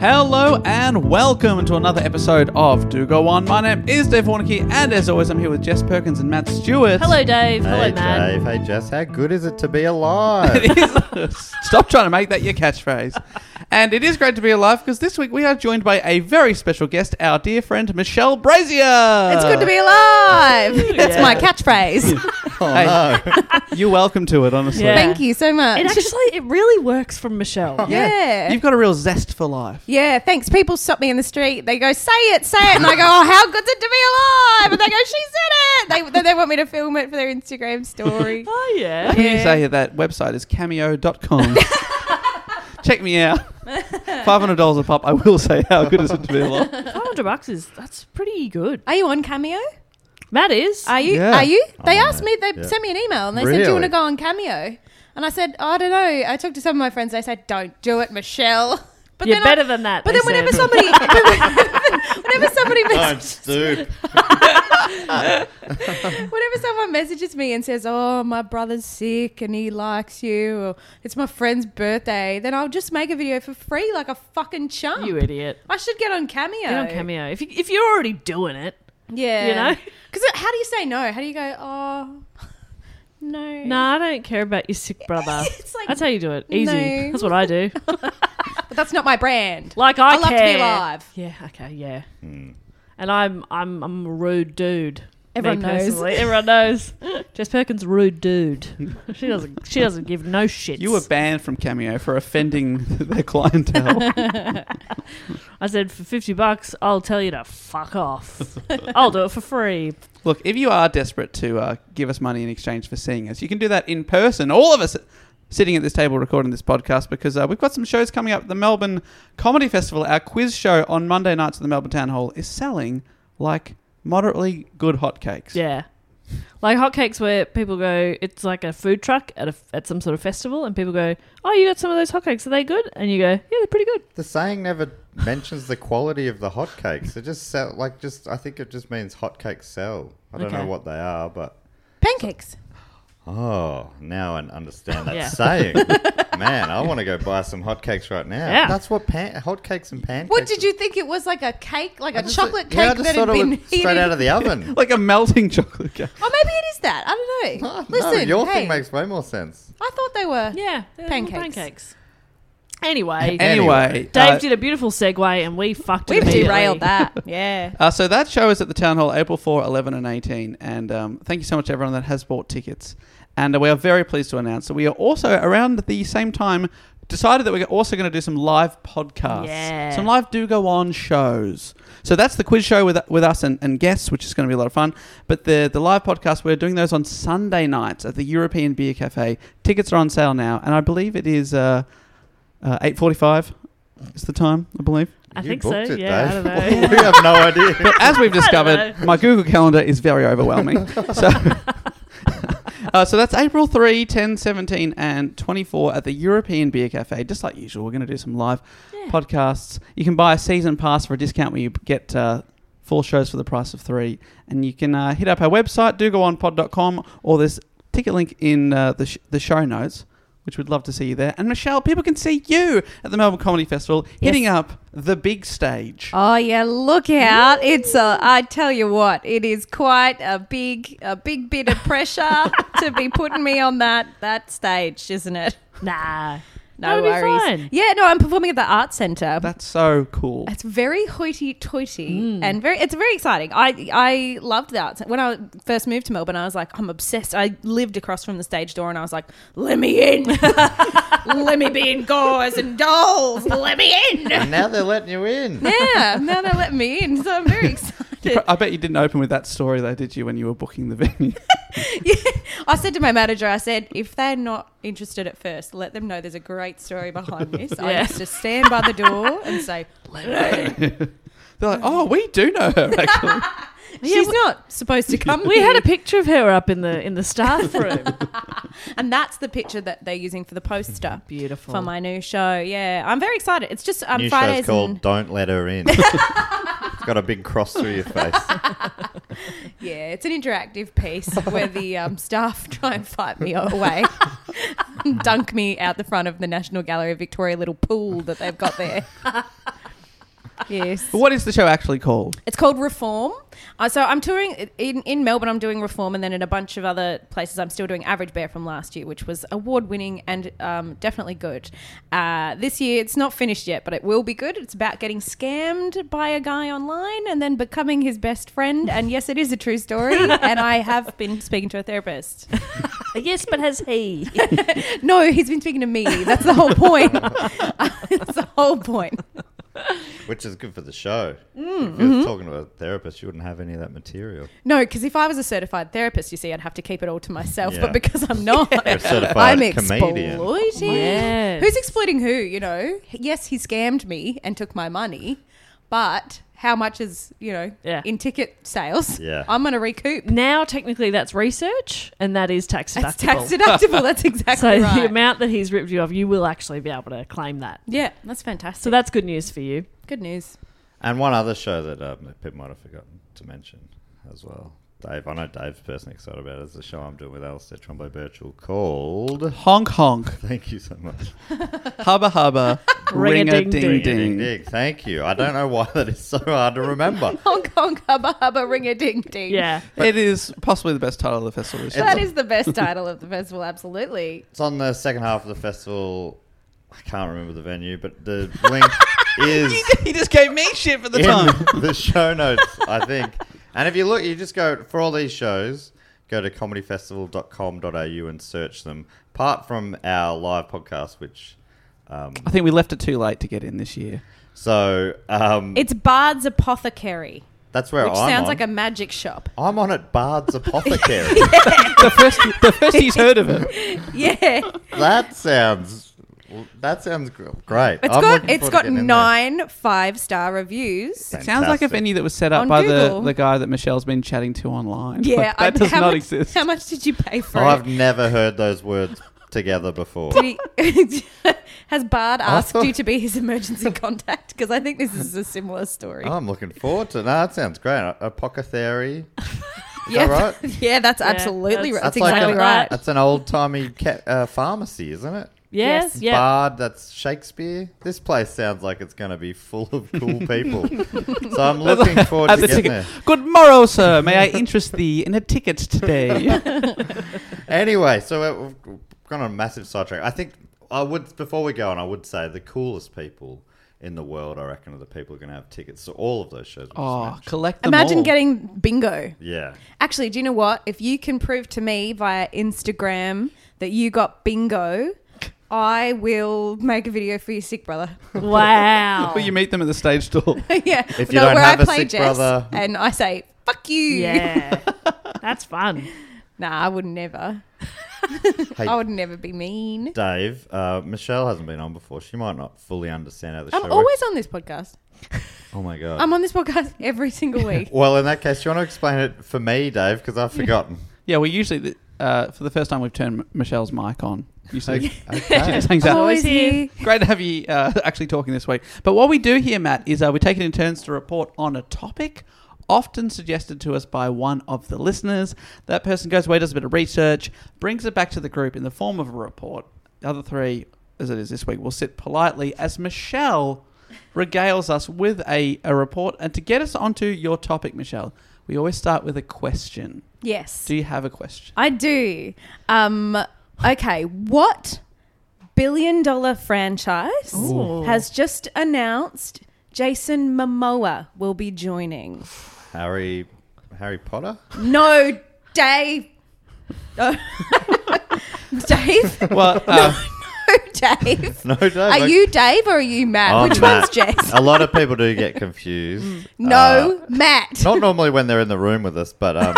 Hello and welcome to another episode of Do Go On. My name is Dave Warnicky, and as always, I'm here with Jess Perkins and Matt Stewart. Hello, Dave. Hello, hey, Matt. Dave. Hey, Jess. How good is it to be alive? Stop trying to make that your catchphrase. and it is great to be alive because this week we are joined by a very special guest, our dear friend Michelle Brazier. It's good to be Uh, alive. That's my catchphrase. Hey, Oh, You're welcome to it, honestly. Yeah. Thank you so much. It actually, it really works from Michelle. yeah. You've got a real zest for life. yeah, thanks. People stop me in the street. They go, say it, say it. And I go, oh, how good's it to be alive? And they go, she said it. They, they want me to film it for their Instagram story. Oh, yeah. Please say that website is cameo.com. Check me out. $500 a pop. I will say, how good is it to be alive? 500 bucks is, that's pretty good. Are you on Cameo? Matt is. Are you? Yeah. Are you? They I'm on asked it. me, they Yeah. sent me an email and they said, do Really? you want to go on Cameo? And I said, I don't know. I talked to some of my friends. They said, don't do it, Michelle. But You're then better I, than that. But they then whenever said. somebody, whenever somebody I'm messages, stupid. Whenever someone messages me and says, "Oh, my brother's sick and he likes you," or "It's my friend's birthday," then I'll just make a video for free, like a fucking chump. You idiot. I should get on Cameo. Get on Cameo. If, you, if you're already doing it, Yeah, You know? Because how do you say no? How do you go? Oh, no. no, I don't care about your sick brother. It's like- That's how you do it. Easy. No. That's what I do. But that's not my brand. Like I, I love to be care. alive. Yeah. Okay. Yeah. Hmm. And I'm I'm I'm a rude dude. Everyone Me knows. personally. Everyone knows. Jess Perkins rude dude. She doesn't she doesn't give no shits. You were banned from Cameo for offending their clientele. I said for fifty bucks I'll tell you to fuck off. I'll do it for free. Look, if you are desperate to uh, give us money in exchange for seeing us, you can do that in person. All of us sitting at this table recording this podcast because uh, we've got some shows coming up. The Melbourne Comedy Festival, our quiz show on Monday nights at the Melbourne Town Hall, is selling like moderately good hotcakes. Yeah. Like hotcakes where people go, it's like a food truck at a, at some sort of festival, and people go, "Oh, you got some of those hotcakes? Are they good?" And you go, "Yeah, they're pretty good." The saying never mentions the quality of the hotcakes. It just sell, like just I think it just means hotcakes sell. I don't Okay. know what they are, but Pancakes. Oh, now I understand that Yeah. saying. Man, I want to go buy some hotcakes right now. Yeah. That's what pan- hotcakes and pancakes. What did you think it was? Like a cake, like a I just- chocolate yeah, I cake just that had thought it been was heated. straight out of the oven. Like a melting chocolate cake. Oh, maybe it is that. I don't know. Oh, Listen, no, your hey, thing makes way more sense. I thought they were. Yeah, they're little Pancakes. pancakes. Anyway, Anyway, Dave uh, did a beautiful segue, and we fucked. We've immediately. derailed that. Yeah. Uh, so that show is at the Town Hall April 4, 11, and 18. And um, thank you so much to everyone that has bought tickets. And uh, we are very pleased to announce that we are also around the same time decided that we're also going to do some live podcasts. Yeah. Some live do go on shows. So that's the quiz show with, with us and, and guests, which is going to be a lot of fun. But the, the live podcast, we're doing those on Sunday nights at the European Beer Cafe. Tickets are on sale now. And I believe it is uh, uh, 8.45 is the time, I believe. I You think so. booked it, Yeah, Dave. I don't know. we have no idea. But as we've discovered, know. my Google Calendar is very overwhelming. so, uh, so that's April 3, 10, 17, and 24 at the European Beer Cafe. Just like usual, we're going to do some live podcasts. You can buy a season pass for a discount where you get. Uh, Four shows for the price of three, and you can uh, hit up our website dogoonpod.com or there's ticket link in uh, the, sh- the show notes, which we'd love to see you there. And Michelle, people can see you at the Melbourne Comedy Festival hitting up the big stage. Oh yeah, look out! It's a. I tell you what, it is quite a big, a big bit of pressure to be putting me on that that stage, isn't it? Nah. That'll No be worries. fine. Yeah, no, I'm performing at the Art Centre. That's so cool. It's very hoity-toity Mm. and very. It's very exciting. I I loved that when I first moved to Melbourne. I was like, I'm obsessed. I lived across from the stage door, and I was like, Let me in, let me be in gauze and dolls, let me in. and now they're letting you in. Yeah, now they let me in, so I'm very excited. uh, I bet you didn't open with that story though, did you, when you were booking the venue? I said to my manager, I said, if they're not interested at first, let them know there's a great story behind this. I Yeah. used to stand by the door and say, They're like, oh, we do know her actually. she's not supposed to come. We had here." a picture of her up in the in the staff room. and that's the picture that they're using for the poster Beautiful. for my new show. Yeah, I'm very excited. It's just um, New show's Fridays. called and, Don't Let Her In. it's got a big cross through your face. yeah, it's an interactive piece where the um, staff try and fight me away, dunk me out the front of the National Gallery of Victoria little pool that they've got there. yes. But what is the show actually called? It's called Reform. Uh, so I'm touring in, in Melbourne. I'm doing Reform, and then in a bunch of other places, I'm still doing Average Bear from last year, which was award winning and um, definitely good. Uh, this year, it's not finished yet, but it will be good. It's about getting scammed by a guy online and then becoming his best friend. And yes, it is a true story. and I have been speaking to a therapist. yes, but has he? No, he's been speaking to me. That's the whole point. That's the whole point. Which is good for the show. Mm, if you mm-hmm. were talking to a therapist, you wouldn't have any of that material. No, because if I was a certified therapist, you see, I'd have to keep it all to myself. Yeah. But because I'm not, a certified I'm comedian. exploited. Yes. Who's exploiting who? You know, yes, he scammed me and took my money, but how much is you know Yeah. in ticket sales? Yeah. I'm going to recoup. Now, technically, that's research, and that is tax deductible. That's tax deductible. That's so exactly the right. amount that he's ripped you off, you will actually be able to claim that. yeah, that's fantastic. So that's good news for you. good news. And one other show that uh, people might have forgotten to mention as well. Dave, I know Dave's personally excited about it, is the show I'm doing with Alistair Trombo Birchall called. Honk honk, Thank you so much. hubba hubba, ring a Ring-a-ding-ding. Ding, ding ding. ding. Thank you. I don't know why that is so hard to remember. Hong Kong hubba hubba ring a ding ding. Yeah. It is possibly the best title of the festival. this That year. is the best title of the festival, absolutely. It's on the second half of the festival. I can't remember the venue, but the link is He just gave me shit for the time. in the show notes, I think. And if you look, you just go for all these shows, go to comedyfestival.com.au and search them. Apart from our live podcast, which um, I think we left it too late to get in this year. so um, It's Bard's Apothecary, that's where which I'm sounds on. like a magic shop. I'm on at Bard's Apothecary. The first, the first he's heard of it. Yeah. that sounds that sounds gr- great. It's I'm got looking it's forward to got getting in there. nine five star reviews. Fantastic. Sounds like a venue that was set up On by the, Google. the guy that Michelle's been chatting to online. Yeah, Like, that I- does how not much, exist. How much did you pay for Oh, I've it? never heard those words together before. Did he, has Bard asked thought- you to be his emergency contact? Because I think this is a similar story. Oh, I'm looking forward to. No, that sounds great. Apothecary. yeah, right? yeah, that's absolutely right. that's- That's, like exactly a- right. That's an old timey ca- uh, pharmacy, isn't it? Yes, Yes. yeah. Bard, that's Shakespeare. This place sounds like it's going to be full of cool people. so I'm looking forward At to the getting ticket. there. Good morrow, sir. May I interest thee in a ticket today? Anyway, so uh, we've- we've gone on a massive sidetrack. I think I would, before we go on, I would say the coolest people in the world, I reckon, are the people who are going to have tickets to all of those shows. we just oh, mentioned. collect them Imagine all. getting bingo. Yeah. Actually, do you know what? If you can prove to me via Instagram that you got bingo, I will make a video for your sick brother. Wow. Will you meet them at the stage door? yeah. If you don't where have I a play sick Jess brother. and I say, fuck you. yeah. That's fun. Nah, I would never. Hey, I would never be mean. Dave, uh, Michelle hasn't been on before. She might not fully understand how the show I'm works. always on this podcast. oh, my God. I'm on this podcast every single week. well, in that case, do you want to explain it for me, Dave? Because I've forgotten. yeah, we usually, uh, for the first time, we've turned M- Michelle's mic on. You see, she Okay. just hangs I'm out. Always always here. here. Great to have you uh, actually talking this week. But what we do here, Matt, is uh, we take it in turns to report on a topic often suggested to us by one of the listeners. That person goes away, does a bit of research, brings it back to the group in the form of a report. The other three, as it is this week, will sit politely as Michelle regales us with a, a report. And to get us onto your topic, Michelle, we always start with a question. Yes. Do you have a question? I do. Um, okay, what billion dollar franchise has just announced Jason Momoa will be joining? Harry, Harry Potter? No, Dave. No. Dave? Well, uh, No, Dave. No, Dave. Are you Dave or are you Matt? I'm Which one's Matt. Uh, Jess? Mm. A lot of people do get confused. Uh, No, Matt. Not normally when they're in the room with us, but um,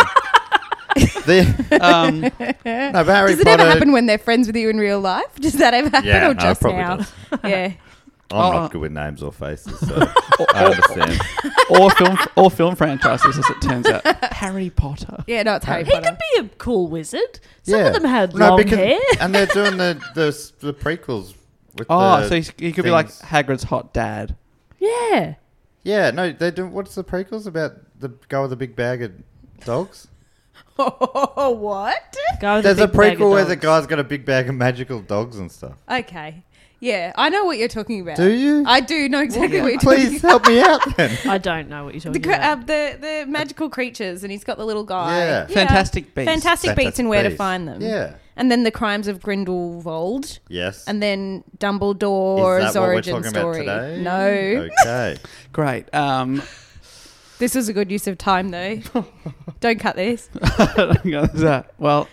the, um, no, but Harry Does it Potter. ever happen when they're friends with you in real life? Does that ever happen Yeah, or no, it Oh, just probably now? does. Yeah. I'm Oh. not good with names or faces, so I understand. or film or film franchises, as it turns out. Harry Potter. Yeah, no, it's Harry He Potter. could be a cool wizard. Some uh, Yeah. of them had No, long because- hair. and they're doing the the, the prequels. With Oh, the so he, he could be like things. Hagrid's hot dad. Yeah. yeah, no, they do. What's the prequels about? The guy with the big bag of dogs. Oh, what? Go with There's a big bag of prequel where the dogs. guy's got a big bag of magical dogs and stuff. Okay. Yeah, I know what you're talking about. Do you? Uh, I do know exactly what you're talking Please help about. me out then. I don't know what you're The, talking cr- uh, um, about. the the magical creatures, and he's got the little guy. Yeah. Fantastic Beasts. Fantastic Beasts and where to Beasts. find them. Yeah. And then the crimes of Grindelwald, Yes. and then Dumbledore's Is that what we're origin talking about story. today? No, Okay. Great. Um, this was a good use of time though. Don't cut this. is that- well,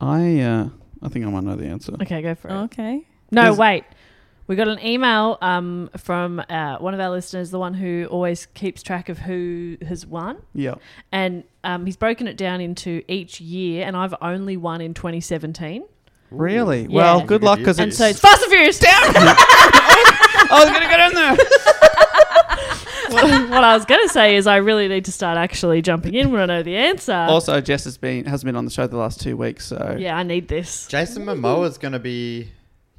I uh, I think I might know the answer. okay, go uh, for it. Okay. No, There's- wait. We got an email um, from uh, one of our listeners, the one who always keeps track of who has won. Yeah. And um, he's broken it down into each year, and I've only won in 2017. Really? Yeah. Well, good luck because And it's. so it's Fast and Furious down! I was gonna go down there. what I was going to say is I really need to start actually jumping in when I know the answer. also, Jess has been has been on the show the last two weeks, so Yeah, I need this. Jason Momoa's going to be.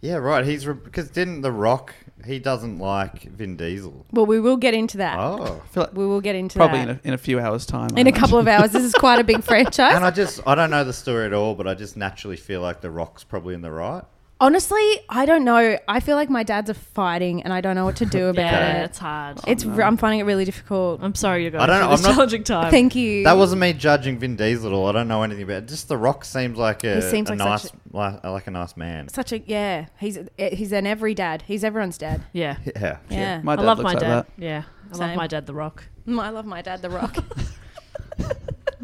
Yeah, right. He's because didn't The Rock? He doesn't like Vin Diesel. Well, we will get into that. Oh, I feel like We will get into probably that in a, in a few hours time. I in a imagine. couple of hours. This is quite a big franchise. and I just I don't know the story at all, but I just naturally feel like The Rock's probably in the right. Honestly, I don't know. I feel like my dad's are fighting, and I don't know what to do about Yeah, it. it's hard. It's re- I'm finding it really difficult. I'm sorry you're going I don't know, through this I'm not- challenging time. Thank you. That wasn't me judging Vin Diesel at all. I don't know anything about. it. Just The Rock seems like a, He seems a like nice such like, like a nice man. such a yeah. He's eh, he's an every dad. He's everyone's dad. yeah. Yeah. Yeah, My I dad love looks my like dad. that. Yeah. I love Same. my dad, The Rock. Mm, I love my dad, The Rock.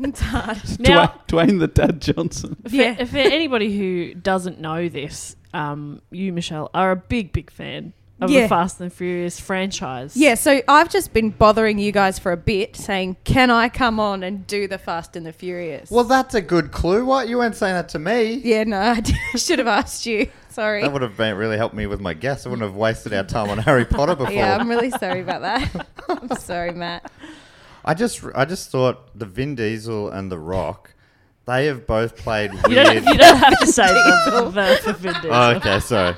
it's hard. Now, Dwayne, Dwayne the Dad Johnson. Yeah. if anybody who doesn't know this, um, you, Michelle, are a big, big fan of Yeah. the Fast and Furious franchise. Yeah, so I've just been bothering you guys for a bit, saying, "Can I come on and do the Fast and the Furious?" Well, that's a good clue. What you weren't saying that to me? yeah, no, I did- should have asked you. Sorry. That would have been, really helped me with my guess. I wouldn't have wasted our time on Harry Potter before. Yeah, I'm really sorry about that. I'm sorry, Matt. I just I just thought the Vin Diesel and the Rock, they have both played You don't, weird. you don't have to say the, the, for Vin Diesel. Oh, okay, sorry.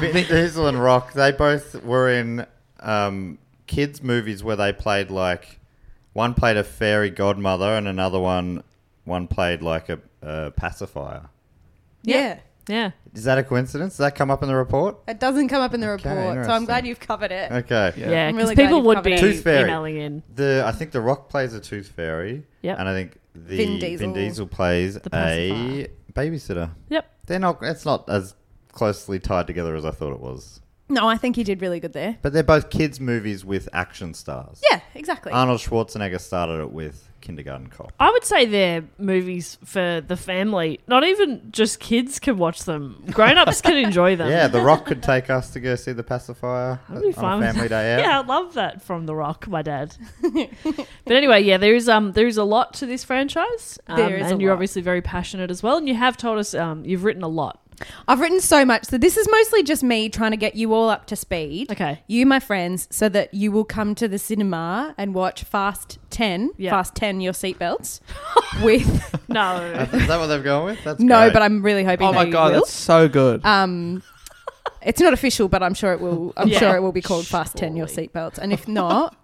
Vin Diesel and Rock, they both were in um, kids movies where they played like One played a fairy godmother, and another one one played like a, a pacifier. Yeah. Yeah. Is that a coincidence? Does that come up in the report? It doesn't come up in the report, so I'm interesting. glad you've covered it. Okay. Yeah. Yeah, I'm because really glad people you would covered be it. Tooth fairy. emailing in. The I think the Rock plays a tooth fairy. Yep. And I think the Vin Vin Diesel. Diesel, plays pacifier. a babysitter. Yep. They're not. It's not as closely tied together as I thought it was. No, I think you did really good there. But they're both kids movies with action stars. Yeah, exactly. Arnold Schwarzenegger started it with Kindergarten Cop. I would say they're movies for the family. Not even just kids can watch them. Grown ups can enjoy them. Yeah, The Rock could take us to go see The Pacifier That'd be on fun. a family day out. yeah, I love that from The Rock, my dad. but anyway, yeah, there is um there is a lot to this franchise. Um, There is a and you're lot. obviously very passionate as well. And you have told us um you've written a lot. I've written so much, so this is mostly just me trying to get you all up to speed. Okay. You, my friends, so that you will come to the cinema and watch Fast 10, Yeah. Fast 10 Your Seatbelts with. No. Is that what they've gone with? That's No, great. but I'm really hoping Oh that my you god, will. that's so good. Um, it's not official, but I'm sure it will. I'm Yeah. sure it will be called Fast Ten Your Surely. Seatbelts, and if not,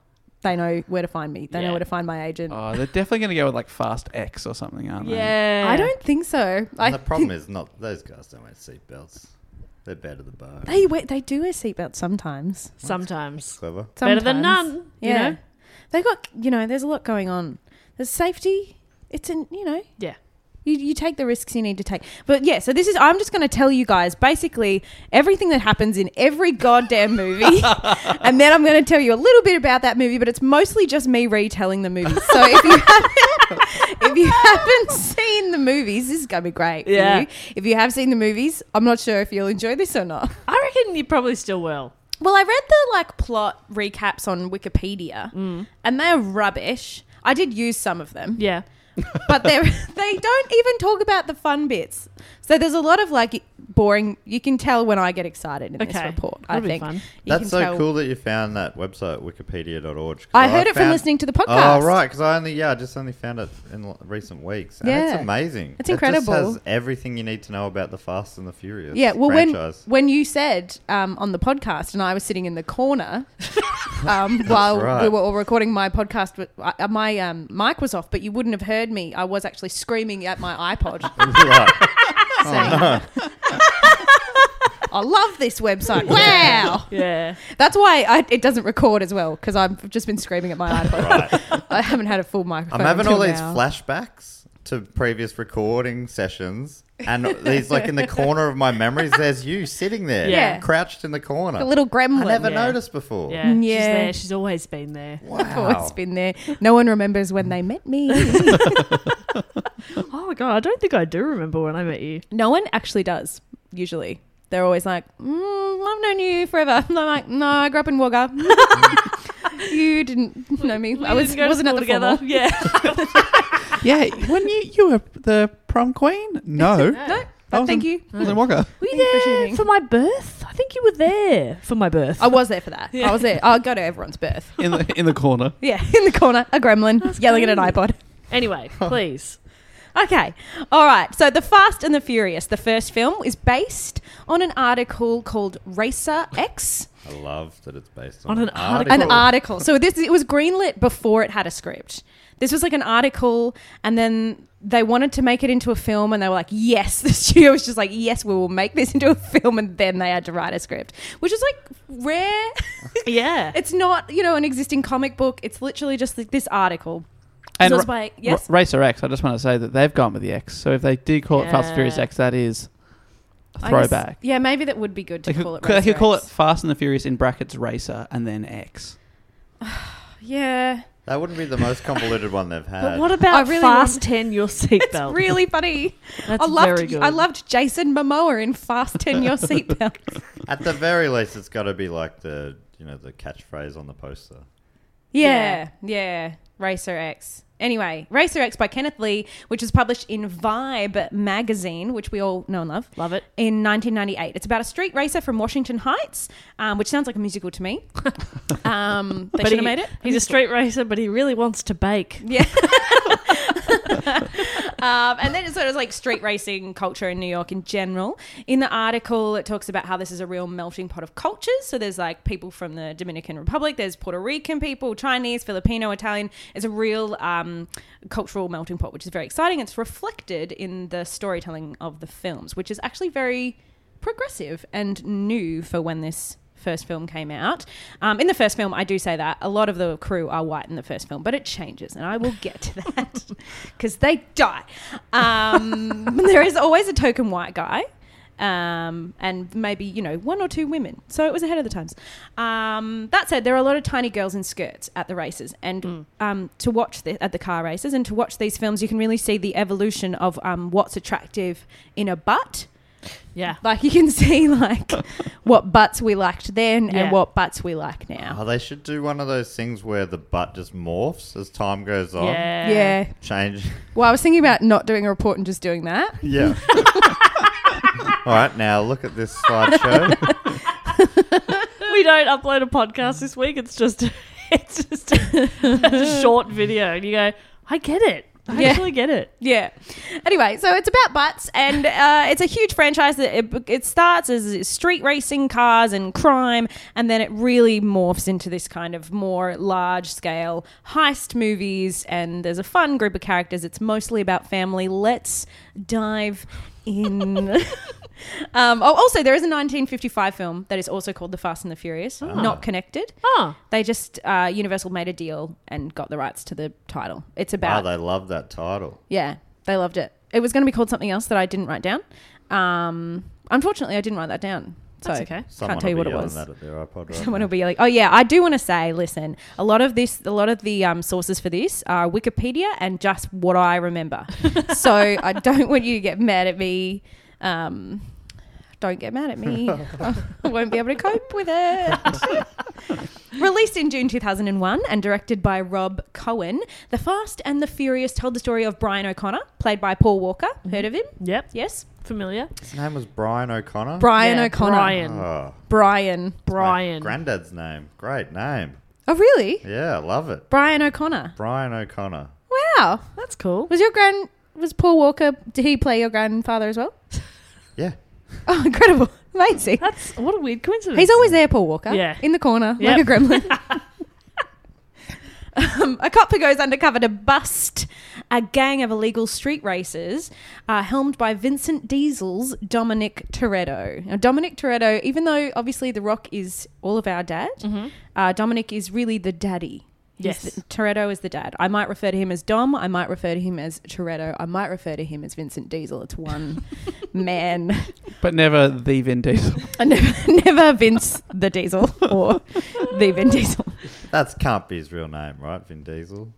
they know where to find me. They Yeah. know where to find my agent. oh, they're definitely going to go with like Fast X or something, aren't they? yeah. I don't think so. I And the problem is not those guys don't wear seatbelts. They're better the bone. they wear, they do wear seatbelts sometimes. Sometimes. Clever. Better than Sometimes. none, you Yeah, know? they got you know. There's a lot going on. There's safety. It's an you know Yeah. You, you take the risks you need to take. But yeah, so this is, I'm just going to tell you guys basically everything that happens in every goddamn movie. and then I'm going to tell you a little bit about that movie, but it's mostly just me retelling the movie. So if you haven't, if you haven't seen the movies, this is going to be great. for Yeah. you. If you have seen the movies, I'm not sure if you'll enjoy this or not. I reckon you probably still will. Well, I read the like plot recaps on Wikipedia and they're rubbish. I did use some of them Yeah. but they they don't even talk about the fun bits. So there's a lot of like boring. You can tell when I get excited in this Okay. report. I That'll be think fun. You That's can so tell- cool that you found that website wikipedia.org. 'cause I heard it from found- listening to the Oh podcast. right, because I only yeah, I just only found it in l- recent weeks. And Yeah. it's amazing. It's It just incredible. has everything you need to know about the Fast and the Furious. Yeah, well, franchise. when when you said um, on the podcast, and I was sitting in the corner um, while right. we were all recording my podcast, with, uh, my um, mic was off, but you wouldn't have heard me. I was actually screaming at my iPod. Right. I love this website. Wow. Yeah. That's why I, it doesn't record as well because I've just been screaming at my iPod. I haven't had a full microphone. I'm having until all these now. flashbacks to previous recording sessions, and these like in the corner of my memories. There's you sitting there, Yeah. crouched in the corner, The little gremlin. I never Yeah. noticed before. Yeah. She's Yeah. there. She's always been there. I've always been there. No one remembers when they met me. Oh my god, I don't think I do remember when I met you. no one actually does. Usually, they're always like, mm, "I've known you forever." And I'm like, "No, I grew up in Wagga. you didn't know me. I was wasn't at the together. Yeah. Yeah, when you you were the prom queen? No. No, I but was thank in- you. I was in Wagga. Were you Thank you for there choosing. for my birth? I think you were there for my birth. I was there for that. I was there. I go to everyone's birth. In the in the corner. Yeah, in the corner, a gremlin yelling at an crazy. iPod. Anyway, please. Okay. All right. So, The Fast and the Furious, the first film, is based on an article called Racer X. I love that it's based On on, an article. An article. So, this it was greenlit before it had a script. This was like an article, and then they wanted to make it into a film, and they were like, yes. The studio was just like, yes, we will make this into a film, and then they had to write a script, which is like rare. Yeah. it's not, you know, an existing comic book. It's literally just like this article. And so it's Ra- by, yes? Ra- Racer X, I just want to say that they've gone with the X. So if they did call it Fast and Furious Yeah. X, that is a I guess- throwback. yeah, maybe that would be good to They could, call it. could- they could Racer call it X. Fast and the Furious in brackets Racer and then X. Yeah. That wouldn't be the most convoluted one they've had. But what about I really fast want- ten your It's seatbelt? really funny. That's I loved very good. I loved Jason Momoa in Fast 10 Your Seatbelt. At the very least, it's got to be like the you know the catchphrase on the poster. yeah, yeah. Racer X. Anyway, Racer X by Kenneth Lee, which was published in Vibe magazine, which we all know and love. Love it. In 1998. It's about a street racer from Washington Heights, um, which sounds like a musical to me. um, they But should he, have made it. He's a street racer, but he really wants to bake. Yeah. Um, and then it's sort of like street racing culture in New York in general. In the article, it talks about how this is a real melting pot of cultures. So there's like people from the Dominican Republic, there's Puerto Rican people, Chinese, Filipino, Italian. It's a real um, cultural melting pot, which is very exciting. It's reflected in the storytelling of the films, which is actually very progressive and new for when this first film came out. Um, in the first film, I do say that a lot of the crew are white in the first film, but it changes, and I will get to that because they die. Um, there is always a token white guy. Um, and maybe you know one or two women, so it was ahead of the times. Um, that said, there are a lot of tiny girls in skirts at the races, and Mm. um, to watch the, at the car races and to watch these films, you can really see the evolution of um, what's attractive in a butt. Yeah. Like you can see like what butts we liked then Yeah. and what butts we like now. Oh, they should do one of those things where the butt just morphs as time goes on. Yeah. Yeah. Change. Well, I was thinking about not doing a report and just doing that. Yeah. All right, now look at this slideshow. We don't upload a podcast this week. It's just it's just a, short video, and you go, I get it. I Yeah. actually get it. Yeah. Anyway, so it's about butts, and uh, it's a huge franchise. That it, it starts as street racing cars and crime, and then it really morphs into this kind of more large scale heist movies. And there's a fun group of characters. It's mostly about family. Let's dive in. um, oh, also, there is a 1955 film that is also called The Fast and the Furious, not connected. Oh, They just uh, Universal made a deal and got the rights to the title. It's wow, about they love that title. yeah, they loved it. It was going to be called something else that I didn't write down. Um, unfortunately, I didn't write that down. So That's okay. Someone can't tell you will what be it yelling was. That at their iPod right Someone now. will be like, "Oh yeah, I do want to say, listen, a lot of this, a lot of the um, sources for this are Wikipedia and just what I remember. so I don't want you to get mad at me. Um, don't get mad at me. I won't be able to cope with it. Released in June 2001 and directed by Rob Cohen, The Fast and the Furious told the story of Brian O'Connor, played by Paul Walker. Heard of him? yep, Yes. familiar. His name was Brian O'Connor. Brian Yeah, O'Connor. Brian. Oh, Brian. My Brian. granddad's name. Great name. Oh, really? Yeah, I love it. Brian O'Connor. Brian O'Connor. Wow. That's cool. Was your grand was Paul Walker? Did he play your grandfather as well? Yeah. Oh, incredible! Amazing. That's what a weird coincidence. He's always there, Paul Walker. Yeah. in the corner like Yep. a gremlin. um, a cop who goes undercover to bust a gang of illegal street racers, uh, helmed by Vincent Diesel's Dominic Toretto. Now, Dominic Toretto, even though obviously The Rock is all of our dad, uh, Dominic is really the daddy. He's Mm-hmm. Yes. the- Toretto is the dad. I might refer to him as Dom. I might refer to him as Toretto. I might refer to him as Vincent Diesel. It's one man. But never the Vin Diesel. I never, never Vince the Diesel or the Vin Diesel. That can't be his real name, right? Vin Diesel.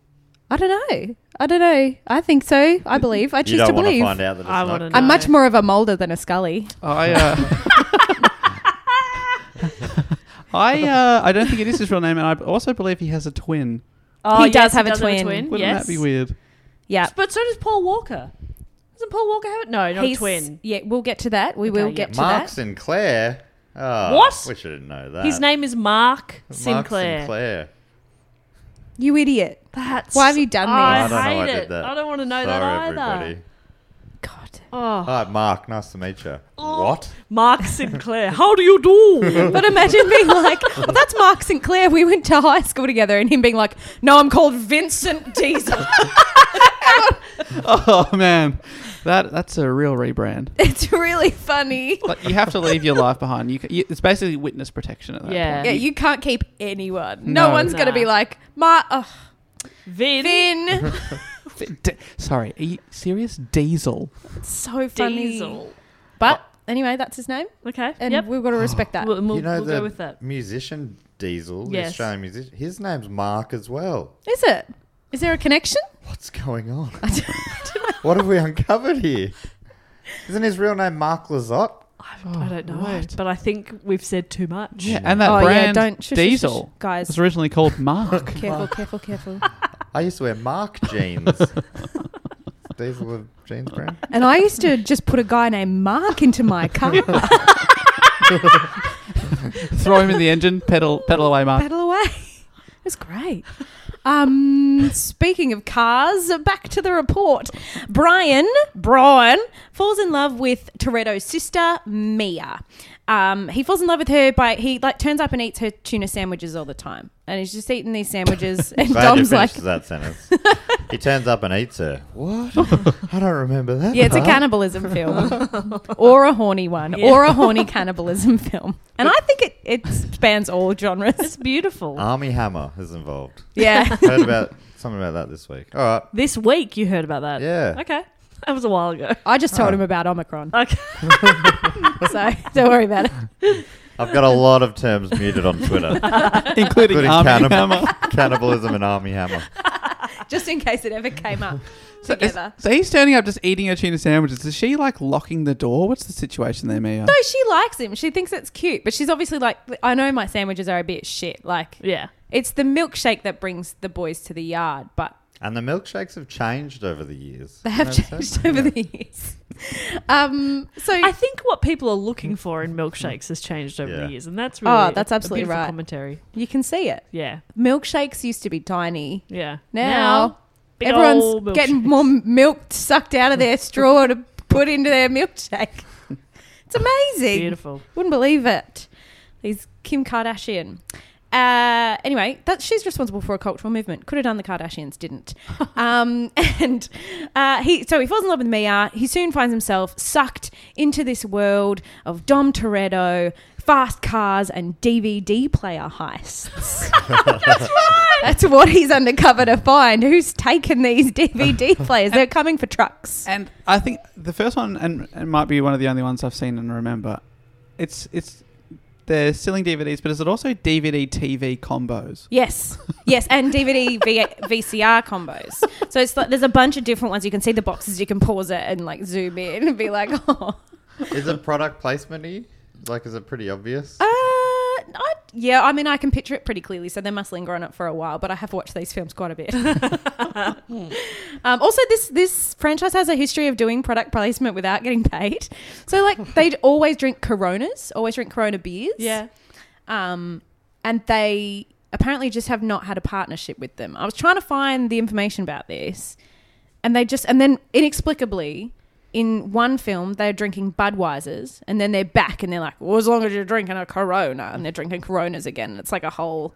I don't know. I don't know. I think so. I believe. I you choose don't to want believe. to find out that it's I not. wanna know. I'm much more of a Mulder than a Scully. I uh, I uh, I don't think it is his real name, and I also believe he has a twin. Oh, He does have a twin. Wouldn't yes. that be weird? Yeah. But so does Paul Walker. Doesn't Paul Walker have it? No, not a He's- twin. Yeah, we'll get to that. We Okay, will yeah. get to Mark that. Sinclair. Oh, What? We should know that. His name is Mark Mark Sinclair. Sinclair. You idiot. That's Why have you done I Oh, this? I don't know hate why I did it. that. I don't want to know Sorry, that either. everybody. God. Oh, Hi, Mark. Nice to meet you. What? Mark Sinclair. How do you do? But imagine being like, well, that's Mark Sinclair. We went to high school together, and him being like, no, I'm called Vincent Diesel. Oh man, that that's a real rebrand. it's really funny. Like you have to leave your life behind. You, ca- you it's basically witness protection at that Yeah. point. Yeah, you can't keep anyone. No, No. one's going to Nah. be like, Mark, oh, Vin. Vin. D- sorry, are you serious? Diesel. so funny. Diesel. But anyway, that's his name, Okay. and yep. we've got to respect that. We'll, we'll, you know we'll the go with that. musician Diesel, the Yes. Australian musician. His name's Mark as well. Is it? Is there a connection? What's going on? what have we uncovered here? Isn't his real name Mark Lazotte? I Oh, don't know, right. but I think we've said too much. Yeah, and that Oh, yeah, brand don't- shush, shush, Diesel shush, guys. was originally called Mark. Careful, careful, careful. I used to wear Mark jeans. Diesel with jeans brand. And I used to just put a guy named Mark into my car. Throw him in the engine, pedal pedal away, Mark. Pedal away. It was great. Um, speaking of cars, back to the report. Brian, Brian, falls in love with Toretto's sister, Mia. Um, he falls in love with her by he like turns up and eats her tuna sandwiches all the time, and he's just eating these sandwiches. and Glad you Dom's finished like, that sentence. he turns up and eats her. What? I don't remember that. Yeah, it's a part. cannibalism film, or a horny one, or a horny cannibalism film, and I think it, it spans all genres. It's beautiful. Army Hammer is involved. Yeah, Heard about something about that this week. All right. this week you heard about that. Yeah. Okay. That was a while ago. I just told him about Omicron, Okay. so don't worry about it. I've got a lot of terms muted on Twitter, including, including Army cannibal- Hammer. cannibalism and Army Hammer. Just in case it ever came up So, is- together. so he's turning up just eating her tuna sandwiches. Is she like locking the door? What's the situation there, Mia? No, she likes him. She thinks it's cute, but she's obviously like, I know my sandwiches are a bit shit. Like, yeah. it's the milkshake that brings the boys to the yard, but And the milkshakes have changed over the years. they have changed over the years. Um, so I think what people are looking for in milkshakes has changed over Yeah. the years, and that's really Oh, a- that's a absolutely beautiful right. Commentary. you can see it. Yeah. Milkshakes used to be tiny. Yeah. Now, big old everyone's milkshakes. getting more milk sucked out of their straw to put into their milkshake. It's amazing. beautiful. Wouldn't believe it. These Kim Kardashian. Uh, anyway, that she's responsible for a cultural movement. Could have done the Kardashians, didn't. um, and uh, he, so he falls in love with Mia. He soon finds himself sucked into this world of Dom Toretto, fast cars, and DVD player heists. That's what he's undercover to find. Who's taken these DVD players? They're coming for trucks. And I think the first one, and it might be one of the only ones I've seen and remember. It's it's they're selling DVDs, but is it also DVD TV combos? Yes, yes, and DVD v- VCR combos. So it's like there's a bunch of different ones. You can see the boxes. You can pause it and like zoom in and be like, oh, Is it product placement Like, is it pretty obvious? uh, I, yeah. I mean, I can picture it pretty clearly. So they must linger on it for a while. But I have watched these films quite a bit. um, also, this this franchise has a history of doing product placement without getting paid. So like they'd always drink Coronas, always drink Corona beers. Yeah. um, and they apparently just have not had a partnership with them. I was trying to find the information about this, and they just and then inexplicably. In one film, they're drinking Budweisers, and then they're back, and they're like, "Well, as long as you're drinking a Corona," and they're drinking Coronas again. And it's like a whole,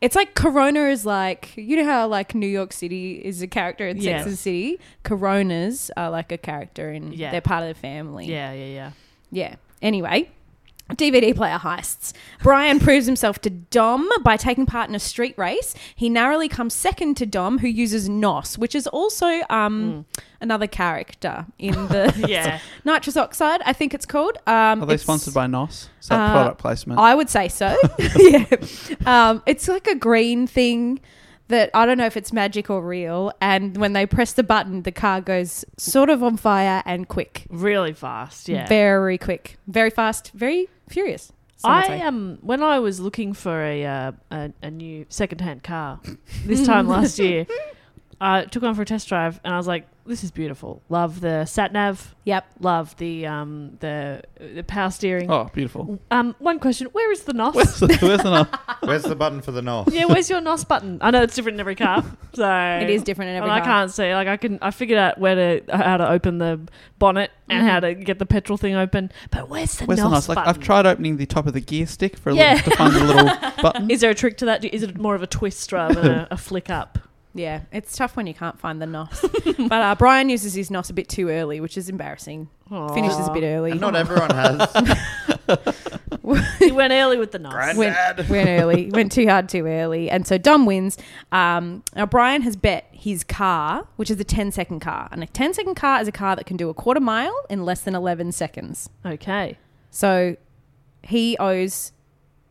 it's like Corona is like you know how like New York City is a character in Yeah. Sex and the City. Coronas are like a character, and Yeah. they're part of the family. Yeah. Yeah. Yeah. Yeah. Anyway, DVD player heists. Brian proves himself to Dom by taking part in a street race. He narrowly comes second to Dom, who uses Nos, which is also um, another character in the Yeah. nitrous oxide. I think it's called. Um, Are they it's- sponsored by NOS? Is that uh, product placement? I would say so. yeah. Um, it's like a green thing that I don't know if it's magic or real. And when they press the button, the car goes sort of on fire and quick Really fast. Yeah. very quick, very fast, very furious. some would I say. um when I was looking for a uh, a, a new secondhand car this time last year, I took one for a test drive and I was like, "This is beautiful. Love the sat nav. Yep. Love the um the the power steering. oh, beautiful. Um, one question: Where is the Where's nos? the, where's the NOS? Where's the button for the north? yeah, where's your nos button? I know it's different in every car, so It is different in every and I car. can't see. Like I can, I figured out where to uh, how to open the bonnet and how Mm-hmm. to get the petrol thing open, but where's the Where's the nos NOS? Like button? I've tried opening the top of the gear stick for a Yeah. little, to find the little button. Is there a trick to that? Do- Is it more of a twist rather than a, a flick up? Yeah, it's tough when you can't find the nos. but uh, Brian uses his nos a bit too early, which is embarrassing. Finishes a bit early. And not everyone has. He went early with the nos. Went, went early, went too hard too early, and so Dom wins. Um, now Brian has bet his car, which is a 10 second car, and a 10 second car is a car that can do a quarter mile in less than 11 seconds. Okay. So he owes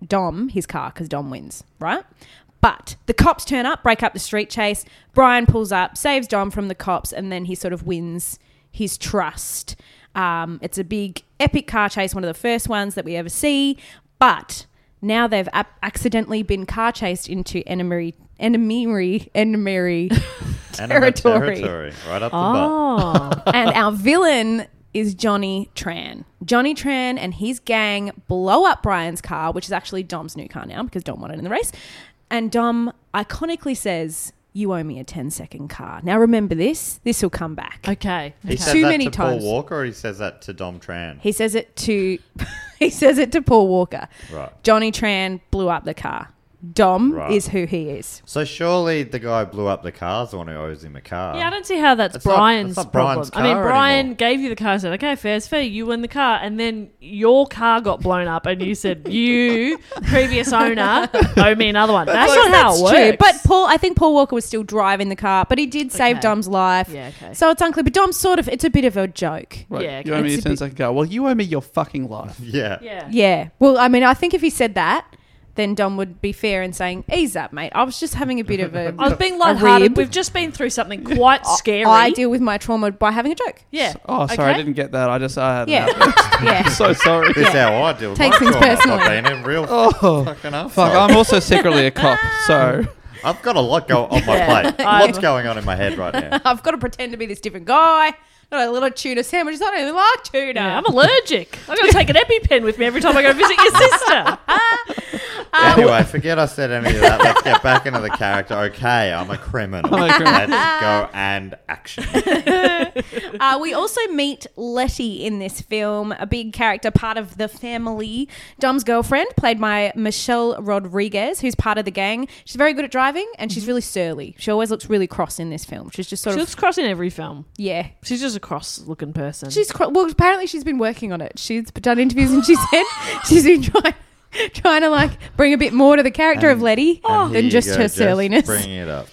Dom his car because Dom wins, right? But the cops turn up, break up the street chase. Brian pulls up, saves Dom from the cops, and then he sort of wins his trust. Um, it's a big, epic car chase, one of the first ones that we ever see. But now they've ap- accidentally been car chased into enemy, enemy, enemy Enemy territory territory. Right up the butt. Oh. and our villain is Johnny Tran. Johnny Tran and his gang blow up Brian's car, which is actually Dom's new car now because Dom won it in the race. And Dom iconically says, you owe me a 10 second car. Now remember this, this will come back. Okay. He okay. says Too that many to times. Paul Walker, or he says that to Dom Tran. He says it to he says it to Paul Walker. Right. Johnny Tran blew up the car. Dom Right. is who he is. So surely the guy who blew up the car's the one who owes him a car. Yeah, I don't see how that's It's not- Brian's it's not problem. Brian's I mean, car Brian anymore. gave you the car, said, "Okay, fair, it's fair. You win the car," and then your car got blown up, and you said, "You previous owner owe me another one." That's, not how it That's true. works. But Paul, I think Paul Walker was still driving the car, but he did save Okay. Dom's life. Yeah, okay. So it's unclear. But Dom's sort of, it's a bit of a joke. Right. Yeah, you owe me it's a a 10 bit- second car. Well, you owe me your fucking life. Yeah. yeah, Yeah. Well, I mean, I think if he said that, then Dom would be fair in saying, ease up, mate. I was just having a bit of a. I was being A lighthearted. rib. We've just been through something quite Oh, scary. I deal with my trauma by having a joke. Yeah. Oh, sorry, I Okay? didn't get that. I just, I had Yeah. that. yeah. I'm so sorry. This how I deal with Takes my things trauma by personally. being a real Oh, fucking arsehole. fuck. I'm also secretly a cop, so. I've got a lot go on my Yeah. plate. I've- What's going on in my head right now? I've got to pretend to be this different guy. Not a little tuna sandwich. I don't even like tuna. Yeah, I'm allergic. I'm going to take an EpiPen with me every time I go visit your sister. anyway, forget I said any of that. Let's get back into the character. Okay, I'm a criminal. I'm a criminal. Let's go and action. Uh, we also meet Letty in this film, a big character, part of the family. Dom's girlfriend, played by Michelle Rodriguez, who's part of the gang. She's very good at driving and Mm-hmm. she's really surly. She always looks really cross in this film. She's just sort She of, looks cross in every film. yeah. She's just a cross-looking person. She's cro- well, apparently she's been working on it. She's done interviews and she said she's been trying, trying to like bring a bit more to the character of And- Letty And here than you Oh, just go, her surliness. Bringing it up.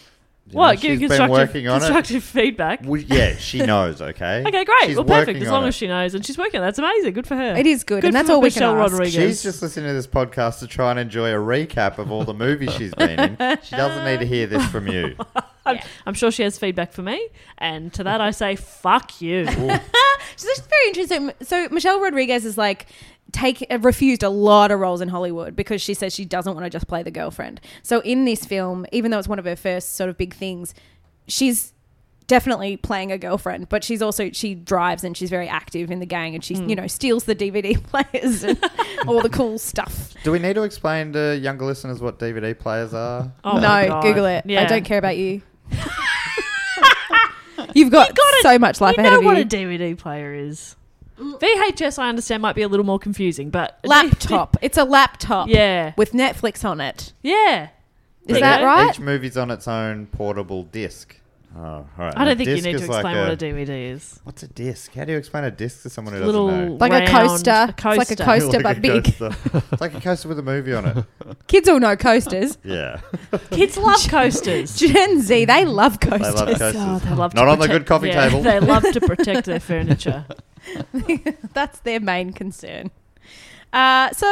You know, what? she's Give been constructive, working on it. constructive feedback. We, yeah, she knows. Okay. Okay, great. She's well, perfect. working As on long it. as she knows and she's working, that's amazing. Good for her. It is good, and that's for all we can Michelle ask. Rodriguez. She's just listening to this podcast to try and enjoy a recap of all the movies she's been in. She doesn't need to hear this from you. I'm, I'm sure she has feedback for me, and to that I say, fuck you. So this is very interesting. So Michelle Rodriguez is like take uh, refused a lot of roles in Hollywood because she says she doesn't want to just play the girlfriend. So in this film, even though it's one of her first sort of big things, she's definitely playing a girlfriend, but she's also she drives and she's very active in the gang and she you know steals the DVD players and all the cool stuff. Do we need to explain to younger listeners what DVD players are? Oh my no, God. Google it. I Yeah. don't care about you. You've got, so much life You ahead know of what you. a DVD player is. Mm. VHS, I understand, might be a little more confusing, but laptop. It's a laptop. Yeah, With Netflix on it. yeah. Is But that each- right? Each movie's on its own portable disc. Oh, all right. I A don't think you disc need to is explain like what a DVD is. What's a disc? How do you explain a disc to someone who doesn't Little know? Like a round- coaster. It's like a coaster. but big. coaster. it's like a coaster with a movie on it. Kids all know coasters. Yeah, Kids love coasters. Gen Z, they love I coasters. love coasters. Oh, they love to Not on the protect- good coffee yeah, table. They love to protect their furniture. That's their main concern. Uh, so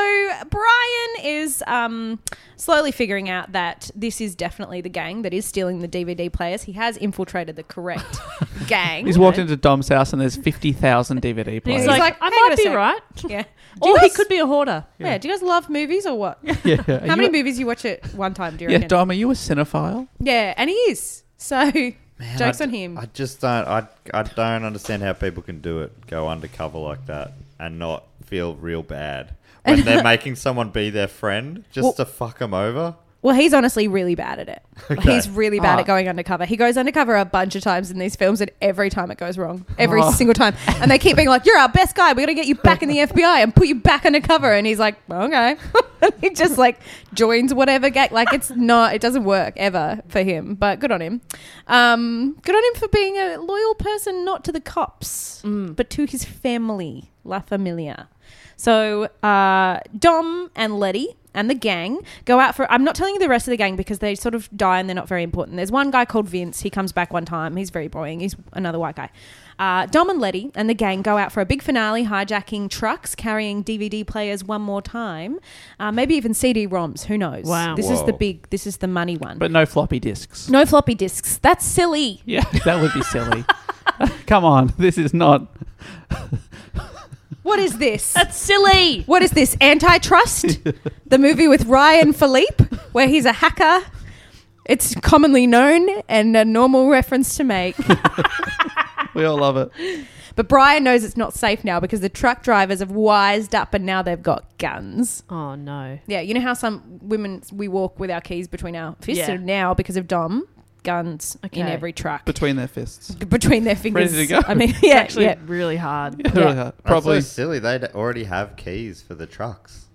Brian is um, slowly figuring out that this is definitely the gang that is stealing the DVD players. He has infiltrated the correct gang. He's walked into Dom's house and there's 50,000 DVD And players. he's He's like, like, I "Hang on might a be sec." right. Yeah. Do you Or he guys- could be a hoarder. Yeah. Do you guys love movies or what? yeah. How Are many you- movies you watch at one time? Do you Yeah, reckon? Dom, are you a cinephile? Yeah, and he is. So Man, jokes I- on him. I just don't. I I don't understand how people can do it. Go undercover like that and not feel real bad when they're making someone be their friend just Well- to fuck them over. Well, he's honestly really bad at it. He's really bad at going undercover. He goes undercover a bunch of times in these films, and every time it goes wrong. Every Oh. single time. And they keep being like, You're our best guy. We're going to get you back in the FBI and put you back undercover. And he's like, Okay. he just like joins whatever gang. Like, it's not, it doesn't work ever for him, but good on him. Um, good on him for being a loyal person, not to the cops, but to his family, La Familia. So uh, Dom and Letty and the gang go out for. I'm not telling you the rest of the gang because they sort of die and they're not very important. There's one guy called Vince. He comes back one time. He's very boring. He's another white guy. Uh, Dom and Letty and the gang go out for a big finale, hijacking trucks carrying DVD players one more time, uh, maybe even CD-ROMs. Who knows? Wow. This is Whoa. the big. This is the money one. But no floppy disks. no floppy disks. That's silly. Yeah, that would be silly. Come on, this is not. What is this? That's silly. what is this antitrust the movie with ryan philippe where he's a hacker it's commonly known and a normal reference to make We all love it. but brian knows it's not safe now because the truck drivers have wised up and now they've got guns Oh, no. yeah you know how some women we walk with our keys between our fists Yeah. and now because of dom guns Okay. in every truck between their fists. between their fingers. to go. I mean, yeah, Actually, yeah, really hard. Yeah, really hard. Probably Probably. so silly. They already have keys for the trucks.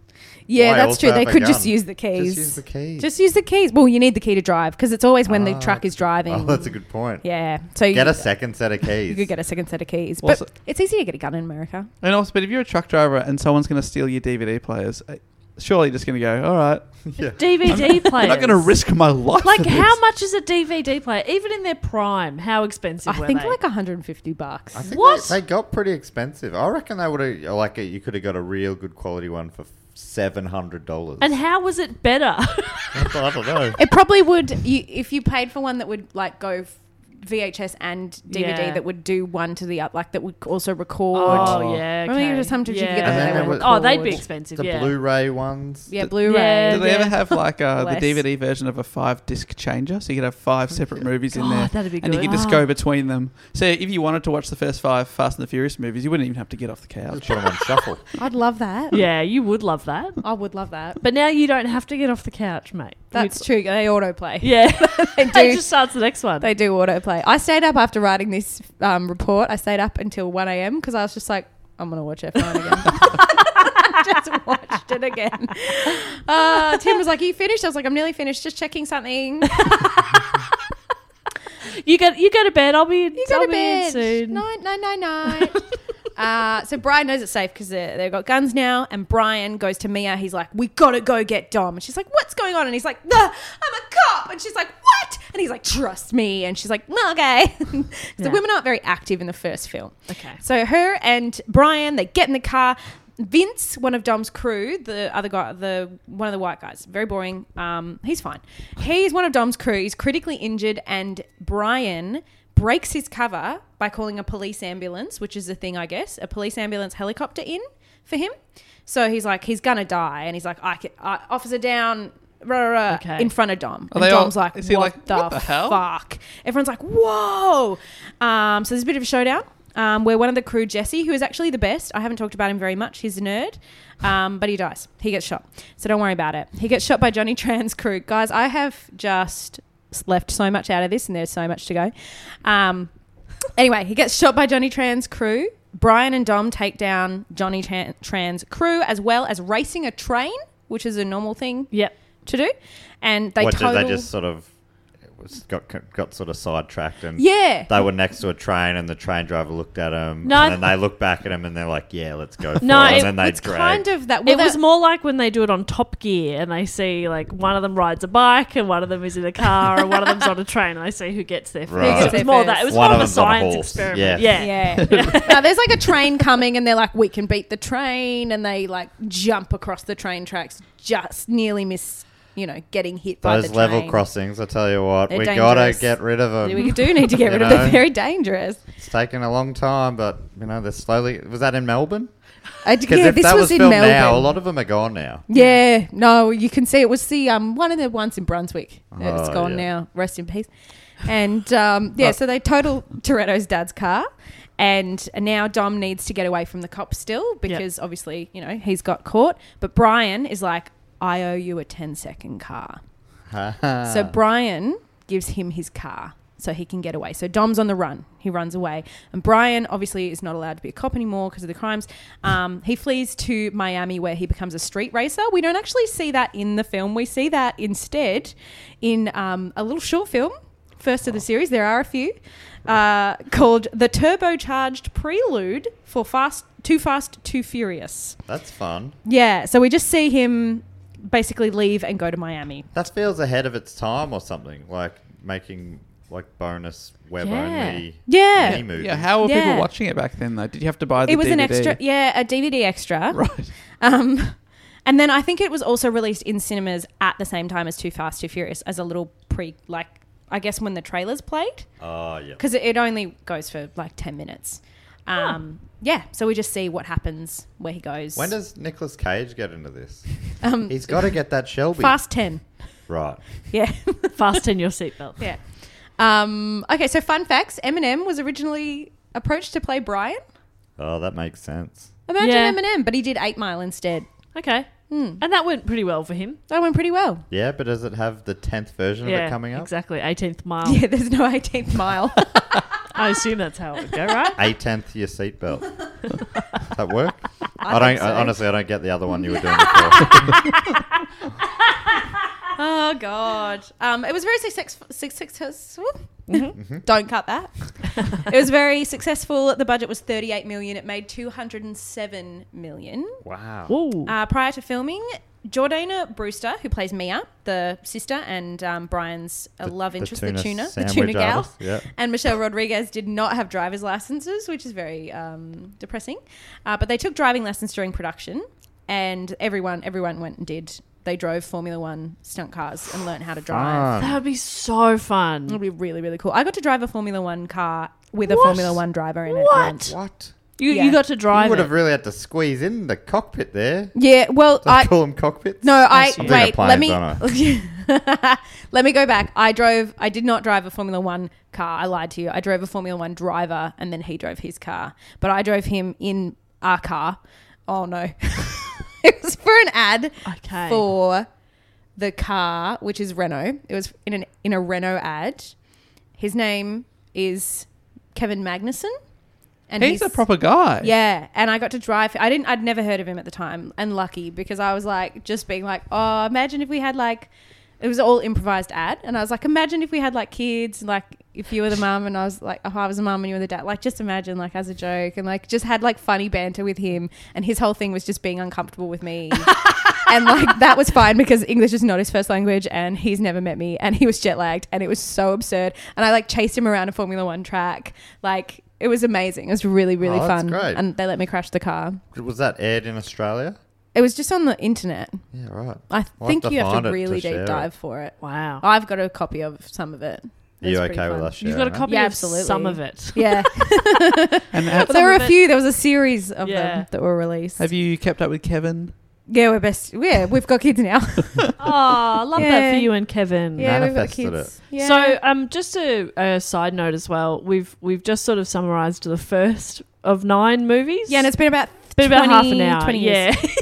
yeah. Why that's also true. They have a could just gun? use the keys. Just use the keys. Just use the keys. Well, you need the key to drive because it's always when the truck is driving. Oh, that's a good point. yeah. So Get you, a second set of keys. you could get a second set of keys, Well, but so- it's easy to get a gun in America. And also, but if you're a truck driver and someone's going to steal your DVD players, uh, surely you're just going to go, all right. DVD player. I'm not going to risk my life. for Like, this. how much is a DVD player? Even in their prime, how expensive I were think they? like 150 bucks. I think What? They, they got pretty expensive. I reckon they would have like you could have got a real good quality one for seven hundred dollars. and how was it better? I don't know. It probably would you, if you paid for one that would like go f- VHS and DVD Yeah. that would do one to the other, like that would also record. oh, yeah. Okay. Remember sometimes you could get Yeah. And then them. there they was- were Oh, they'd be cord. expensive. The yeah. Blu-ray ones. Yeah, Blu-ray. Yeah. Did they ever have like uh, the Bless. DVD version of a five disc changer? So you could have five separate movies in God, Oh, there. that'd be And you good. could just Ah. go between them. So if you wanted to watch the first five Fast and the Furious movies, you wouldn't even have to get off the Just couch. put them on shuffle. I'd love that. Yeah, you would love that. I would love that. But now you don't have to get off the couch, mate. That's true. They autoplay. You'd- yeah. they It do. just starts the next one. They do autoplay. I stayed up after writing this um, report. I stayed up until 1 a.m. because I was just like, I'm going to watch F9 again. just watched it again. Uh, Tim was like, Are you finished? I was like, I'm nearly finished. Just checking something. you go. You go to bed. I'll be. You go I'll to be in bed. soon. Night, night, night, night. Uh, so Brian knows it's safe because they've got guns now. And Brian goes to Mia. He's like, "We gotta go get Dom." And she's like, "What's going on?" And he's like, "Nah, "I'm a cop." And she's like, "What?" And he's like, "Trust me." And she's like, "Nah, "Okay." 'Cause Yeah. The women aren't very active in the first film. Okay. So her and Brian, they get in the car. Vince, one of Dom's crew, the other guy, the one of the white guys, very boring. Um, he's fine. He's one of Dom's crew. He's critically injured, and Brian breaks his cover by calling a police ambulance, which is a thing, I guess, a police ambulance helicopter in for him. So he's like, he's gonna die, and he's like, I can, I, officer down. Rah, rah, rah, Okay. In front of Dom, Are and they all- Dom's like, is he what, like, the "What the hell?" fuck? Everyone's like, whoa. Um, so there's a bit of a showdown um, where one of the crew, Jesse, who is actually the best, I haven't talked about him very much, he's a nerd, um, but he dies. He gets shot. So don't worry about it. He gets shot by Johnny Tran's crew. Guys, I have just left so much out of this and there's so much to go. Um, anyway, he gets shot by Johnny Tran's crew. Brian and Dom take down Johnny Tran- Tran's crew as well as racing a train, which is a normal thing Yep. to do. And they what total did they just sort of it was, got got sort of sidetracked and Yeah. they were next to a train and the train driver looked at him No, and then I- they looked back at him and they're like, yeah, let's go. For No, it. it- and then they it's kind of that. Well, it was that- more like when they do it on Top Gear and they see like one of them rides a bike and one of them is in a car and one of them's on a train and they see who gets there. first. Right. Who gets It was there more first. that. It was One more of of a them's on a science horse. experiment. Yeah. Yeah. Yeah. now there's like a train coming, and they're like, "We can beat the train," and they like jump across the train tracks, just nearly miss, you know, getting hit by those the level train. crossings. I tell you what, They're we gotta dangerous. get rid of them. We do need to get You rid of them. know? They're Very dangerous. It's taken a long time, but you know they're slowly. Was that in Melbourne? I, Because yeah, if this that was, was in filmed Melbourne. now, a lot of them are gone now. Yeah, no, you can see it was the um one of the ones in Brunswick. it's Oh, gone yeah. now. Rest in peace. And um, yeah, so they total Toretto's dad's car, and now Dom needs to get away from the cops still because obviously you know he's got caught. But Brian is like, I owe you a 10 second car. So Brian gives him his car so he can get away. So Dom's on the run. He runs away. And Brian obviously is not allowed to be a cop anymore because of the crimes. Um, he flees to Miami where he becomes a street racer. We don't actually see that in the film. We see that instead in um, a little short film, first of the series. There are a few. Uh, called the turbocharged prelude for fast too fast too furious That's fun. yeah so we just see him basically leave and go to miami That feels ahead of its time or something. Like making like bonus web only. Yeah. mini movies. yeah, how were Yeah. people watching it back then, though? Did you have to buy the it was DVD? an extra yeah a dvd extra Right. um and then i think it was also released in cinemas at the same time as too fast too furious as a little pre like i guess when the trailers played Oh yeah. because it, it only goes for like 10 minutes um yeah so we just see what happens where he goes When does Nicolas Cage get into this? um He's got to get that Shelby. fast 10 Right. yeah Fasten your seatbelt. yeah um okay so fun facts eminem was originally approached to play brian Oh, that makes sense. imagine Yeah. eminem but he did eight mile instead Okay. Hmm. And that went pretty well for him. That went pretty well. Yeah, but does it have the tenth version of yeah, it coming up? exactly. 18th mile. Yeah, there's no 18th mile. I assume that's how it would go, right? A tenth your seatbelt. does that work? I, don't. think so. I, honestly, I don't get the other one you were doing before. oh God! Um, it was very success- suc- successful. Don't cut that. it was very successful. The budget was 38 million. It made 207 million. wow. Whoa. Uh, prior to filming, Jordana Brewster, who plays Mia, the sister, and um, Brian's uh, The- love the interest, tuna the tuna, the sandwich tuna gal, artist, yeah. and Michelle Rodriguez did not have driver's licenses, which is very um, depressing. Uh, but they took driving lessons during production, and everyone everyone went and did. They drove Formula One stunt cars and learned how to drive. Fun. that would be so It'll fun. be really really cool. I got to drive a Formula One car with a What? Formula One driver in it. What? once. What? You, Yeah. you got to You drive would have it. really had to squeeze in the cockpit there. Yeah, well, Do I, I call them cockpits? No, I'm I thinking of wait. Let planes, me aren't I? let me go back. I drove. I did not drive a Formula One car. I lied to you. I drove a Formula One driver, and then he drove his car. But I drove him in our car. Oh no, it was for an ad Okay. for the car, which is Renault. It was in an in a Renault ad. His name is Kevin Magnuson, and He's a proper guy. yeah, and I got to drive. I didn't. I'd never heard of him at the time, and lucky because I was like just being like, oh, imagine if we had like, it was all improvised ad, and I was like, imagine if we had like kids, like if you were the mum and I was like, if I was a mum and you were the dad, like just imagine like as a joke, and like just had like funny banter with him, and his whole thing was just being uncomfortable with me. and like that was fine because English is not his first language and he's never met me and he was jet lagged and it was so absurd and I like chased him around a Formula 1 track like it was amazing it was really really Oh, that's fun great. and they let me crash the car Was that aired in Australia? it was just on the internet Yeah, right. I We'll think you have find to it really share deep it. dive for it Wow. Oh, I've got a copy of some of it Are you It's pretty okay with fun. us sharing? You've got a copy Yeah, of absolutely. some of it. yeah And ha- But there were Some of a it- few there was a series of Yeah. them that were released have you kept up with Kevin? yeah we're best yeah we've got kids now Oh, love that Yeah. for you and Kevin. yeah we've got Manifested kids So, um, just a, a side note as well. We've we've just sort of summarised the first of nine movies. yeah and it's been about been about half an 20 hour. 20 yeah, years.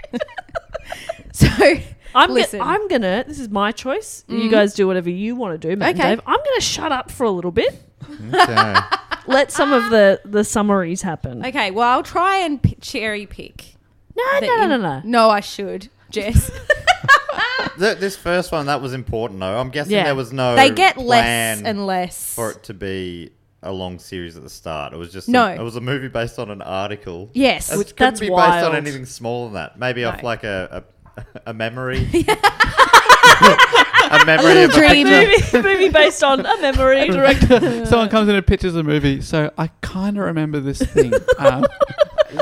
so I'm go- Listen. I'm gonna. This is my choice. You guys do whatever you want to do, Matt and Okay. Dave. I'm gonna shut up for a little bit. Okay. Let some of the the summaries happen. Okay, well, I'll try and p- cherry pick. No, the no, no, in- no, no. No, I should, Jess. Th- this first one that was important though. I'm guessing Yeah. there was no they get plan less and less. for it to be a long series at the start. It was just No. a, it was a movie based on an article. Yes. It Which- couldn't that's be based wild. on anything smaller than that. Maybe off No. like a a, a memory. a memory little of a dream. picture. movie, movie based on a memory. Director, someone comes in and pitches a movie. So I kind of remember this thing. Um,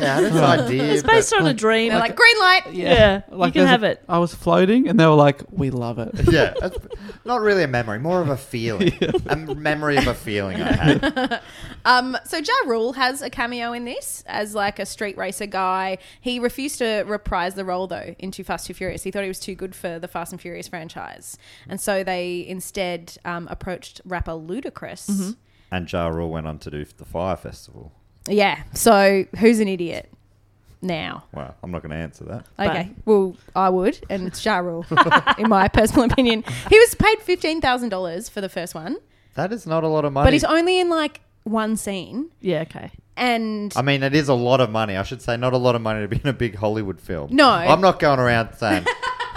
Yeah, this idea. It's based but- on a dream. They're like, green light. Yeah, you can there's have a- it. I was floating, and they were like, "We love it." yeah, it's not really a memory, more of a feeling. A memory of a feeling I had. Um, so Ja Rule has a cameo in this as like a street racer guy. He refused to reprise the role though in Too Fast Too Furious. He thought he was too good for the Fast and Furious franchise, and so they instead um, approached rapper Ludacris. Mm-hmm. And Ja Rule went on to do the Fire Festival. Yeah. So who's an idiot now? Wow, I'm not going to answer that. Okay. Well, I would, and it's Ja Rule, in my personal opinion. He was paid fifteen thousand dollars for the first one, That is not a lot of money. but he's only in like one scene, Yeah, okay. and I mean, it is a lot of money. I should say, not a lot of money to be in a big Hollywood film. No. I'm not going around saying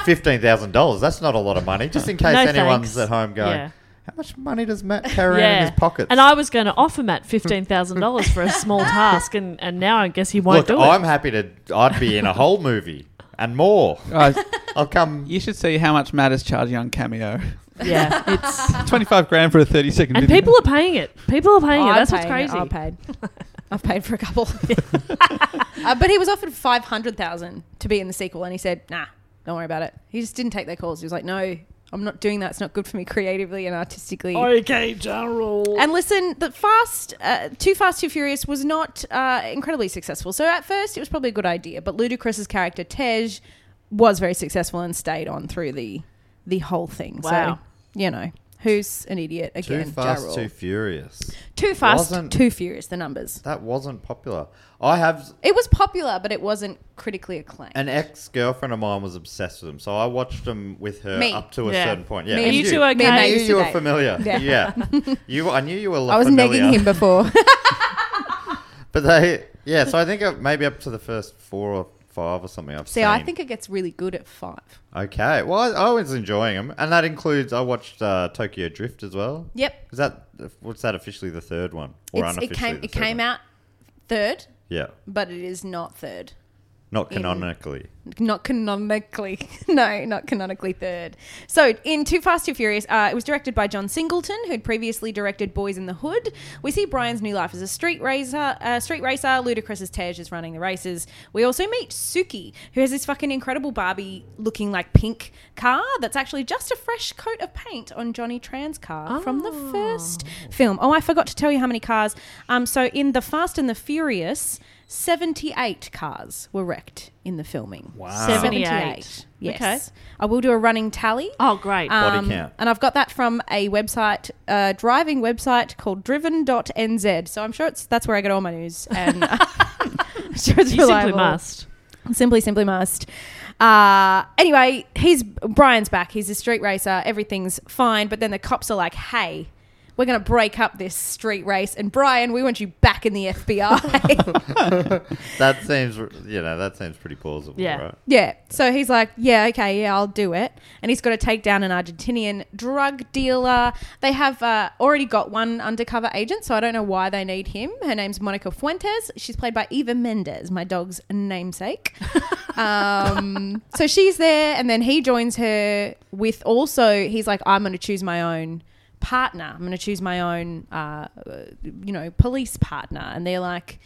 fifteen thousand dollars. That's not a lot of money. Just in case No anyone's thanks. at home going, Yeah. how much money does Matt carry around in Yeah. his pockets? And I was going to offer Matt fifteen thousand dollars for a small task, and, and now I guess he won't look, do I'm it. happy to. I'd be in a whole movie and more. Guys, I'll come. you should see how much Matt is charging on Cameo. Yeah, it's Twenty-five grand for a thirty-second. and video. people are paying it. People are paying it. I'm That's what's paying it. crazy. I paid. I've paid for a couple, uh, but he was offered five hundred thousand to be in the sequel, and he said, "Nah, don't worry about it." He just didn't take their calls. He was like, "No, I'm not doing that. It's not good for me creatively and artistically." Okay, General. And listen, the Fast, uh, Too Fast, Too Furious was not uh, incredibly successful. So at first, it was probably a good idea, but Ludacris's character Tej was very successful and stayed on through the the whole thing. Wow. So you know, Who's an idiot Too again? Ja fast, Rule. too furious. Too fast, Wasn't- too furious. The numbers. That wasn't popular. I have It was popular, but it wasn't critically acclaimed. an ex girlfriend of mine was obsessed with them, so I watched them with her Me. up to a Yeah. certain point. Yeah, Me and and you two okay? Me and I Matt knew used you to were date. familiar. Yeah. Yeah, you. I knew you were. I was familiar. negging him before. but they. Yeah, so I think uh, maybe up to the first four or five or something. I've See, seen. I think it gets really good at five. Okay. Well, I, I was enjoying them, and that includes I watched uh, Tokyo Drift as well. Yep. Is that what's that officially the third one or It's, it unofficially? came. the It third came one? out third, Yeah, but it is not third. not in- canonically. not canonically. no, not canonically third. So in Too Fast Too Furious, uh, it was directed by John Singleton, who'd previously directed Boys in the Hood. We see Brian's new life as a street racer. Uh, street racer. Ludacris as Tej is running the races. We also meet Suki, who has this fucking incredible Barbie-looking like pink car that's actually just a fresh coat of paint on Johnny Tran's car from the first film. Oh, I forgot to tell you how many cars. Um, so in the Fast and the Furious. 78 cars were wrecked in the filming. Wow. 78. Yes. Okay. I will do a running tally. Oh, great. Body Um, count. And I've got that from a website, a driving website called driven.nz. So I'm sure it's that's where I get all my news. And I'm sure it's you simply reliable. must. Simply, simply must. Uh, anyway, he's Brian's back. He's a street racer. Everything's fine. But then the cops are like, hey, we're going to break up this street race. And Brian, we want you back in the FBI. That seems, r- you know, that seems pretty plausible, Yeah. right? Yeah. So he's like, yeah, okay, yeah, I'll do it. And he's got to take down an Argentinian drug dealer. They have uh, already got one undercover agent, so I don't know why they need him. Her name's Monica Fuentes. She's played by Eva Mendes, my dog's namesake. um, so she's there, and then he joins her with also, he's like, I'm going to choose my own partner. I'm going to choose my own, uh, you know, police partner. And they're like,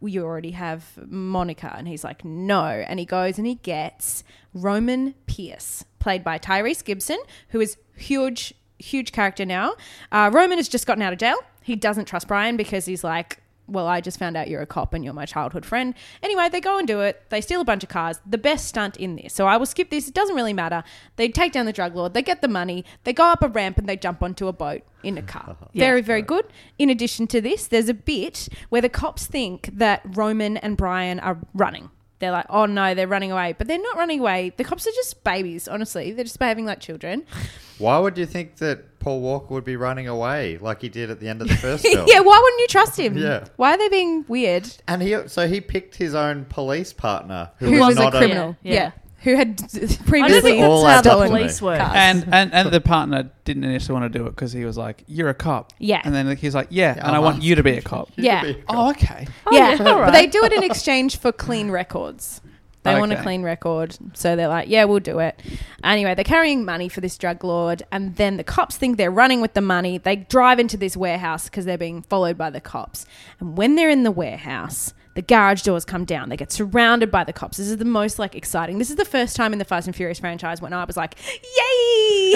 you already have Monica. And he's like, no. And he goes and he gets Roman Pierce, played by Tyrese Gibson, who is huge, huge character now. Uh, Roman has just gotten out of jail. He doesn't trust Brian because he's like, well, I just found out you're a cop and you're my childhood friend. Anyway, they go and do it. They steal a bunch of cars. The best stunt in this. So I will skip this. It doesn't really matter. They take down the drug lord. They get the money. They go up a ramp and they jump onto a boat in a car. Very, very good. In addition to this, there's a bit where the cops think that Roman and Brian are running. They're like, oh no, they're running away. But they're not running away. The cops are just babies, honestly. They're just behaving like children. Why would you think that Paul Walker would be running away like he did at the end of the first film? yeah, why wouldn't you trust him? Yeah. Why are they being weird? And he, so he picked his own police partner, who was, a not criminal. Yeah. Yeah. Yeah. Who had I don't previously think This all that's adds how up the to me. police work. Cars. And, and and the partner didn't initially want to do it because he was like, "You're a cop." Yeah. And then he's like, "Yeah, and I I'm want not- you to be a cop." yeah. Oh, okay. yeah. yeah, all right. But they do it in exchange for clean records. They want a Okay. clean record. So they're like, yeah, we'll do it. Anyway, they're carrying money for this drug lord. And then the cops think they're running with the money. They drive into this warehouse because they're being followed by the cops. And when they're in the warehouse, the garage doors come down. They get surrounded by the cops. This is the most like exciting. This is the first time in the Fast and Furious franchise when I was like, "Yay!"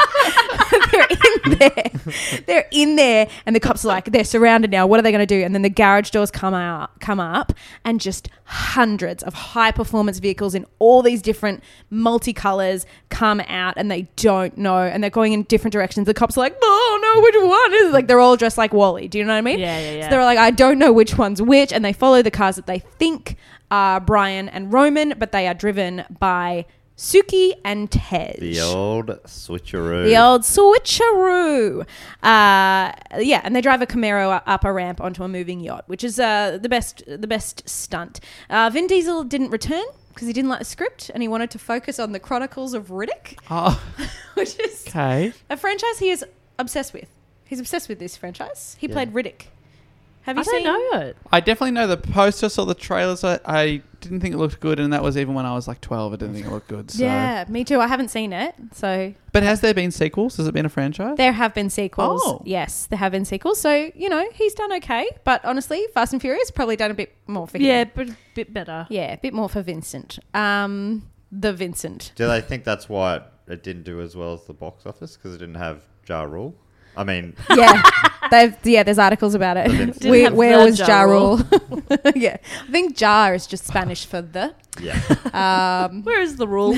they're in there. They're in there, and the cops are like, "They're surrounded now. What are they going to do?" And then the garage doors come out, come up, and just hundreds of high performance vehicles in all these different multicolors come out, and they don't know, and they're going in different directions. The cops are like, "Oh no, which one is?" it?" Like they're all dressed like Wally. Do you know what I mean? Yeah, yeah, yeah. So they're like, I don't know which one's which, and they follow the cars that they think are Brian and Roman, but they are driven by Suki and Tej. The old switcheroo. The old switcheroo. Uh, yeah, and they drive a Camaro u- up a ramp onto a moving yacht, which is uh, the best the best stunt. Uh, Vin Diesel didn't return because he didn't like the script and he wanted to focus on the Chronicles of Riddick, Oh, which is okay. a franchise he is obsessed with. He's obsessed with this franchise. He Yeah. played Riddick. Have you I seen? don't know it. I definitely know the poster, saw the trailers. I, I didn't think it looked good, and that was even when I was like twelve. I didn't think it looked good. So. Yeah, me too. I haven't seen it, so But has there been sequels? Has it been a franchise? There have been sequels. Oh. Yes, there have been sequels. So, you know, he's done okay. But honestly, Fast and Furious probably done a bit more for him. Yeah, but a bit better. Yeah, a bit more for Vincent. Um, the Vincent. Do they think that's why it, it didn't do as well as the box office because it didn't have Ja Rule? I mean, Yeah. They've, yeah, there's articles about it. Vincent. Where, have where the was Ja Ja Rule? yeah. I think Ja is just Spanish for the. yeah. Uh, Um, Where is the rule?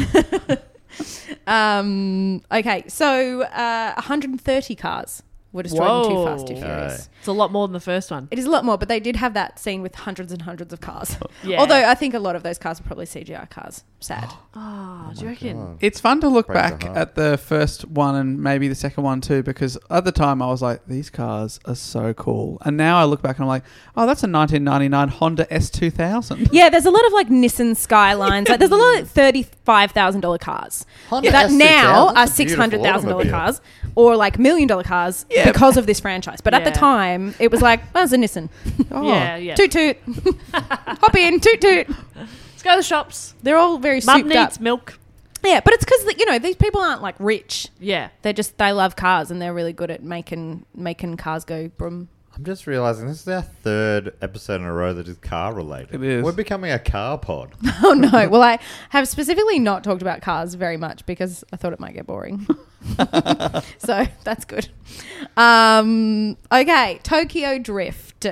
Um, okay, so uh, 130 cars were destroyed in Too Whoa. Fast, Too Furious. Okay. It's a lot more than the first one. It is a lot more, but they did have that scene with hundreds and hundreds of cars. Yeah. Although I think a lot of those cars were probably CGI cars. Sad. Oh, do you reckon? It's fun to look Breaks the back heart. at the first one and maybe the second one too, because at the time I was like, these cars are so cool. And now I look back and I'm like, oh, that's a 1999 Honda S2000. Yeah, there's a lot of like Nissan Skylines. like, there's a lot of thirty-five thousand dollar cars Honda that S2000, now are that's a six beautiful hundred thousand dollar automobile. cars or like million dollar cars because of this franchise. But at the Yeah. time, it was like, well, it's a Nissan. Oh. Yeah, yeah. Toot toot, hop in, toot toot. Let's go to the shops. They're all very Mum souped needs up. milk. Yeah, but it's because you know these people aren't like rich. Yeah. They're just they love cars and they're really good at making making cars go brum. I'm just realizing this is our third episode in a row that is car related. It is. We're becoming a car pod. Oh no! Well, I have specifically not talked about cars very much because I thought it might get boring. so that's good. Um, okay, Tokyo Drift.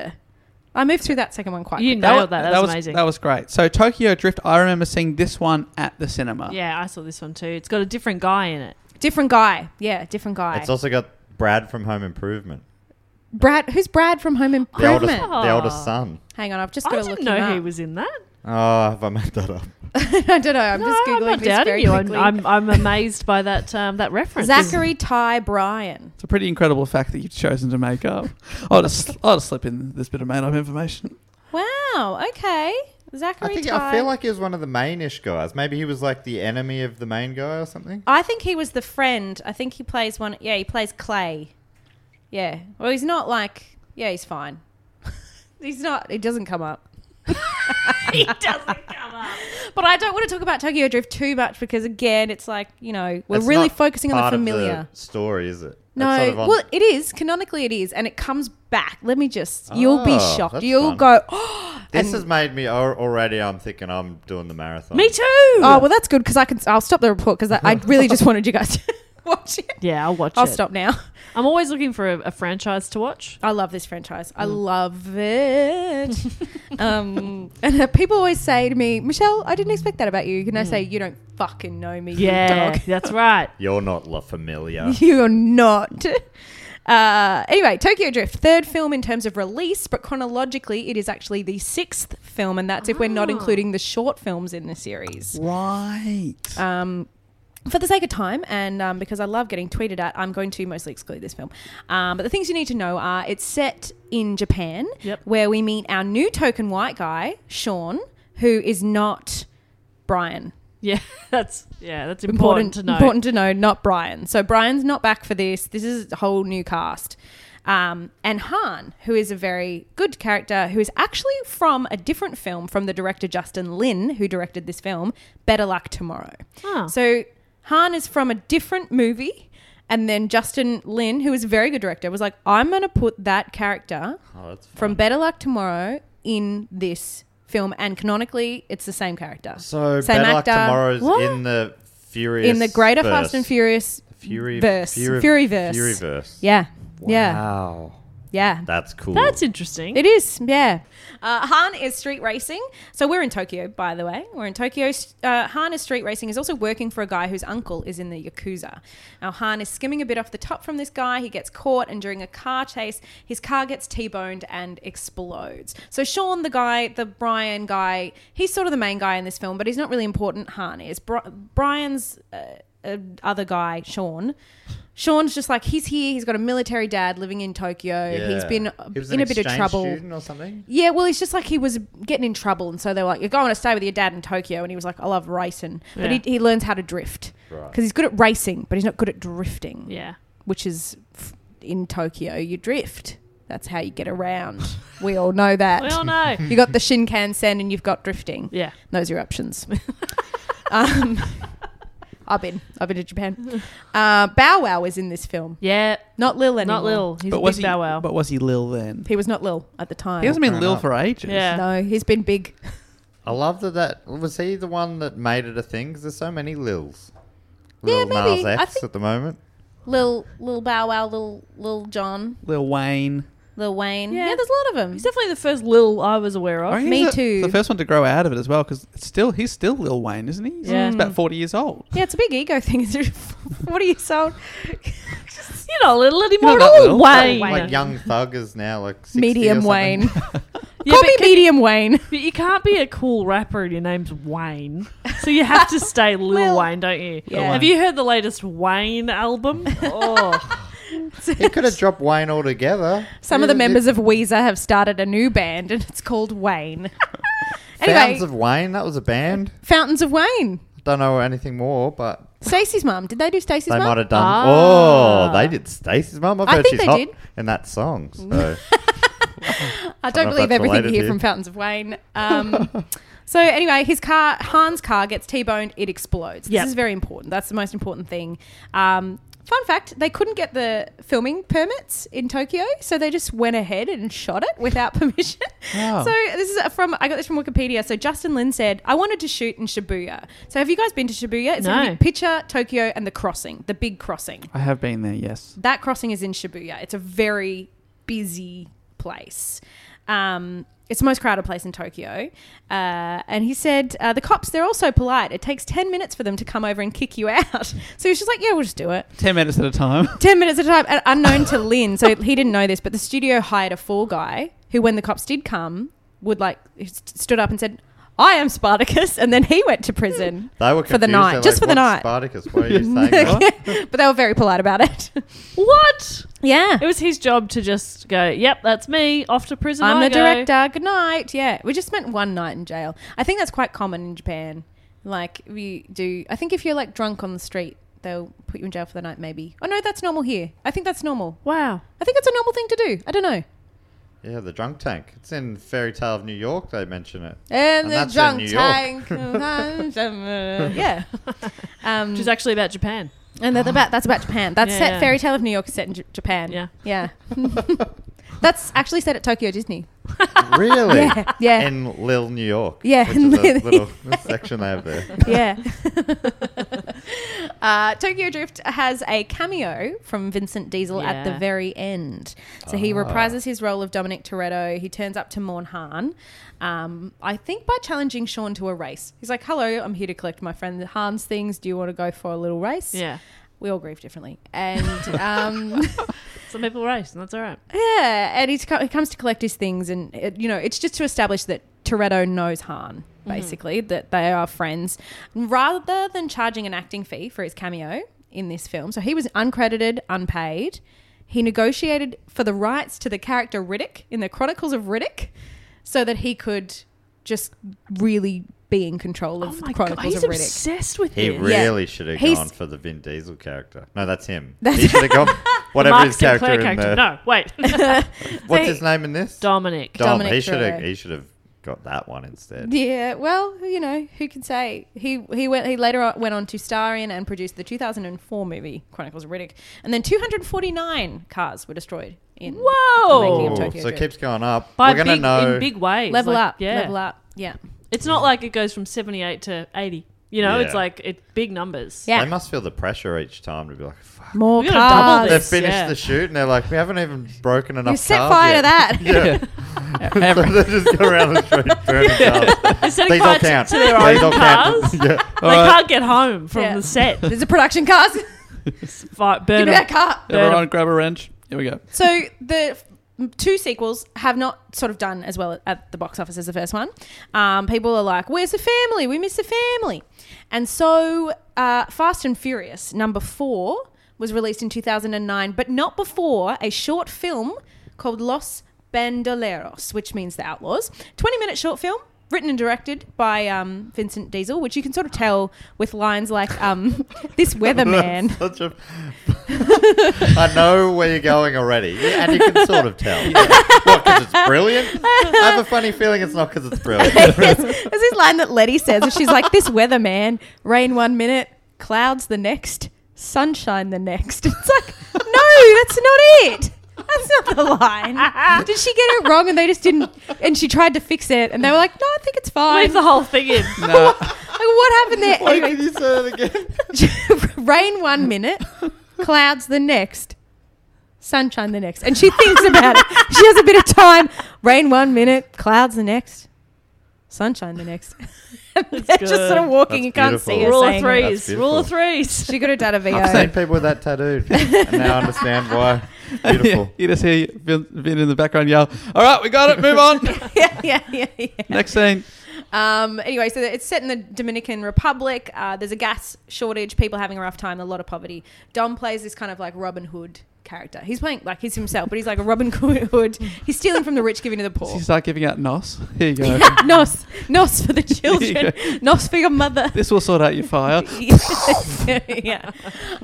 I moved through that second one quite. You quick. nailed that. That, was, amazing. That was great. So Tokyo Drift, I remember seeing this one at the cinema. yeah, I saw this one too. It's got a different guy in it. Different guy. Yeah, different guy. It's also got Brad from Home Improvement. Brad. Who's Brad from Home The oldest, Improvement? the oldest son. Hang on, I've just I got to didn't look know him he up. was in that. Oh, have I made that up? I don't know. I'm just No, googling I'm not this doubting very you. I'm, quickly. I'm, I'm amazed by that um, that reference. Zachary Ty Bryan. It's a pretty incredible fact that you've chosen to make up. I'll just, I'll just slip in this bit of made up information. Wow. Okay. Zachary I think Ty. I feel like he was one of the mainish guys. Maybe he was like the enemy of the main guy or something. I think he was the friend. I think he plays one. Yeah, he plays Clay. Yeah. Well, he's not like. Yeah, he's fine. he's not. He doesn't come up. he doesn't come up. But I don't want to talk about Tokyo Drift too much because again, it's like you know we're It's really not focusing on the part of familiar. story, is it? no, It's sort of um, on- well, it is canonically it is, and it comes back. Let me just. you'll be Oh, shocked. that's fun. You'll go. Oh, this has made me al- already. I'm thinking I'm doing the marathon. Me too. oh well, that's good because I can. I'll stop the report because I, I really just wanted you guys to watch it. Yeah, I'll watch I'll it. stop now. I'm always looking for a, a franchise to watch. I love this franchise. I love it. um, and uh, people always say to me, Michelle, I didn't expect that about you. Can I say you don't fucking know me? Yeah, you dog. that's right. You're not la familiar. You're not. Uh, anyway, Tokyo Drift, third film in terms of release, but chronologically, it is actually the sixth film, and that's if we're not including the short films in the series. Right. Um, for the sake of time, and um, because I love getting tweeted at, I'm going to mostly exclude this film. Um, but the things you need to know are it's set in Japan, Yep. where we meet our new token white guy, Sean, who is not Brian. Yeah, that's yeah, that's important, Important, to know. Important to know, not Brian. So Brian's not back for this. This is a whole new cast. Um, and Han, who is a very good character, who is actually from a different film from the director Justin Lin, who directed this film, Better Luck Tomorrow. Ah. So Han is from a different movie. And then Justin Lin, who is a very good director, was like, I'm going to put that character Oh, that's fun. from Better Luck Tomorrow in this film. And canonically, it's the same character. so Same Bad Luck actor. Tomorrow's What? in the Furious in the greater verse. Fast and Furious Fury verse. Fury Furyverse. Furyverse. Yeah. Yeah. Wow. Yeah. That's cool. That's interesting. It is, yeah. Uh, Han is street racing. So we're in Tokyo, by the way. We're in Tokyo. Uh, Han is street racing. Is also working for a guy whose uncle is in the Yakuza. Now, Han is skimming a bit off the top from this guy. He gets caught, and during a car chase, his car gets T boned and explodes. So Sean, the guy, the Brian guy, he's sort of the main guy in this film, but he's not really important. Han is. Bri- Brian's. Uh, uh, other guy, Sean. Sean's just like he's here. He's got a military dad living in Tokyo. He's Yeah. been uh, He was in an a bit of exchange trouble. student or something. Yeah, well, it's just like he was getting in trouble, and so they were like, "You're going to stay with your dad in Tokyo," and he was like, "I love racing," but Yeah. he, he learns how to drift because Right. he's good at racing, but he's not good at drifting, yeah. which is f- in Tokyo you drift. That's how you get around. we all know that. We all know. you got the Shinkansen, and you've got drifting. Yeah. Those are your options. um, I've been, I've been to Japan. Uh, Bow Wow is in this film, Yeah. not Lil anymore. Not Lil. He's a was big he? bow wow. But was he Lil then? He was not Lil at the time. He hasn't been Fair Lil enough. for ages. Yeah. no, he's been big. I love that. That was he the one that made it a thing? Because there's so many Lils. Yeah, Lil maybe. Nas I X think- at the moment. Lil Lil Bow Wow, Lil Lil John, Lil Wayne. Lil Wayne. Yeah, Yeah. there's a lot of them. He's definitely the first Lil I was aware of. Oh, he's Me the- too. The first one to grow out of it as well, because still he's still Lil Wayne, isn't he? He's Yeah. about forty years old. yeah, it's a big ego thing. Is it? what are you sold? You're not little anymore. You're not all little. Wayne. Like young thug is now like 60 or Medium something. Wayne. Yeah, Call but me can- Medium Wayne. But you can't be a cool rapper and your name's Wayne. So you have to stay Lil Lil- Wayne, don't you? Yeah. Have you heard the latest Wayne album? Oh, He could have dropped Wayne altogether. Some of the members of Weezer have started a new band, and it's called Wayne. anyway, Fountains of Wayne. That was a band. Fountains of Wayne. Don't know anything more, but Stacey's mum. Did they do Stacey's they might mum? have done. Ah. Oh, they did Stacey's mum. I've I heard think she's they hot did. in that song. So I don't know if believe that's everything you related hear here. from Fountains of Wayne. Um, so anyway, his car, Han's car, gets T-boned. It explodes. Yep. This is very important. That's the most important thing. Um, fun fact: they couldn't get the filming permits in Tokyo, so they just went ahead and shot it without permission. Wow. So this is from I got this from Wikipedia. So Justin Lin said, "I wanted to shoot in Shibuya." So have you guys been to Shibuya? It's gonna No. be picture Tokyo and the crossing, the big crossing. I have been there, yes. That crossing is in Shibuya. It's a very busy place. Um, it's the most crowded place in Tokyo. Uh, and he said, uh, the cops, they're also polite. It takes 10 minutes for them to come over and kick you out. So he was just like, yeah, we'll just do it. Ten minutes at a time. 10 minutes at a time, and unknown to Lynn. So he didn't know this, but the studio hired a fall guy who, when the cops did come, would like, st- stood up and said, I am Spartacus. And then he went to prison. they were For the confused. night. They're Just for like, the "What's night." Spartacus, what are you saying? What? but they were very polite about it. what? yeah. It was his job to just go, yep, that's me, off to prison. I'm I the go." director. Good night. Yeah, we just spent one night in jail. I think that's quite common in Japan. Like we do. I think if you're like drunk on the street, they'll put you in jail for the night. Maybe. Oh no, that's normal here. I think that's normal. Wow. I think it's a normal thing to do. I don't know. Yeah, the drunk tank. It's in Fairy Tale of New York. They mention it. And, the that's in drunk New tank. York. yeah. Um, Which is actually about Japan. and that's about that's about Japan. That's Yeah, set yeah. fairy tale of New York is set in J- Japan. Yeah. Yeah. that's actually set at Tokyo Disney. Really? Yeah. Yeah. In Lil New York. Yeah, Which in is a Lil- little section they have there. yeah. uh, Tokyo Drift has a cameo from Vincent Diesel at the Yeah. very end. So he reprises his role of Dominic Toretto. He turns up to Morn Han, um, I think by challenging Sean to a race. He's like, hello, I'm here to collect my friend Han's things. Do you want to go for a little race? Yeah. We all grieve differently. And. Um, Some people race, and that's all right. Yeah, and he's, co- he comes to collect his things, and it, you know, it's just to establish that Toretto knows Han, Mm-hmm. basically, that they are friends. Rather than charging an acting fee for his cameo in this film, so he was uncredited, unpaid. He negotiated for the rights to the character Riddick in the Chronicles of Riddick, so that he could just really be in control of Oh the my God, Chronicles he's of Riddick. obsessed with He this. really should have He's- gone for the Vin Diesel character. No, that's him. he should have gone whatever Mark his character, Sinclair in the, No, wait. What's his name in this? Dominic. Dom. Dominic he should have. Toretto. He should have got that one instead. Yeah, well, you know, who can say? He he went he later on, went on to star in and produce the 2004 movie Chronicles of Riddick, and then 249 cars were destroyed in the Whoa. making of Ooh, Tokyo Oh, so it Drift. keeps going up. By We're gonna big, know. in big ways. level like, up, Yeah. level up, yeah, It's not like it goes from 78 to 80. You know, it's Yeah. like it, big numbers. yeah. They must feel the pressure each time to be like, fuck. More We gotta double cars. this. They've finished yeah. the shoot and they're like, we haven't even broken enough. Oh, You set cars fire yet. to yeah. that. Every- they just go around the street burning cars. They're setting These fire all to- count. to their These own all count. cars. Yeah. They can't get home from Yeah. the set. There's a production cars. Fire, burn Give me 'em. that car. Burn 'em. Everyone grab a wrench. Here we go. So the f- two sequels have not sort of done as well at the box office as the first one. Um, people are like, "Where's the family? We miss the family," and so uh, Fast and Furious number four was released in 2009, but not before a short film called Los Bandoleros, which means the Outlaws. 20 minute short film. Written and directed by um, Vincent Diesel, which you can sort of tell with lines like um, "This weatherman." Such a. I know where you're going already, Yeah, and you can sort of tell. What? Because it's brilliant. I have a funny feeling it's not because it's brilliant. there's, there's this line that Letty says, and she's like, "This weather, man, rain one minute, clouds the next, sunshine the next." It's like, no, that's not it. That's not the line. Did she get it wrong? And they just didn't. And she tried to fix it, and they were like, "No, I think it's fine." Leave the whole thing in. No. Like, what happened there? Why Anyway, can you say that again? rain one minute, clouds the next, sunshine the next. And she thinks about it. She time. Rain one minute, clouds the next, sunshine the next. They're just sort of walking. That's you can't see beautiful. Rule her of saying it. threes. That's Rule of beautiful. threes. She got her dad a VO. I've seen people with that tattooed, and now I understand why. Beautiful. You just hear Vin, Vin in the background yell, All right, we got it, move on. yeah, yeah, yeah, yeah. Next scene. Um, anyway, so it's set in the Dominican Republic. Uh, there's a gas shortage, people having a rough time, a lot of poverty. Dom plays this kind of like Robin Hood character. He's playing like he's himself, but he's like a Robin Hood. He's stealing from the rich, giving to the So poor. you start giving out NOS. Here you go. nos, nos for the children, nos for your mother. this will sort out your fire. yeah.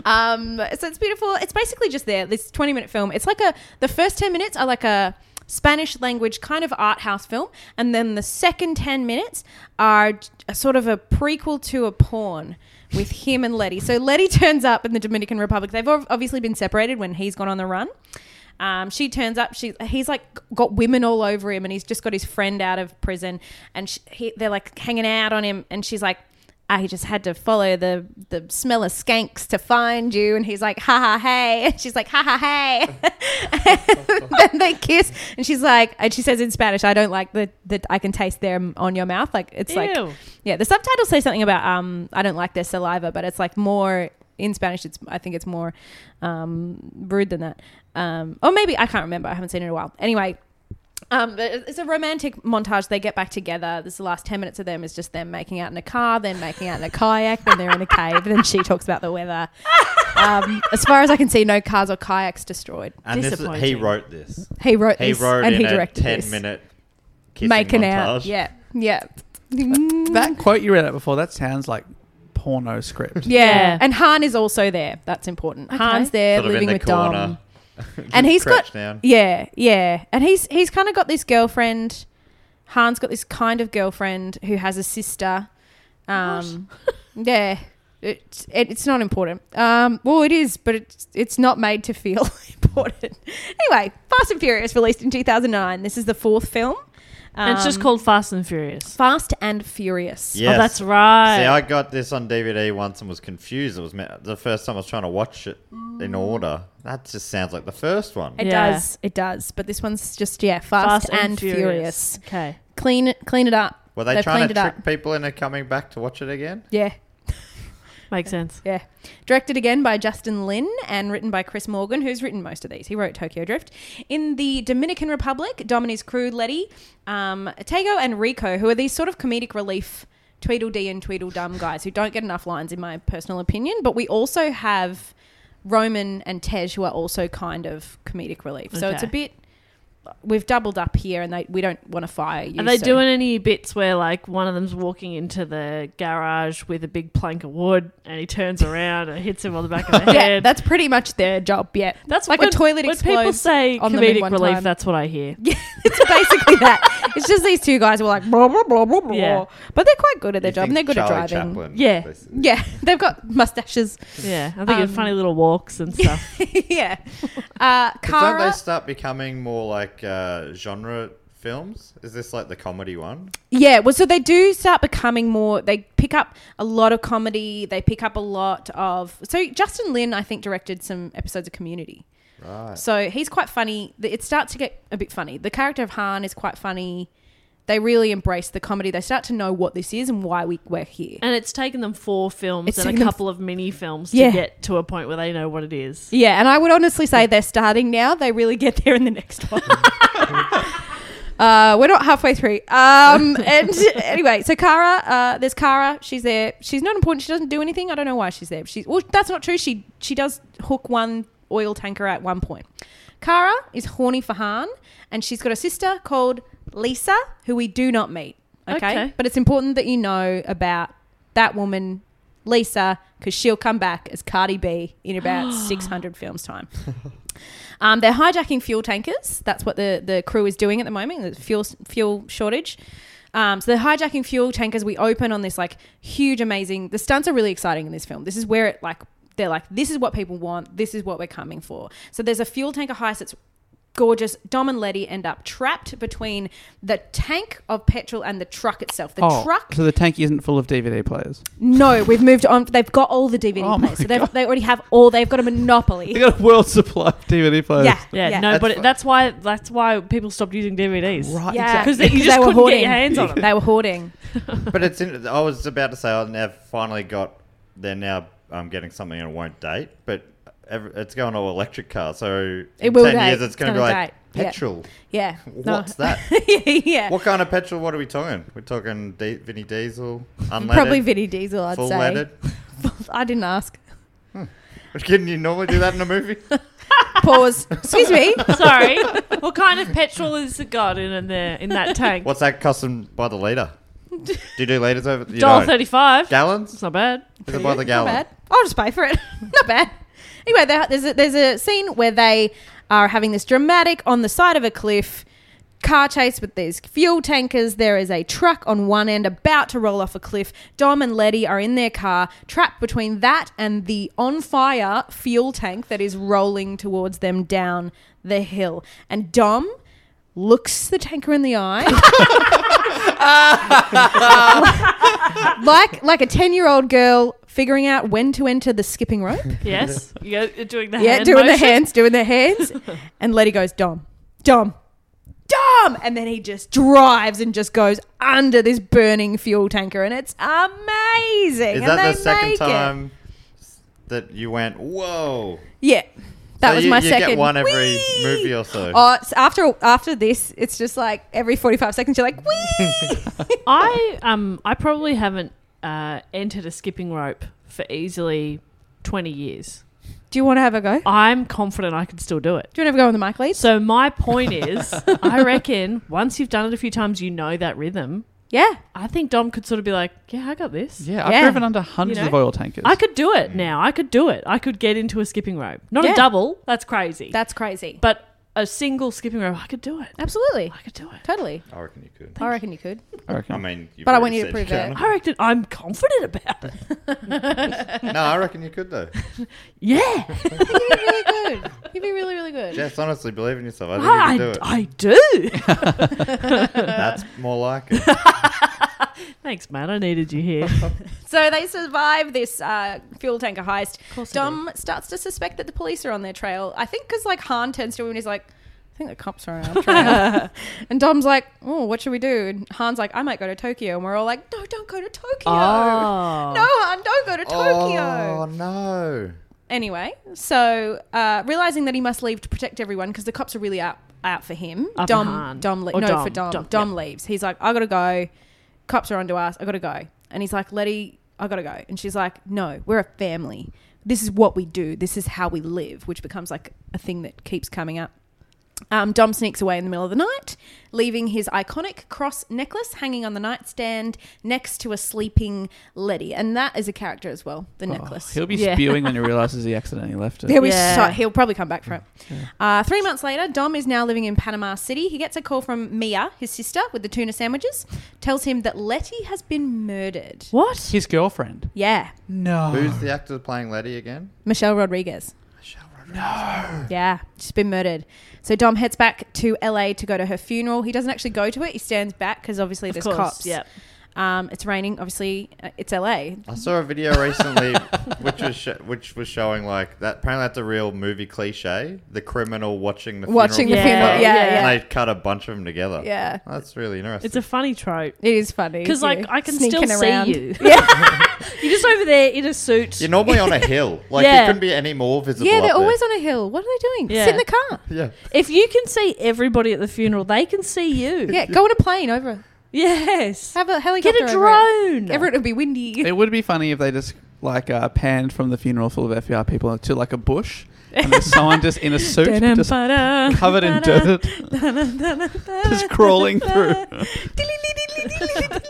Um, so it's beautiful. It's basically just there. This 20 minute film. It's like a, the first 10 minutes are like a Spanish language kind of art house film. And then the second 10 minutes are j- a sort of a prequel to a porn with him and Letty. So Letty turns up in the Dominican Republic. They've ov- obviously been separated when he's gone on the run. Um, she turns up. She he's like got women all over him, and he's just got his friend out of prison, and she, he, they're like hanging out on him, and she's like, I just had to follow the the smell of skanks to find you. And he's like, ha ha hey. And she's like, ha ha hey. and then they kiss. And she's like, and she says in Spanish, I don't like the, the I can taste them on your mouth. Like, it's like, Ew. yeah, the subtitles say something about, um, I don't like their saliva, but it's like more in Spanish. It's, I think it's more, um, rude than that. Um, or maybe I can't remember. I haven't seen it in a while. Anyway, um, but it- it's a romantic montage. They get back together. This is the last 10 minutes of them is just them making out in a car, then making out in a kayak, then they're in a cave, then she talks about the weather. Um, as far as I can see, no cars or kayaks destroyed. And this is, he Disappointing. wrote this. He wrote He this wrote and in he a directed ten this. minute kissing Making montage. out. Yeah. Yeah. Mm, That quote you read out before, that sounds like porno script. yeah. Yeah. And Han is also there. That's important. Han's there Sort of in living the with Dom. corner. and he's got crouched down. yeah yeah and he's he's kind of got this girlfriend hans got this kind of girlfriend who has a sister um yeah it, it, it's not important um well it is but it's it's not made to feel important anyway fast and furious released in 2009 this is the fourth film and it's just Um, called Fast and Furious. fast and furious Yes. Oh, that's See, right. I got this on DVD once and was confused. It was me- the first time I was trying to watch it in order. That just sounds like the first one. it Yeah. does it does but this one's just yeah fast, and, furious. Okay. clean clean it up Were they They've trying to cleaned it trick people into coming back to watch it again? yeah Makes sense. Yeah. Directed again by Justin Lin and written by Chris Morgan, who's written most of these. He wrote Tokyo Drift. In the Dominican Republic, Dom and his crew, Letty, um, Tego, and Rico, who are these sort of comedic relief Tweedledee and Tweedledum guys who don't get enough lines, in my personal opinion. But we also have Roman and Tej, who are also kind of comedic relief. So it's a Okay. bit. We've doubled up here, and they we don't want to fire you. Are they so- doing any bits where like one of them's walking into the garage with a big plank of wood and he turns around and hits him on the back of the head? Yeah, that's pretty much their job. Yeah, that's like when, a toilet When explodes. people say on them in comedic one relief, time. that's what I hear. Yeah, it's basically that. It's just these two guys were like blah blah blah blah blah, Yeah. but they're quite good at their You job think and they're good Charlie at driving. Chaplin, Yeah. basically. Yeah, they've got mustaches. Yeah, I think Um, of funny little walks and stuff. yeah, uh, Don't they Cara. start becoming more like uh, genre films? Is this like the comedy one? Yeah, well, so they do start becoming more. They pick up a lot of comedy. They pick up a lot of. So Justin Lin, I think, directed some episodes of Community. Right. So he's quite funny. The- It starts to get a bit funny. The character of Han is quite funny. They really embrace the comedy. They start to know what this is and why we, we're here. and it's taken them four films It's and taken a them- couple of mini films Yeah. to get to a point where they know what it is. Yeah, and I would honestly say they're starting now. They really get there in the next one. uh, we're not halfway through. Um, and anyway, so Kara, uh, there's Kara. She's there. She's not important. She doesn't do anything. I don't know why she's there. She's well, that's not true. She she does hook one oil tanker at one point. Kara is horny for Han, and she's got a sister called Lisa, who we do not meet. okay. Okay. but it's important that you know about that woman Lisa because she'll come back as Cardi B in about 600 films time. Um, they're hijacking fuel tankers. That's what the, the crew is doing at the moment. There's fuel fuel shortage. Um, so they're hijacking fuel tankers. We open on this like huge, amazing. The stunts are really exciting in this film. This is where it like they're like this is what people want. This is what we're coming for. So there's a fuel tanker heist that's gorgeous. Dom and Letty end up trapped between the tank of petrol and the truck itself. The oh, truck So the tank isn't full of DVD players. No, we've moved on. They've got all the DVD Oh my players. So they've, they already have all. They've got a monopoly. They got a world supply of DVD players. yeah, Yeah, no, That's but it, fu- that's why that's why people stopped using DVDs. Uh, Right. Yeah, Because they- you just couldn't get your hands on 'em. They were hoarding. But it's. In, I was about to say I now finally got. They're now. um, getting something and it won't date, but every, it's going all electric car. So It in will ten date. years, it's It's going to be gonna like date. Yeah. petrol. Yeah. No. What's that? yeah. What kind of petrol? What are we talking? We're talking D- Vinny Diesel, unleaded, Probably Vinny Diesel, I'd full say. leaded. I didn't ask. Couldn't you normally do that in a movie? Pause. Excuse me. Sorry. what kind of petrol is it got in, in there in that tank? What's that costing by the liter? Do you do liters over? You Dollar don't. thirty-five. gallons? It's not bad. Is it by the gallon? Not bad. I'll just pay for it. Not bad. Anyway, there- there's a, there's a scene where they are having this dramatic on the side of a cliff car chase with these fuel tankers. There is a truck on one end about to roll off a cliff. Dom and Letty are in their car, trapped between that and the on fire fuel tank that is rolling towards them down the hill. And Dom looks the tanker in the eye. like like a 10-year-old girl figuring out when to enter the skipping rope. Yes. Yeah, you're doing the Yeah, hand doing the motion. hands, doing the hands. and Letty goes, Dom, Dom, Dom. And then he just drives and just goes under this burning fuel tanker. And it's amazing. Is and that the they second make it. time that you went? Whoa! Yeah. That So was you- my you get second. one every Whee! movie or so. Oh, it's after after this, it's just like every forty five seconds, you're like, "Wee!" I um I probably haven't uh, entered a skipping rope for easily twenty years. Do you want to have a go? Do you I'm confident I can still do it. want to have a go on the mic, leads? So my point is, I reckon once you've done it a few times, you know that rhythm. Yeah. I think Dom could sort of be like, "Yeah, I got this. Yeah, I've Yeah. driven under hundreds You know? of oil tankers. I could do it now. I could do it. I could get into a skipping rope. Not Yeah. a double. That's crazy. That's crazy. but a single skipping rope, I could do it. Absolutely. I could do it. Totally. I reckon you could. I reckon you could. I reckon. I mean, you've But I already want you to said prove can't. I reckon I'm confident about it. No, I reckon you could though. Yeah, You'd be really good. You'd be really, really good. Jess, honestly, believe in yourself. I think you I, could do it. I do. That's more like it. Thanks, man. I needed you here. So they survive this uh, fuel tanker heist. course they Dom starts to suspect that the police are on their trail. I think because like Han turns to him and he's like, "I think the cops are on our trail." and Dom's like, "Oh, what should we do?" And Han's like, "I might go to Tokyo." And we're all like, "No, don't go to Tokyo. Oh. No, Han, don't go to Tokyo." Oh no! Anyway, so uh, realizing that he must leave to protect everyone because the cops are really out out for him. Out for Dom, Han. Dom, le- Or no, Dom. for Dom. Dom, Dom, yeah. leaves. He's like, I gotta go. Cops are onto us. I gotta go. And he's like, Letty, I gotta go. And she's like, No, we're a family. This is what we do. This is how we live, which becomes like a thing that keeps coming up. Um, Dom sneaks away in the middle of the night, leaving his iconic cross necklace hanging on the nightstand next to a sleeping Letty, and that is a character as well. The Oh, necklace. He'll be Yeah. spewing when he realizes he accidentally left it. He'll be Yeah. so, he'll probably come back for it. Uh, three months later, Dom is now living in Panama City. He gets a call from Mia, his sister, with the tuna sandwiches. Tells him that Letty has been murdered. what? His girlfriend. Yeah, No. Who's the actor playing Letty again? Michelle Rodriguez. Michelle Rodriguez. No. Yeah, she's been murdered. So Dom heads back to LA to go to her funeral. He doesn't actually go to it. He stands back because obviously there's cops. Yep. Um, it's raining. Obviously, uh, it's LA. I saw a video recently, which was sh- which was showing like that. Apparently, that's a real movie cliche: the criminal watching the Watching the funeral. Yeah, funeral. Yeah, yeah. yeah. And they cut a bunch of them together. Yeah. that's really interesting. It's a funny trope. it is funny Because you like know, I can sneaking still around. see you. Yeah. You're just over there in a suit. You're normally on a hill. Like Yeah. you couldn't be any more visible. Yeah, up they're there. always on a hill. What are they doing? Yeah. Sit in the car. Yeah. if you can see everybody at the funeral, they can see you. Yeah, go on a plane over. it. Yes. Have a Get helicopter. a over it. drone. Everyone would be windy. It would be funny if they just like uh, panned from the funeral full of FBI people to like a bush, and there's someone just in a suit, just covered in dirt, just crawling through.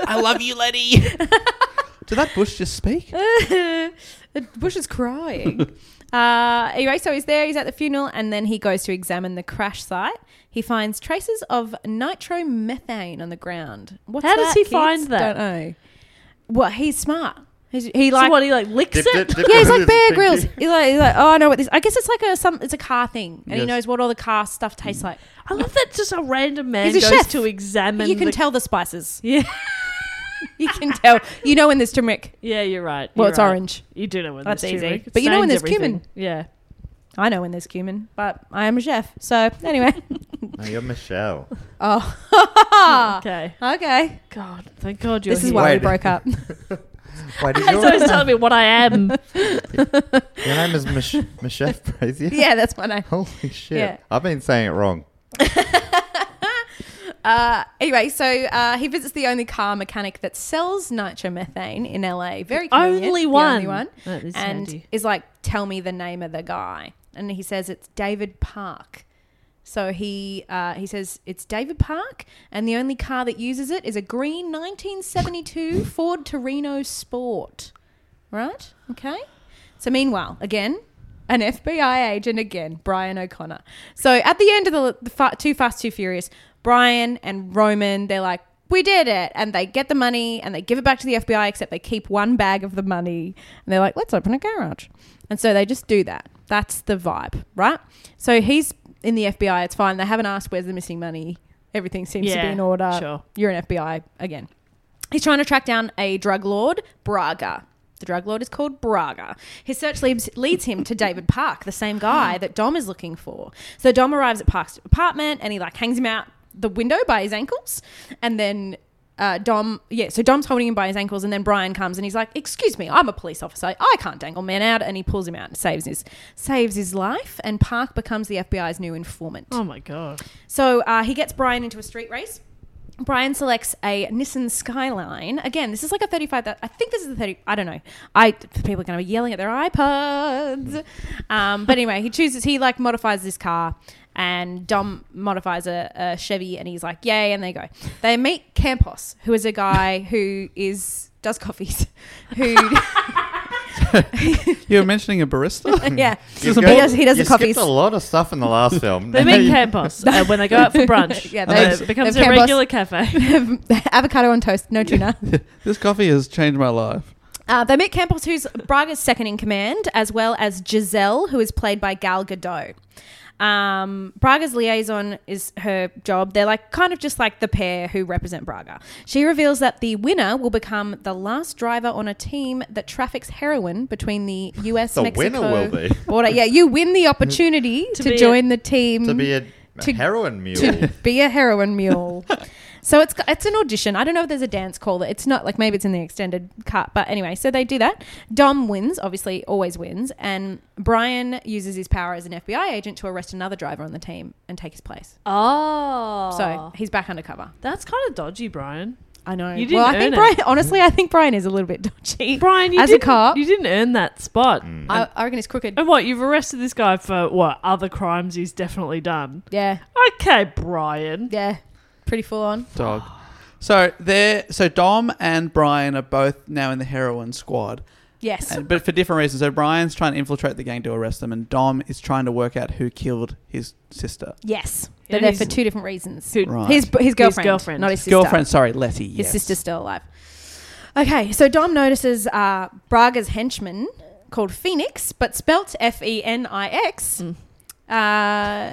I love you, Letty. Did that bush just speak? the bush is crying. uh, anyway, so he's there. He's at the funeral, and then he goes to examine the crash site. He finds traces of nitromethane on the ground. What's How that, does he kids? find that? Don't know. Well, he's smart. He's, he so like what, he like licks Dip- it? dip- dip yeah, he's it like with his Bear pinky. Grylls. He's like, he's like, oh, I know what this. I guess it's like a some. It's a car thing, and he Yes. knows what all the car stuff Mm. tastes like. I love that just a random man He's a goes chef. to examine you can the- tell the spices. Yeah. You can tell. You know when there's turmeric. Yeah, you're right. Well, You're it's right. orange. You do know when That's there's easy. turmeric. It But you know when stains there's cumin. everything. Yeah. I know when there's cumin, but I am a chef. So anyway. No, you're Michelle. oh. Okay. Okay. God, thank God you're This is here. why we Wait. broke up. Wait, is He's always telling me what I am. your name is Mich- Michelle Brazier? yeah, that's my name. Holy shit. Yeah. I've been saying it wrong. Uh, anyway, so uh, he visits the only car mechanic that sells nitromethane in LA. Very convenient, only the one. only one. That is and handy. is like, tell me the name of the guy, and he says it's David Park. So he uh, he says it's David Park, and the only car that uses it is a green 1972 Ford Torino Sport. Right? Okay. So meanwhile, again, an FBI agent again, Brian O'Connor. So at the end of the, the fa- Too Fast Too Furious, Brian and Roman, they're like, "We did it!" and they get the money and they give it back to the FBI, except they keep one bag of the money and they're like, "Let's open a garage," and so they just do that. That's the vibe, right? So he's in the FBI. It's fine. They haven't asked where's the missing money. Everything seems to be Yeah, in order. sure. You're an FBI again. He's trying to track down a drug lord, Braga. The drug lord is called Braga. His search leads, leads him to David Park, the same guy that Dom is looking for. So Dom arrives at Park's apartment and he like hangs him out the window by his ankles, and then. Uh, Dom, yeah, so Dom's holding him by his ankles, and then Brian comes and he's like, "Excuse me, I'm a police officer. I can't dangle men out." And he pulls him out and saves his saves his life. And Park becomes the FBI's new informant. Oh my God. So uh, he gets Brian into a street race. Brian selects a Nissan Skyline. Again, this is like a 35. That I think this is the 30. I don't know. I people are going to be yelling at their iPods. Um, but anyway, he chooses. He like modifies this car, and Dom modifies a, a Chevy, and he's like, "Yay!" And they go. They meet Campos, who is a guy who is does coffees. Who You were mentioning a barista? yeah. is You a go- ball- He does- he does you the coffees. skipped a lot of stuff in the last film. They meet Campos uh, when they go out for brunch. Yeah, yeah, they- it becomes they've a Campos- regular cafe. Avocado on toast, no tuna. this coffee has changed my life. Uh, they meet Campbell's, who's Braga's second in command, as well as Giselle, who is played by Gal Gadot. Um, Braga's liaison is her job. They're like kind of just like the pair who represent Braga. She reveals that the winner will become the last driver on a team that traffics heroin between the U.S. The Mexico winner will be. border. Yeah, you win the opportunity to, be a- join the team to be a To- heroin mule. to be a heroin mule. so it's it's an audition. I don't know if there's a dance call. It's not like maybe it's in the extended cut, but anyway, so they do that. Dom wins, obviously, always wins, and Brian uses his power as an FBI agent to arrest another driver on the team and take his place. oh. So he's back undercover. That's kind of dodgy, Brian. I know. You didn't well, I think earn it. Brian. Honestly, I think Brian is a little bit dodgy. Brian, you as a didn't, cop, you didn't earn that spot. I, I reckon he's crooked. And what you've arrested this guy for? What other crimes he's definitely done? Yeah, Okay, Brian. yeah, pretty full on. Dog. So they're so Dom and Brian are both now in the heroin squad. Yes. And- but for different reasons. So Brian's trying to infiltrate the gang to arrest them, and Dom is trying to work out who killed his sister. Yes, Yeah, they're there he's- for two different reasons. Who- Right. His, his girlfriend, girlfriend. not his sister. Girlfriend, sorry, Letty. His yes. sister's still alive. Okay, so Dom notices uh, Braga's henchman called Phoenix, but spelt F E N I X. Uh,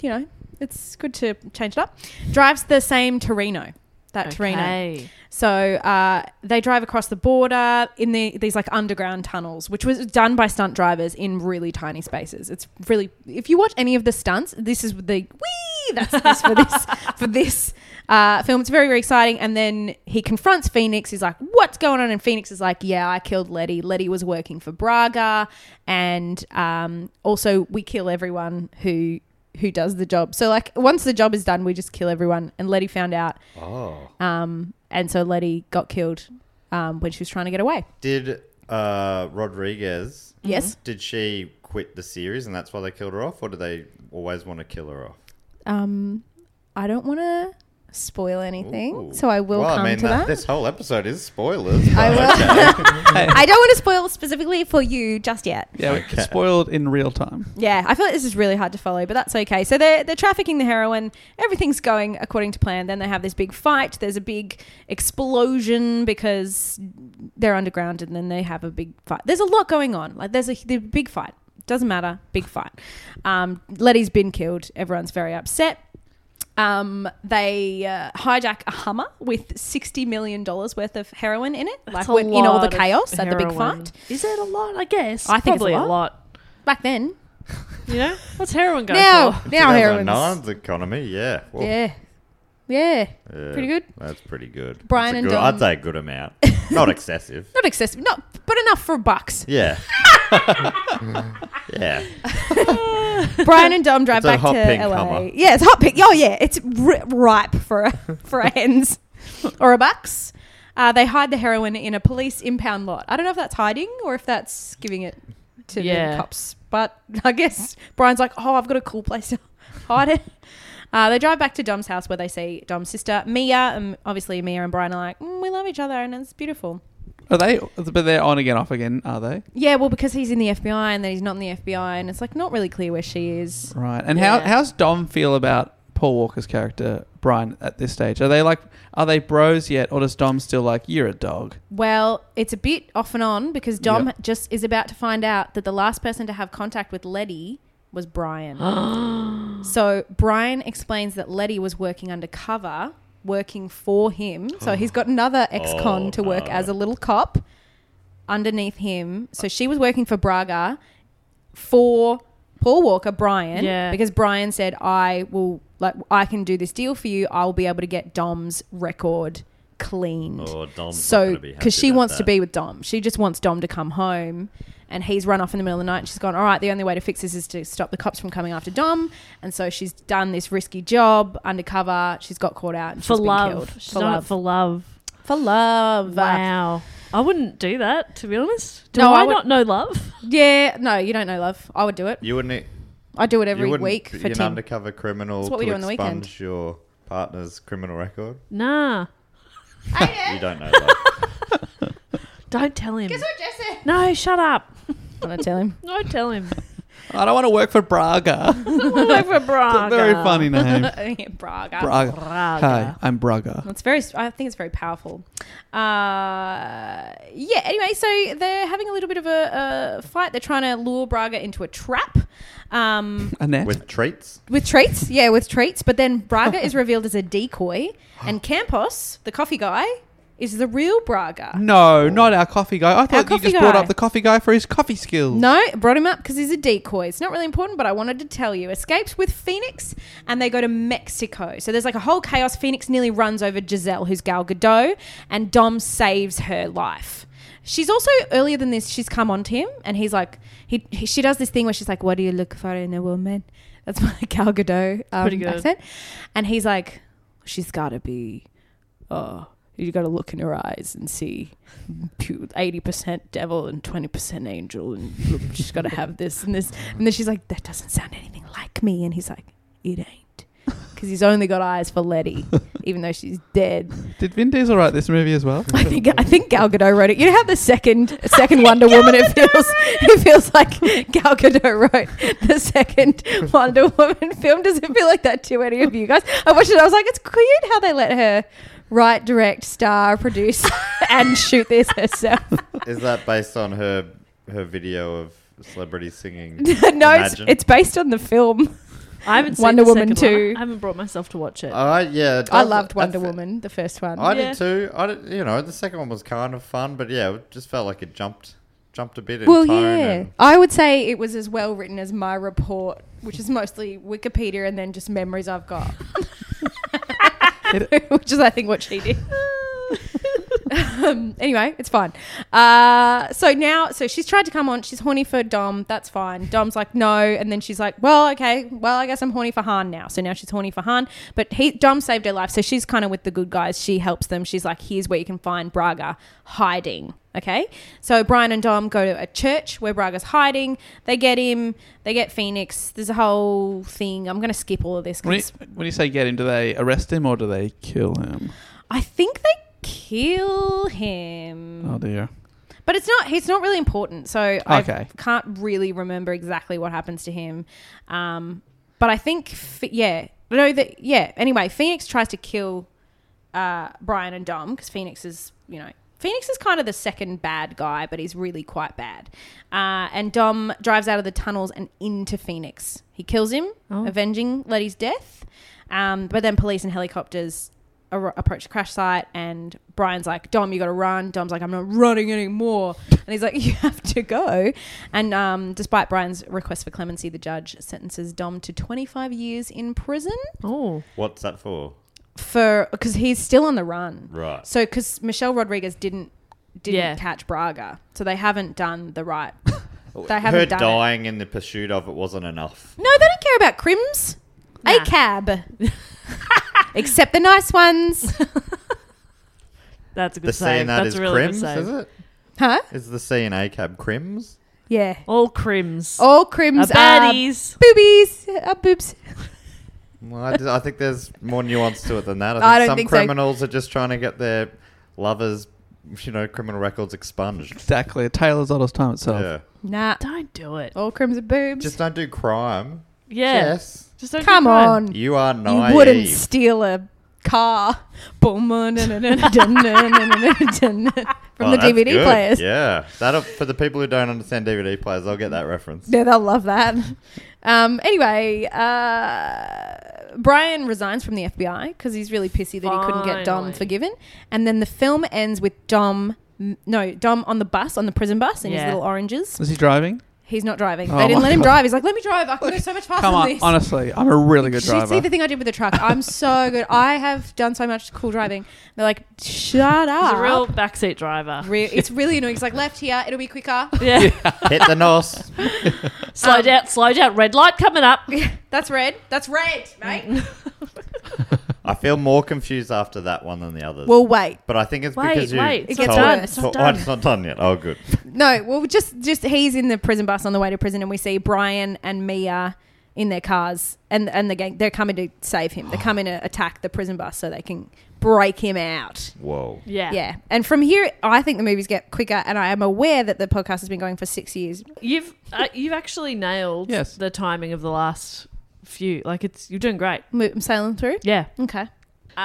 you know, it's good to change it up. Drives the same Torino, that Torino. Okay. So uh, they drive across the border in the, these like underground tunnels, which was done by stunt drivers in really tiny spaces. It's really if you watch any of the stunts, this is the wee. That's this for this for this uh, film. It's very very exciting. And then he confronts Phoenix. He's like, "What's going on?" And Phoenix is like, "Yeah, I killed Letty. Letty was working for Braga, and um, also we kill everyone who." Who does the job? So, like, once the job is done, we just kill everyone. And Letty found out oh. um, and so Letty got killed um, when she was trying to get away. Did uh, Rodriguez, Yes. did she quit the series and that's why they killed her off? Or do they always want to kill her off? Um, I don't want to spoil anything, so I will well, come I mean, to that. this whole episode is spoilers. I but- will. I don't want to spoil specifically for you just yet. Yeah, we spoiled in real time. Yeah, I feel like this is really hard to follow, but that's okay. So they're, they're trafficking the heroin. Everything's going according to plan. Then they have this big fight. There's a big explosion because they're underground, and then they have a big fight. There's a lot going on. Like there's a, there's a big fight. Doesn't matter. Big fight. Um, Letty's been killed. Everyone's very upset. Um, they uh, hijack a Hummer with sixty million dollars worth of heroin in it, like That's a when, in all the lot of chaos at the big heroin. fight. Is it a lot? I guess. I think it's a Probably lot. Back then, You know, what's heroin going now, for? now heroin's 2009's economy, yeah. Well, Yeah. Yeah. yeah, Pretty good. That's pretty good. Brian It's a and good- Dom. I'd say a good amount. Not excessive. Not excessive, not but enough for bucks. Yeah. yeah. Brian and Dom drive It's a back hot to pink LA. Hummer. Yeah, it's hot pink. Oh yeah, it's ri- ripe for a, for a hens or a bucks. Uh, they hide the heroin in a police impound lot. I don't know if that's hiding or if that's giving it to Yeah. the cops. But I guess Brian's like, oh, I've got a cool place to hide it. Uh, they drive back to Dom's house where they see Dom's sister Mia. Um, obviously, Mia and Brian are like, mm, we love each other and it's beautiful. Are they? But they're on again, off again, are they? Yeah, well, because he's in the FBI and then he's not in the FBI, and it's like not really clear where she is. Right. And how Yeah. how's Dom feel about Paul Walker's character Brian at this stage? Are they like are they bros yet, or does Dom still like you're a dog? Well, it's a bit off and on because Dom Yep. just is about to find out that the last person to have contact with Letty was Brian. so Brian explains that Letty was working undercover, working for him. So he's got another ex con Oh, to work no. as a little cop underneath him. So she was working for Braga for Paul Walker, Brian. Yeah. Because Brian said, I will, like, I can do this deal for you. I'll be able to get Dom's record cleaned Oh, Dom's so because because she wants to be with Dom. She just wants Dom to come home, and he's run off in the middle of the night. And she's gone. All right, the only way to fix this is to stop the cops from coming after Dom. And so she's done this risky job undercover. She's got caught out and For she's been love. killed. She's for done love. it for love. For love. Wow. I wouldn't do that, to be honest. Do No, I, I would- not know love? Yeah. No, you don't know love. I would do it. You wouldn't. e, I do it you every wouldn't week be for an Tim. undercover criminal That's what we to do on the weekend. expunge your partner's criminal record. Nah. You don't know that. Don't tell him. Jesse? No, shut up. I'm not telling him. Don't tell him. I don't want to work for Braga. Over Braga. Very funny name. yeah, Braga. Braga. Hi, Braga. I'm Braga. It's very. I think it's very powerful. Uh, yeah. Anyway, so they're having a little bit of a, a fight. They're trying to lure Braga into a trap um, Annette. With treats? with treats. Yeah, with treats. But then Braga is revealed as a decoy, and Campos, the coffee guy, is the real Braga. no, not our coffee guy. I thought you coffee just brought guy. up the coffee guy for his coffee skills. No, it brought him up because he's a decoy. It's not really important, but I wanted to tell you. Escapes with Phoenix and they go to Mexico. So there's like a whole chaos. Phoenix nearly runs over Giselle, who's Gal Gadot, and Dom saves her life. She's also earlier than this. She's come on to him, and he's like, he, he she does this thing where she's like, "What do you look for in a woman?" That's my Gal Gadot Pretty um, good. accent, and he's like, "She's got to be, oh, you got to look in her eyes and see." eighty percent devil and twenty percent angel, and she's got to have this and this. And then she's like, "That doesn't sound anything like me." And he's like, "It ain't," because he's only got eyes for Letty, even though she's dead. Did Vin Diesel write this movie as well? I think I think Gal Gadot wrote it. You know how the second second Wonder Woman it feels it feels like Gal Gadot wrote the second Wonder Woman film. Does it feel like that to any of you guys? I watched it. I was like, it's weird how they let her write, direct, star, produce, and shoot this herself. Is that based on her her video of celebrities singing? no, it's, Imagine? it's based on the film. I haven't seen Wonder the Woman second one. 2. I haven't brought myself to watch it. Uh, yeah, it I does- loved Wonder that's- Woman, the first one. I Yeah. did too. I did, you know, the second one was kind of fun, but yeah, it just felt like it jumped jumped a bit in well, tone. yeah, and- I would say it was as well written as my report, which is mostly Wikipedia and then just memories I've got, which is I think what she did. anyway, it's fine. Uh, so now, so she's tried to come on. She's horny for Dom. That's fine. Dom's like, no. And then she's like, well, okay. Well, I guess I'm horny for Han now. So now she's horny for Han. But he, Dom saved her life. So she's kind of with the good guys. She helps them. She's like, here's where you can find Braga hiding. Okay. So Brian and Dom go to a church where Braga's hiding. They get him. They get Phoenix. There's a whole thing. I'm going to skip all of this. 'cause When you, it's- when you say get him, do they arrest him or do they kill him? I think they kill him. Oh dear. But it's not. It's not really important. So I Okay. can't really remember exactly what happens to him. Um, but I think, F- yeah, no, that yeah. Anyway, Phoenix tries to kill uh, Brian and Dom because Phoenix is, you know, Phoenix is kind of the second bad guy, but he's really quite bad. Uh, and Dom drives out of the tunnels and into Phoenix. He kills him, avenging Letty's death. Um, but then police and helicopters ar- approach the crash site, and Brian's like, "Dom, you got to run." Dom's like, "I'm not running anymore," and he's like, "You have to go." And um, despite Brian's request for clemency, the judge sentences Dom to 25 years in prison Oh, What's that for? for because he's still on the run. Right. So because Michelle Rodriguez didn't didn't Yeah. catch Braga, so they haven't done the right. they haven't Her done. it. dying in the pursuit of it wasn't enough. No, they don't care about crims. A Nah. cab. Except the nice ones, that's a good The C save. in that is that's a really good crims, save. is it? huh? Is the C in A cab crims? Yeah, All crims. all crims Are are, baddies. boobies, are boobs. Well, I, just- I think there's more nuance to it than that. I think I don't some think so. criminals are just trying to get their lovers, you know, criminal records expunged. Exactly. A tale as old as time itself. Yeah. Nah, Don't do it. all crims are boobs. Just don't do crime. Yeah. Yes. Just don't do Come crime. on, You are naive. you wouldn't steal a car. Boom, uh, na, na, na, na, na, na, na, na, na, Oh, From the that's DVD good. players. Yeah. That'll, for the people who don't understand DVD players, they'll get that reference. Yeah, they'll love that. Um, anyway, uh, Brian resigns from the FBI because he's really pissy that he couldn't get Dom Finally. forgiven. And then the film ends with Dom, no, Dom on the bus, on the prison bus in his Yeah. little oranges. Is he driving? He's not driving. Oh they didn't my let him God. drive. He's like, let me drive. I can go so much faster Come than on. this. Honestly, I'm a really good Did you see driver. the thing I did with the truck? I'm so good. I have done so much cool driving. They're like, shut up. He's a real backseat driver. Re- it's really annoying. It's like left here, it'll be quicker. Yeah. Hit the nos. slow Um, down, slow down. Red light coming up. That's red. That's red, mate. I feel more confused after that one than the others. well, wait. but I think it's Wait, because you wait, it's not told- done, it's not Oh, done. it's not done yet. Oh, good. No, well, just just he's in the prison bus on the way to prison, and we see Brian and Mia in their cars, and and the gang. They're coming to save him. They're coming to attack the prison bus so they can break him out. Whoa. Yeah. Yeah, and from here, I think the movies get quicker, and I am aware that the podcast has been going for six years. You've uh, you've actually nailed Yes. the timing of the last few. Like it's you're doing great. I'm sailing through. Yeah. Okay.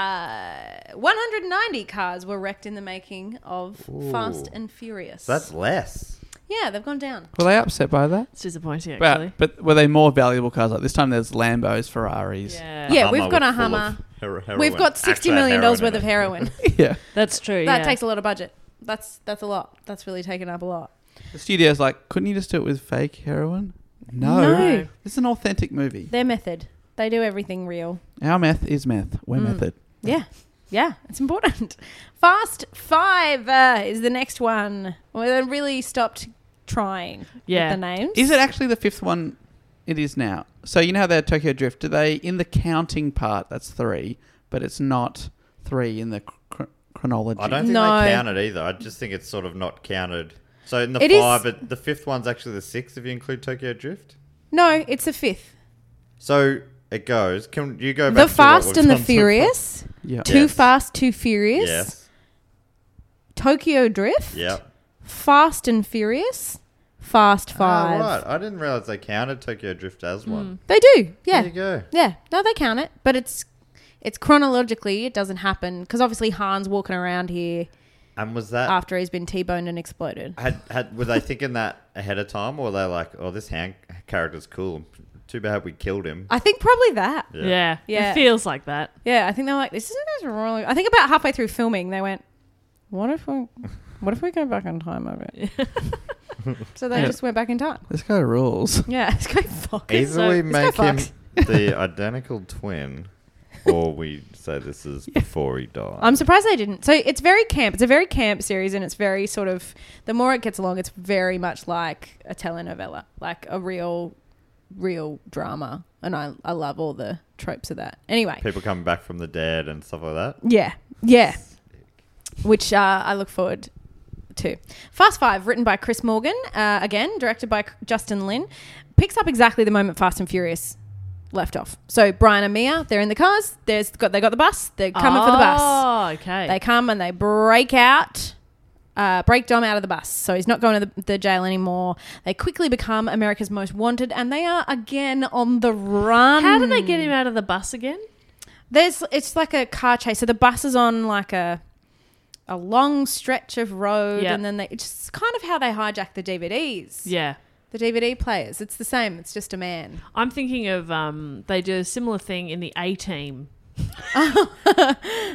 Uh, 190 cars were wrecked in the making of Fast and Furious. That's less. yeah, they've gone down. Were they upset by that? It's disappointing actually. But, but were they more valuable cars? Like this time, there's Lambos, Ferraris. yeah. Yeah, we've Hummer got a with full of Hummer. hero- We've heroin. got sixty Actually, million dollars heroin worth in of it. heroin. yeah. That's true. That yeah. takes a lot of budget. That's that's a lot. That's really taken up a lot. The studio's like, couldn't you just do it with fake heroin? No. No. It's an authentic movie. Their method. They do everything real. Our meth is meth. We're Mm. method. Yeah. Yeah, it's important. Fast Five uh, is the next one. Well, they really stopped trying Yeah. with the names. Is it actually the fifth one? It is now. So you know how they're Tokyo Drift. Do they in the counting part? That's three, but it's not three in the cr- chronology. I don't think No. they count it either. I just think it's sort of not counted. So in the It is- five, it, the fifth one's actually the sixth if you include Tokyo Drift. No, it's the fifth. So it goes. Can you go back The to Fast what we've and the done so Furious. Yeah. Yeah. Too Yes. Fast, Too far? Furious. Yes. Tokyo Drift. Yeah. Fast and Furious. Fast Five. Ah, right. I didn't realize they counted Tokyo Drift as one. They do. Yeah. There you go. Yeah, no, they count it, but it's it's chronologically it doesn't happen because obviously Han's walking around here And was that after he's been t-boned and exploded. had had were they thinking that ahead of time or were they like, oh, this hand character's cool. Too bad we killed him. I think probably that. yeah. yeah. Ah. Yeah. It feels like that. Yeah, I think they're like, this isn't as really. I think about halfway through filming, they went, "What if we, what if we go back in time a bit?" so they Yeah. just went back in time. This guy rules. Yeah, it's going fuck. it. Easily It's make go him fucks. the identical twin or we say this is before he died. I'm surprised they didn't. So it's very camp. It's a very camp series, and it's very sort of. The more it gets along, it's very much like a telenovela, like a real, real drama. And I, I love all the tropes of that. Anyway, People coming back from the dead and stuff like that. yeah, yeah, which uh, I look forward to. Fast Five, written by Chris Morgan, uh, again directed by C- Justin Lin, picks up exactly the moment Fast and Furious left off. So Brian and Mia, they're in the cars. There's got they got the bus. They're coming for the bus. Oh, okay. They come and they break out, uh, break Dom out of the bus. So he's not going to the, the jail anymore. They quickly become America's most wanted, and they are again on the run. How did they get him out of the bus again? There's it's like a car chase. So the bus is on like a a long stretch of road, Yeah. and then they it's just kind of how they hijack the DVDs. Yeah. The DVD players. It's the same. It's just a man. I'm thinking of um, they do a similar thing in the A team.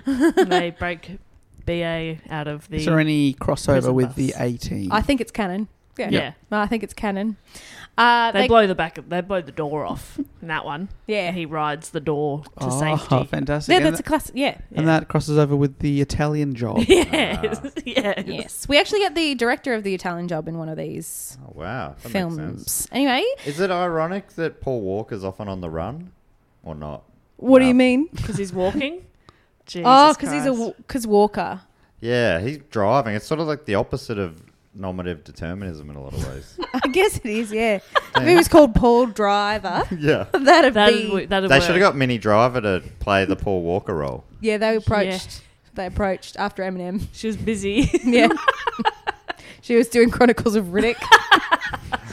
they break BA out of the. Is there any crossover prison with bus. the A team? I think it's canon. Yeah. Mm. Yeah. No, I think it's canon. Uh, They, blow the back. They blow the door off in that one. Yeah. He rides the door to oh, safety. fantastic. yeah, and, that's a that, classic. Yeah. and that crosses over with the Italian job. Yes. yes. Yes. We actually get the director of the Italian job in one of these Oh, wow. That Makes sense. films. Anyway, Is it ironic that Paul Walker's often on the run or not? what do Wow. you mean? Because he's walking. Jesus Oh, 'cause oh, because he's a Christ. because Walker. Yeah, he's driving. It's sort of like the opposite of normative determinism in a lot of ways. I guess it is. Yeah. if he was called Paul Driver, yeah. that'd That'd, be. wo- that'd They work. should have got Minnie Driver to play the Paul Walker role. Yeah, they approached. They approached after Eminem. She was busy. Yeah. she was doing Chronicles of Riddick.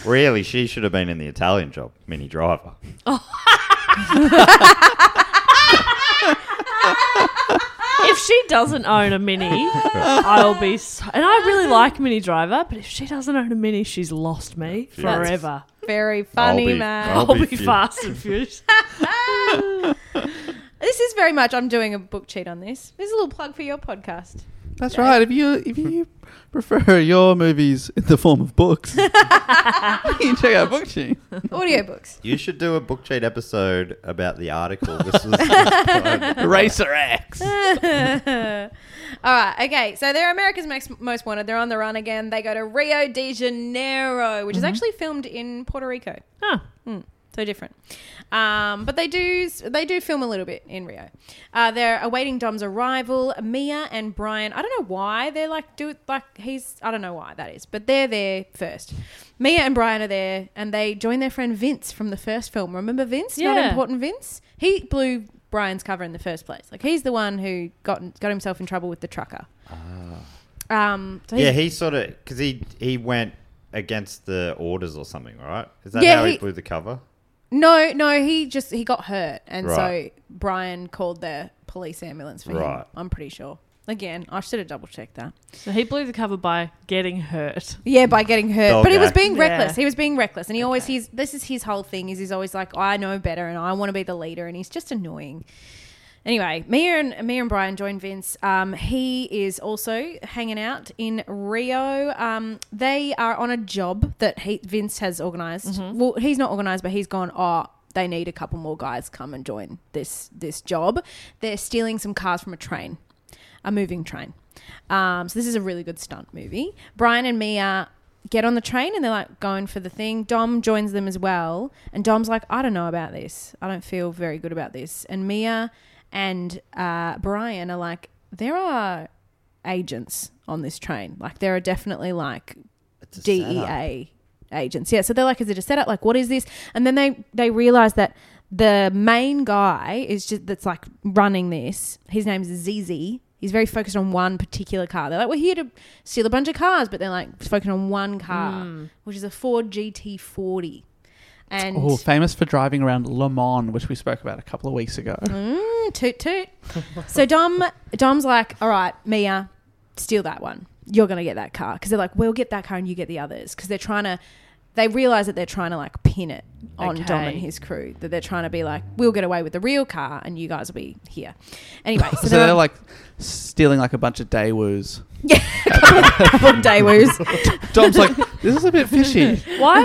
Really, she should have been in the Italian job, Minnie Driver. if she doesn't own a mini, I'll be. So, and I really like Mini Driver, but if she doesn't own a mini, she's lost me Yeah. forever. Very funny, be- man. I'll I'll, be be, fu- fast and furious. This is very much. I'm doing a book cheat on this. There's a little plug for your podcast. That's right. If you if you prefer your movies in the form of books, you can check out Book Cheat. Audiobooks. You should do a book cheat episode about the article. This was Eraser X. All right, okay. So they're America's most, most wanted. They're on the run again. They go to Rio de Janeiro, which is actually filmed in Puerto Rico. Huh. So different, um, but they do they do film a little bit in Rio. Uh, they're awaiting Dom's arrival. Mia and Brian. I don't know why they're like do it like he's. I don't know why that is, but they're there first. Mia and Brian are there, and they join their friend Vince from the first film. Remember Vince? Not Yeah. important Vince. He blew Brian's cover in the first place. Like he's the one who got got himself in trouble with the trucker. Um, so he's- yeah, he sort of because he he went against the orders or something, right? Is that Yeah, how he, he- blew the cover? No, no, he just he got hurt, and Right. so Brian called the police ambulance for him. Right. I'm pretty sure. Again, I should have double checked that. So he blew the cover by getting hurt. Yeah, by getting hurt, but he Okay. was being Yeah. reckless. He was being reckless, and he always he's this is his whole thing. Is he's always like, I know better, and I want to be the leader, and he's just annoying. Anyway, Mia and Mia and Brian join Vince. Um, he is also hanging out in Rio. Um, they are on a job that he, Vince has organized. Well, he's not organized, but he's gone. Oh, they need a couple more guys come and join this this job. They're stealing some cars from a train, a moving train. Um, so this is a really good stunt movie. Brian and Mia get on the train and they're like going for the thing. Dom joins them as well, and Dom's like, I don't know about this. I don't feel very good about this. And Mia and uh, Brian are like, there are agents on this train. Like there are definitely like DEA agents. Yeah. So they're like, is it a setup? Like, what is this? And then they they realize that the main guy is just that's like running this. His name's ZZ. He's very focused on one particular car. They're like, we're here to steal a bunch of cars, but they're like focused on one Hmm. car, which is a Ford GT40. And Oh, famous for driving around Le Mans, which we spoke about a couple of weeks ago. Mm, toot toot. so Dom, Dom's like, all right, Mia, steal that one. You're gonna get that car because they're like, we'll get that car and you get the others because they're trying to. They realize that they're trying to like pin it on Dom Okay. and his crew. That they're trying to be like, we'll get away with the real car and you guys will be here. Anyway, so, So they're like like stealing like a bunch of Daewoos. Daewoos. Dom's like, this is a bit fishy. Why?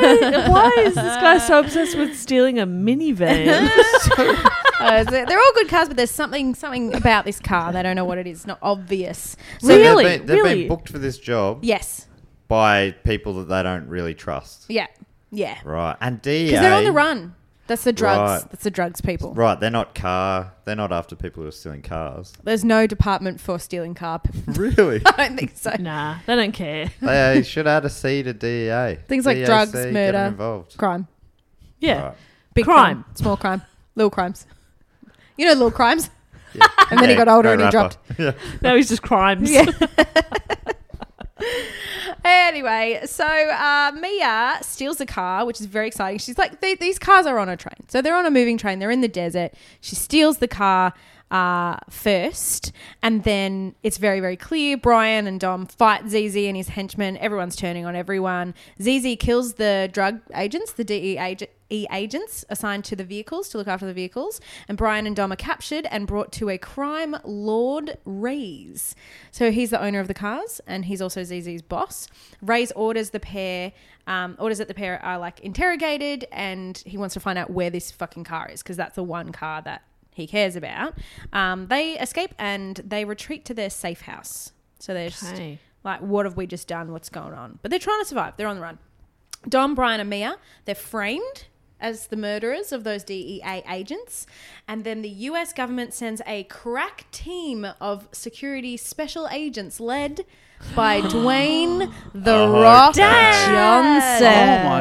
why is this guy so obsessed with stealing a minivan? so Uh, they're they're all good cars, but there's something something about this car. They don't know what it is. It's not obvious. So Really? they're- They've been, they've really? been booked for this job Yes. by people that they don't really trust. Yeah. Yeah. Because Right. And DEA. they're on the run. That's the drugs. Right. That's the drugs people. Right. They're not car. They're not after people who are stealing cars. There's no department for stealing car. p- Really? I don't think so. Nah, they don't care. they uh, should add a C to DEA. Things like DAC, drugs, get 'em murder. involved. Crime. Yeah. Right. Big Crime. crime. Small crime. Little crimes. You know, little crimes. Yeah. And then he Yeah, got older no and he rapper. dropped. Yeah. Now he's just crimes. Yeah. Anyway, so uh, Mia steals the car, which is very exciting. She's like, "They- these cars are on a train. So they're on a moving train. They're in the desert. She steals the car uh, first. And then it's very, very clear. Brian and Dom fight ZZ and his henchmen. Everyone's turning on everyone. ZZ kills the drug agents, the DE agent. E agents assigned to the vehicles to look after the vehicles, and Brian and Dom are captured and brought to a crime lord Ray's. So he's the owner of the cars, and he's also ZZ's boss. Ray's orders the pair, um, orders that the pair are like interrogated, and he wants to find out where this fucking car is because that's the one car that he cares about. Um, they escape and they retreat to their safe house. So they're just Okay. like, what have we just done? What's going on? But they're trying to survive. They're on the run. Dom, Brian, and Mia, they're framed as the murderers of those DEA agents. And then the US government sends a crack team of security special agents led by Dwayne The Rock Uh-huh. Oh my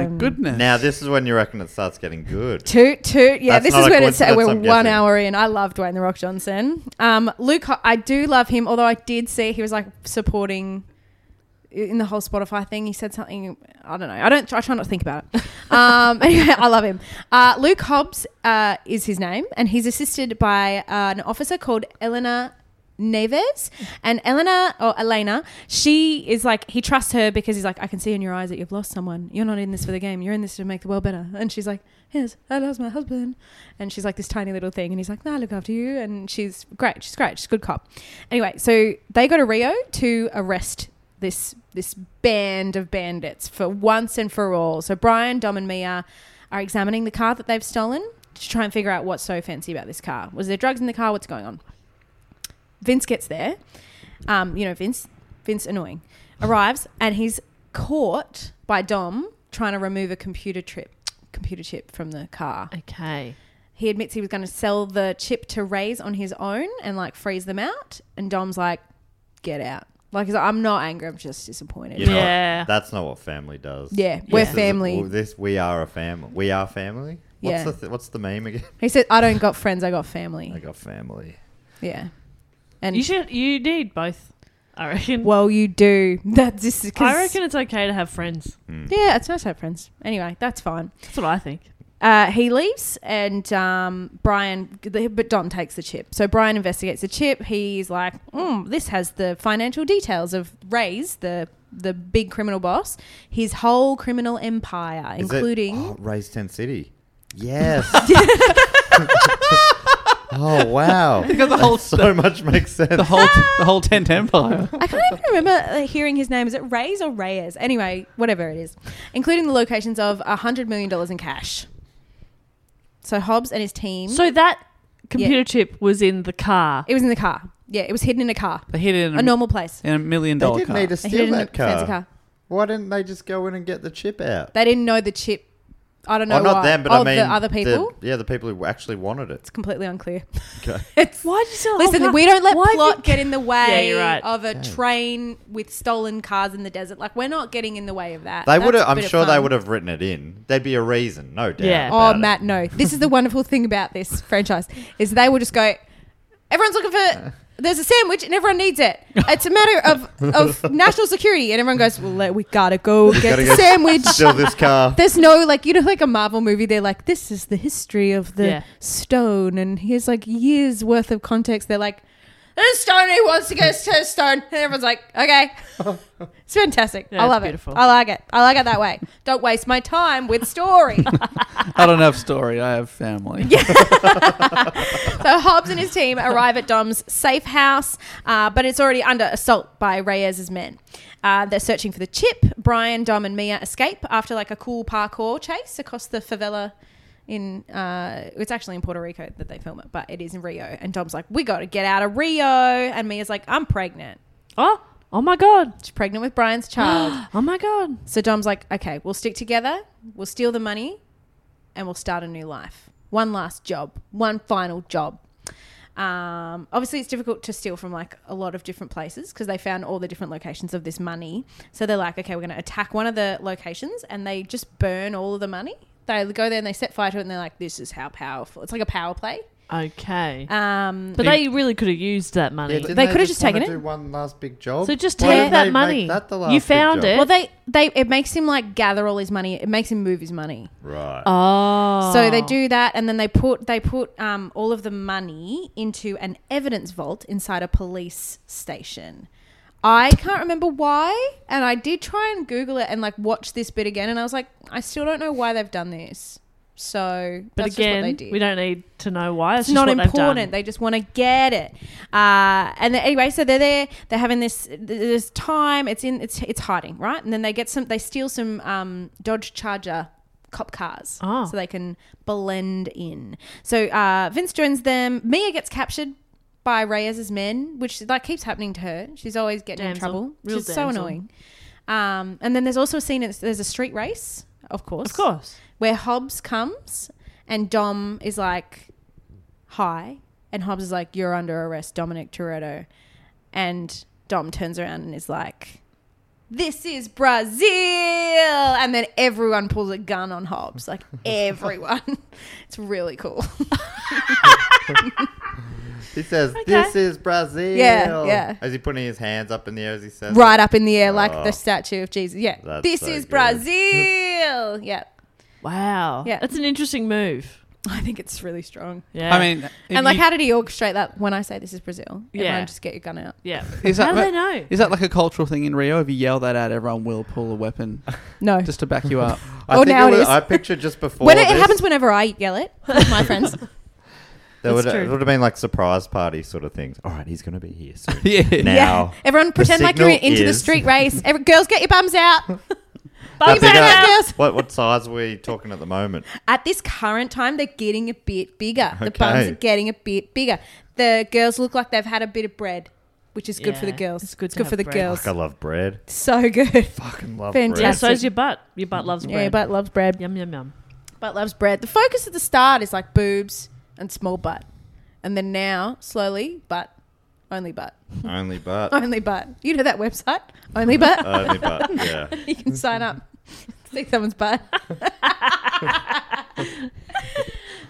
Johnson. goodness. Now this is when you reckon it starts getting good. Toot toot, yeah. That's this not is a when it's coincidence, we're I'm one guessing. hour in. I love Dwayne the Rock Johnson. Um, Luke, Ho- I do love him. Although I did see he was like supporting in the whole Spotify thing. He said something. I don't know. I don't. I try not to think about it. Um, anyway, I love him. Uh, Luke Hobbs uh, is his name, and he's assisted by uh, an officer called Eleanor Neves. And Eleanor or Elena, she is like he trusts her because he's like, I can see in your eyes that you've lost someone. You're not in this for the game. You're in this to make the world better. And she's like, Yes, I lost my husband. And she's like this tiny little thing, and he's like, No, I look after you. And she's great. She's great. She's a good cop. Anyway, so they go to Rio to arrest this this band of bandits for once and for all. So Brian, Dom, and Mia are examining the car that they've stolen to try and figure out what's so fancy about this car. Was there drugs in the car? What's going on? Vince gets there. Um, you know, Vince, Vince annoying, arrives and he's caught by Dom trying to remove a computer trip, computer chip from the car. Okay. He admits he was going to sell the chip to Rays on his own and like freeze them out. And Dom's like, get out. Like, he's like, I'm not angry. I'm just disappointed. You know, Yeah. That's not what family does. Yeah, we're This is- family. this we are a family. We are family. What's Yeah. the th- what's the meme again? He said, I don't got friends. I got I family. got family. Yeah. And You should. You need both. I reckon. well, you do. That's just because. I reckon it's okay to have friends. Hmm. Yeah, it's nice to have friends. Anyway, that's fine. That's what I think. Uh, he leaves, and um, Brian, but Dom takes the chip. So Brian investigates the chip. He's like, mm, "This has the financial details of Ray's, the the big criminal boss, his whole criminal empire, Is it- including." oh, Raise Ten City. Yes. oh wow. Because the whole so much makes sense. the whole the whole tent empire. I can't even remember uh, hearing his name. Is it Ray's or Reyes? Anyway, whatever it is, including the locations of hundred million dollars in cash. So Hobbs and his team. So that computer chip was in the car. it was in the car. Yeah, it was hidden in a car, They hid it in a normal place. in a million they dollar didn't car. need to They hid it in steal a Mm. that car. fancy car. Why didn't they just go in and get the chip out? They didn't know the chip. I don't know. oh, not why. them, but oh, I mean the other the- people. yeah, the people who actually wanted it. it's completely unclear. Okay. It's, Why did you sell? the whole listen, car? we don't let Why did- plot get in the way Yeah, you're right. of a train with stolen cars in the desert. Like we're not getting in the way of that. They That's would a have. I'm bit of sure they fun. would have written it in. There'd be a reason, no doubt. Yeah. Oh, about it. Matt, no. This is the wonderful thing about this franchise is they will just go. Everyone's looking for. There's a sandwich and everyone needs it. It's a matter of, of national security, and everyone goes, "Well, let- we gotta go get Gotta the go sandwich." Steal this car. There's no like you know like a Marvel movie. They're like this is the history of the Yeah. stone, and here's like years worth of context. They're like, there's stone. Who wants to go to the stone? And everyone's like, okay, it's fantastic. Yeah, I it's love beautiful. it. I like it. I like it that way. Don't waste my time with story. I don't have story. I have family. So Hobbs and his team arrive at Dom's safe house, uh, but it's already under assault by Reyes's men. Uh, they're searching for the chip. Brian, Dom, and Mia escape after like a cool parkour chase across the favela in uh, it's actually in Puerto Rico that they film it, but it is in Rio. And Dom's like, we got to get out of Rio, and Mia's like, I'm pregnant. Oh, oh my god. She's pregnant with Brian's child. Oh my god. so Dom's like, okay, we'll stick together, we'll steal the money, and we'll start a new life. One last job, one final job. Um, obviously, it's difficult to steal from like a lot of different places because they found all the different locations of this money. So they're like, okay, we're going to attack one of the locations and they just burn all of the money. They go there and they set fire to it and they're like, this is how powerful. It's like a power play. Okay. Um, but they really could have used that money. They could've just taken Do it. one last big job. So just Why take didn't that they make money. that the You last big found job? it. well, they, they it makes him like gather all his money. It makes him move his money. Right. oh. So they do that, and then they put they put um, all of the money into an evidence vault inside a police station. I can't remember why, and I did try and Google it and like watch this bit again, and I was like, I still don't know why they've done this. So, but that's just again, what they did we don't need to know why. It's it's not just what important. They've done. They just want to get it. Uh, and then, anyway, so they're there. They're having this this time. It's in. It's it's hiding right. And then they get some. They steal some um, Dodge Charger cop cars Oh. so they can blend in. So uh, Vince joins them. Mia gets captured. By Reyes's men, which like keeps happening to her. She's always getting in Damsel. trouble. Real She's so damsel. annoying. Um, and then there's also a scene. It's, there's a street race, of course of course. where Hobbs comes and Dom is like, "Hi," and Hobbs is like, "You're under arrest, Dominic Toretto," and Dom turns around and is like, "This is Brazil," and then everyone pulls a gun on Hobbs, like everyone. it's really cool. He says, "This is Brazil." Yeah, yeah. Is he putting his hands up in the air as he says? it? right up in the air, like Oh. the statue of Jesus. Yeah, That's this so is good. Brazil. yeah, Wow. Yeah. That's an interesting move. I think it's really strong. Yeah. I mean, if and like, you- how did he orchestrate that? When I say this is Brazil, Yeah. everyone just get your gun out. yeah. is How that, do they know? is that like a cultural thing in Rio? If you yell that out, everyone will pull a weapon No, just to back you up. I Oh, think now it was- is. I pictured just before. when it, it this, happens whenever I yell it with my friends. there would, That's true. it would have been like surprise party sort of things. All right, he's going to be here soon. yeah. Now, Everyone pretend like you're signal into the is- street race. Every, girls, get your bums out. I Bums think out, I- girls. what what size are we talking at the moment? At this current time, they're getting a bit bigger. The bums Okay. are getting a bit bigger. The girls look like they've had a bit of bread, which is good for the Yeah, girls. it's good to for have the bread. girls. Fuck, I love bread. So good. Fucking love Fantastic. Yeah, bread. so's your butt. Your butt loves bread. Yeah, butt loves bread. Yum, yum, yum. Butt loves bread. The focus at the start is like boobs and small butt, and then now slowly butt, only butt, Only but. only butt. You know that website, only butt. Only but. Yeah. you can sign up. See someone's butt.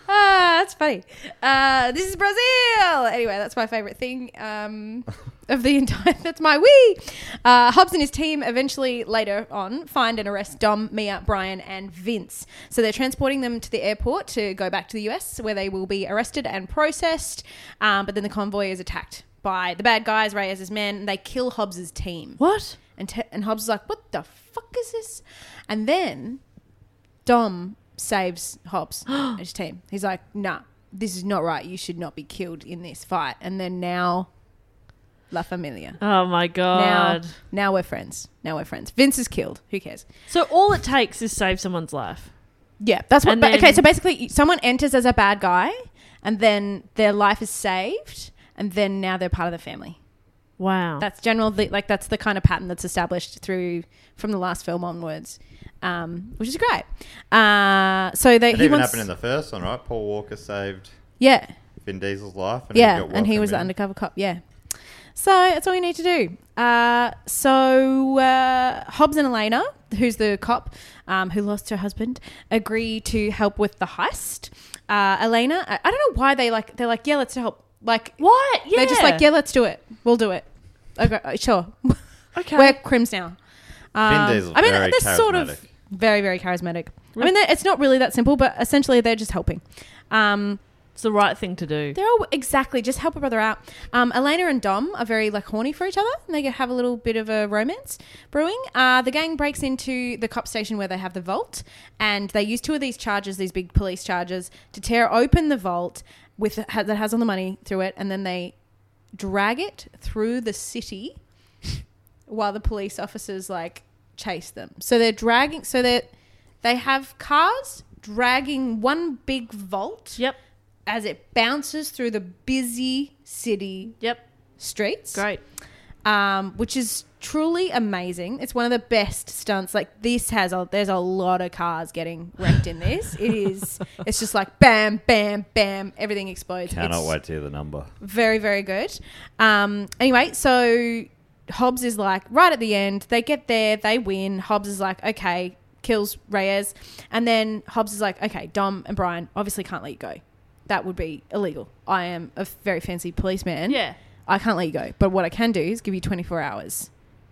ah, that's funny. Uh, this is Brazil. Anyway, that's my favorite thing um, of the entire. That's my wee. Uh, Hobbs and his team eventually later on find and arrest Dom, Mia, Brian, and Vince. So they're transporting them to the airport to go back to the US, where they will be arrested and processed. Um, but then the convoy is attacked by the bad guys, Reyes' men. And they kill Hobbs's team. What? And, te- and Hobbs is like, what the fuck is this? And then Dom saves Hobbs and his team. He's like, nah, this is not right. You should not be killed in this fight. And then now, La Familia. Oh my Now, god. now we're friends. Now we're friends. Vince is killed. Who cares? So all it takes is save someone's life. Yeah, that's what. And But, then- okay, so basically, someone enters as a bad guy, and then their life is saved, and then now they're part of the family. Wow. That's general, the, like that's the kind of pattern that's established through from the last film onwards, um, which is great. Uh, so they It he even wants, happened in the first one, right? Paul Walker saved yeah, Vin Diesel's life. And yeah, he got and he welcomed was the in. undercover cop. Yeah, so that's all you need to do. Uh, so uh, Hobbs and Elena, who's the cop um, who lost her husband, agree to help with the heist. Uh, Elena, I, I don't know why they like they're like yeah, let's help. Like what? Yeah. they're just like yeah, let's do it. We'll do it. Okay, uh, sure. Okay. We're crims now. Um, Diesel's I mean, very they're sort of charismatic. very, very charismatic. I mean, they're- it's not really that simple, but essentially they're just helping. Um, it's the right thing to do. they're all exactly just help a brother out. Um, Elena and Dom are very like horny for each other, and they have a little bit of a romance brewing. Uh, the gang breaks into the cop station where they have the vault, and they use two of these charges, these big police charges, to tear open the vault with ha- that has all the money through it, and then they drag it through the city while the police officers like chase them. So they're dragging. So they they have cars dragging one big vault Yep. as it bounces through the busy city Yep. streets. Great. um, which is truly amazing. It's one of the best stunts. Like this has a there's a lot of cars getting wrecked in this. It is. It's just like bam, bam, bam. Everything explodes. Cannot It's wait to hear the number. Very, very good. Um, anyway, so Hobbs is like right at the end. They get there. They win. Hobbs is like okay. Kills Reyes, and then Hobbs is like, "Okay, Dom and Brian obviously can't let you go. That would be illegal. I am a very fancy policeman. Yeah. I can't let you go. But what I can do is give you 24 hours.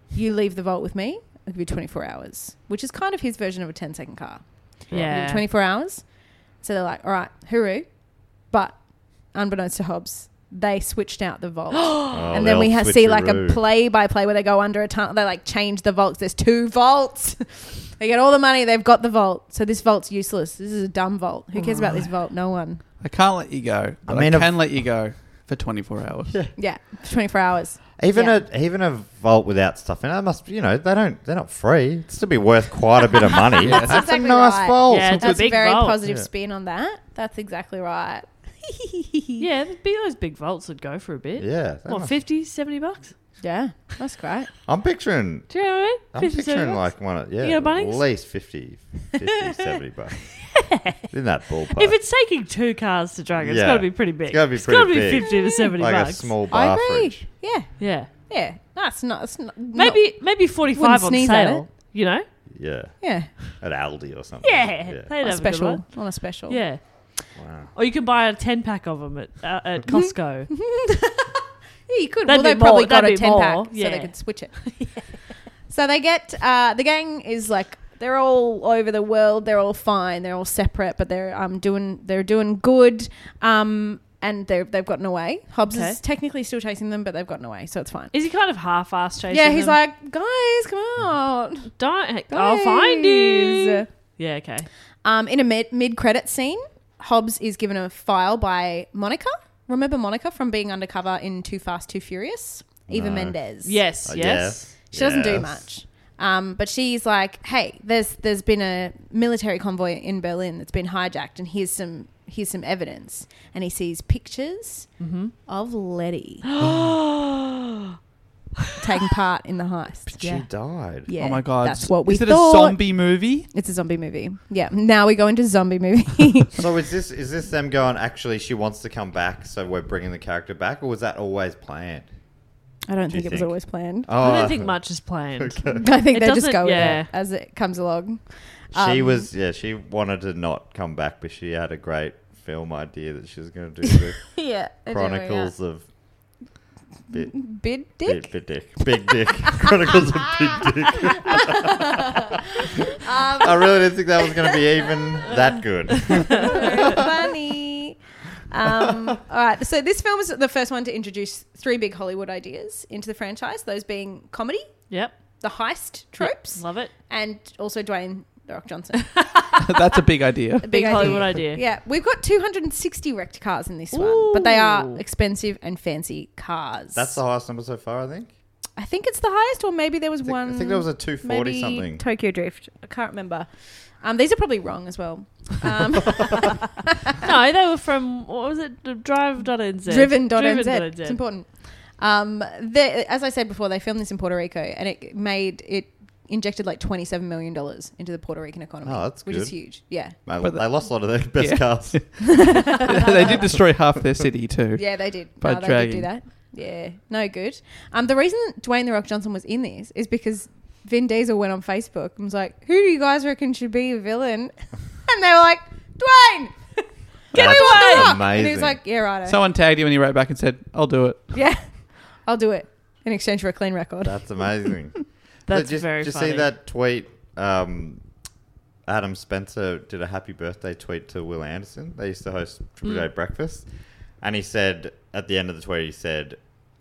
You leave the vault with me, I'll give you 24 hours, which is kind of his version of a 10 second car. I'll give you Yeah. 24 hours. So they're like, all right, hooroo. But unbeknownst to Hobbs, they switched out the vault. Oh, Oh, and then we ha- see like a play by play where they go under a tunnel. They like change the vaults. There's two vaults. they get all the money. They've got the vault. So this vault's useless. This is a dumb vault. Who cares about this vault? No one. I can't let you go. But I, mean, if- can let you go for 24 hours. Yeah, 24 hours. Even Yeah. a even a vault without stuff in it must you know they don't they're not free. It's still be worth quite a bit of money. It's That's a exactly nice right. vault. Yeah, it's a That's a big very vault. positive Yeah. spin on that. That's exactly right. Yeah, there'd be those big vaults would go for a bit. Yeah, they What, must- 50, 70 bucks? Yeah, that's great. I'm picturing. Do you know what I mean? I'm 50, 70 picturing bucks. like one. Of, yeah, You know, at Bunnings? least 50, 50 70 bucks. In that ballpark. If it's taking two cars to drag it, Yeah. it's got to be pretty big. It's gotta be It's gotta pretty be big. 50 to 70 like bucks. a small I bar agree. fridge. Yeah, yeah. yeah. That's not. That's not Maybe maybe 45 on sneeze at sale, you know? Yeah, not- yeah. at Aldi or something. Yeah. They'd have a good On a one. special. On a special. Yeah. Or you can buy a 10 pack of them at, uh, at Mm-hmm. Costco. Yeah, you could. That'd well, they be probably more- got a that'd be ten pack, more, so they yeah. could switch it. So they get uh, the gang is like they're all over the world. They're all fine. They're all separate, but they're um doing they're doing good. Um, and they they've gotten away. Hobbs Okay. is technically still chasing them, but they've gotten away, so it's fine. Is he kind of half ass chasing? Yeah, he's them? like, guys, come out. don't. I'll find you. Guys. Yeah, okay. Um, in a mid mid credit scene, Hobbs is given a file by Monica. Remember Monica from being undercover in Too Fast, Too Furious? Eva Mendes. Yes, yes. She doesn't do Yes. much. Um, but she's like, hey, there's there's been a military convoy in Berlin that's been hijacked, and here's some here's some evidence. And he sees pictures Mm-hmm. of Letty Oh, taking part in the heist. She died. Yeah, oh my god. that's what we Is it thought. a zombie movie? It's a zombie movie. Yeah. Now we go into zombie movie. So is this is this them going? Actually, she wants to come back, so we're bringing the character back, or was that always planned? I don't Do you think it was think? always planned. Oh, I don't think much is planned. I think It they just doesn't- go with yeah. it as it comes along. she was yeah. She wanted to not come back, but she had a great film idea that she was going to do the Yeah. Chronicles of Bit, Bid Dick. bit, bit Dick, Big Dick, Chronicles of Big Dick. Um, I really didn't think that was going to be even that good. funny. Um, all right. So this film was the first one to introduce three big Hollywood ideas into the franchise. Those being comedy, Yep. the heist tropes, Love it. and also Dwayne The Rock Johnson. that's a big idea. A Big Hollywood idea. Yeah, we've got 260 wrecked cars in this one, but they Ooh. are expensive and fancy cars. That's the highest number so far, I think. I think it's the highest, or maybe there was I one. think, I think there was a two forty maybe something. Tokyo Drift. I can't remember. Um, these are probably wrong as well. Um, No, they were from what was it? The Drive.nz. driven.nz. Driven.nz. It's important. Um, the, as I said before, they filmed this in Puerto Rico, and it made it injected like twenty seven million dollars into the Puerto Rican economy, Oh, that's which is good. huge. Yeah, Mate, But the- they lost a lot of their best Yeah. cars. they did destroy half their city too. yeah, they did. By no, they did do dragging. that. Yeah, no good. Um, the reason Dwayne the Rock Johnson was in this is because Vin Diesel went on Facebook and was like, "Who do you guys reckon should be a villain?" and they were like, "Dwayne." Get we want The Dwayne! Rock!" And he was Amazing. like, "Yeah, right." Someone tagged him and he wrote back and said, "I'll do it." yeah, I'll do it in exchange for a clean record. That's amazing. That's Look, just, very just funny. see that tweet. Um, Adam Spencer did a happy birthday tweet to Will Anderson. They used to host Triple Hmm. J Breakfast, and he said at the end of the tweet, he said,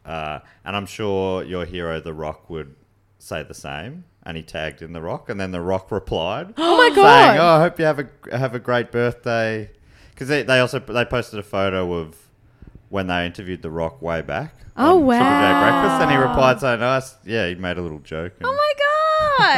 uh, "And I'm sure your hero, The Rock, would say the same." And he tagged in The Rock, and then The Rock replied, oh my saying, "Oh, I hope you have a have a great birthday." Because they, they also they posted a photo of when they interviewed The Rock way back. Oh, on Triple J wow. Breakfast, "Oh, Oh and he replied so nice. Yeah, he made a little joke. and Oh my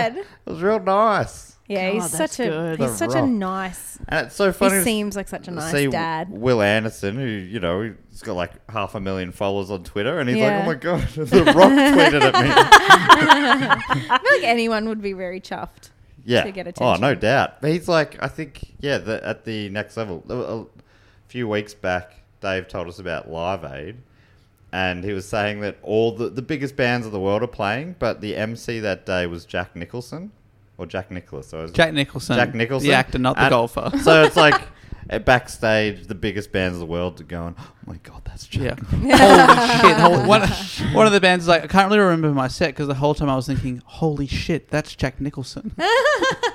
god! It was real nice. Yeah, he's God, that's such a good. he's The such a Rock. nice. And it's so funny. He to seems like such a nice see dad. Will Anderson, who you know, he's got like half a million followers on Twitter, and he's Yeah. like, "Oh my god, The Rock tweeted at me." I feel like anyone would be very chuffed. Yeah. To get Oh, no attention. doubt. But he's like, I think, yeah, the, at the next level. A, a few weeks back, Dave told us about Live Aid, and he was saying that all the the biggest bands of the world are playing, but the MC that day was Jack Nicholson or Jack Nicholas. So it was Jack Nicholson. Jack Nicholson, The actor, not the And- golfer. So it's like uh, backstage, the biggest bands of the world are going, "Oh my god, that's Jack." Yeah. holy shit. Holy, one, one of the bands is like, I can't really remember my set because the whole time I was thinking, holy shit, that's Jack Nicholson.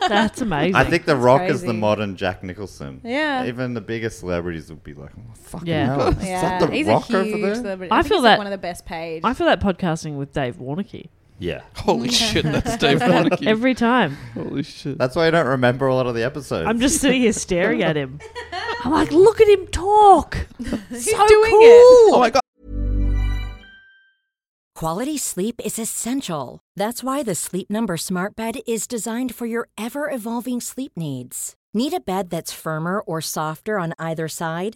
That's amazing. I think The Rock is the crazy. modern Jack Nicholson. Yeah. Even the biggest celebrities would be like, oh, fucking Yeah. hell. Is Yeah, that The he's Rock a over huge there? celebrity. I think feel he's, like, that- one of the best paid. I feel that podcasting with Dave Warnocky Yeah. holy shit, that's Dave Warnock. every time. holy shit. That's why I don't remember a lot of the episodes. I'm just sitting here staring at him. I'm like, look at him talk. He's so doing cool. it. Oh my god. Quality sleep is essential. That's why the Sleep Number Smart Bed is designed for your ever evolving sleep needs. Need a bed that's firmer or softer on either side?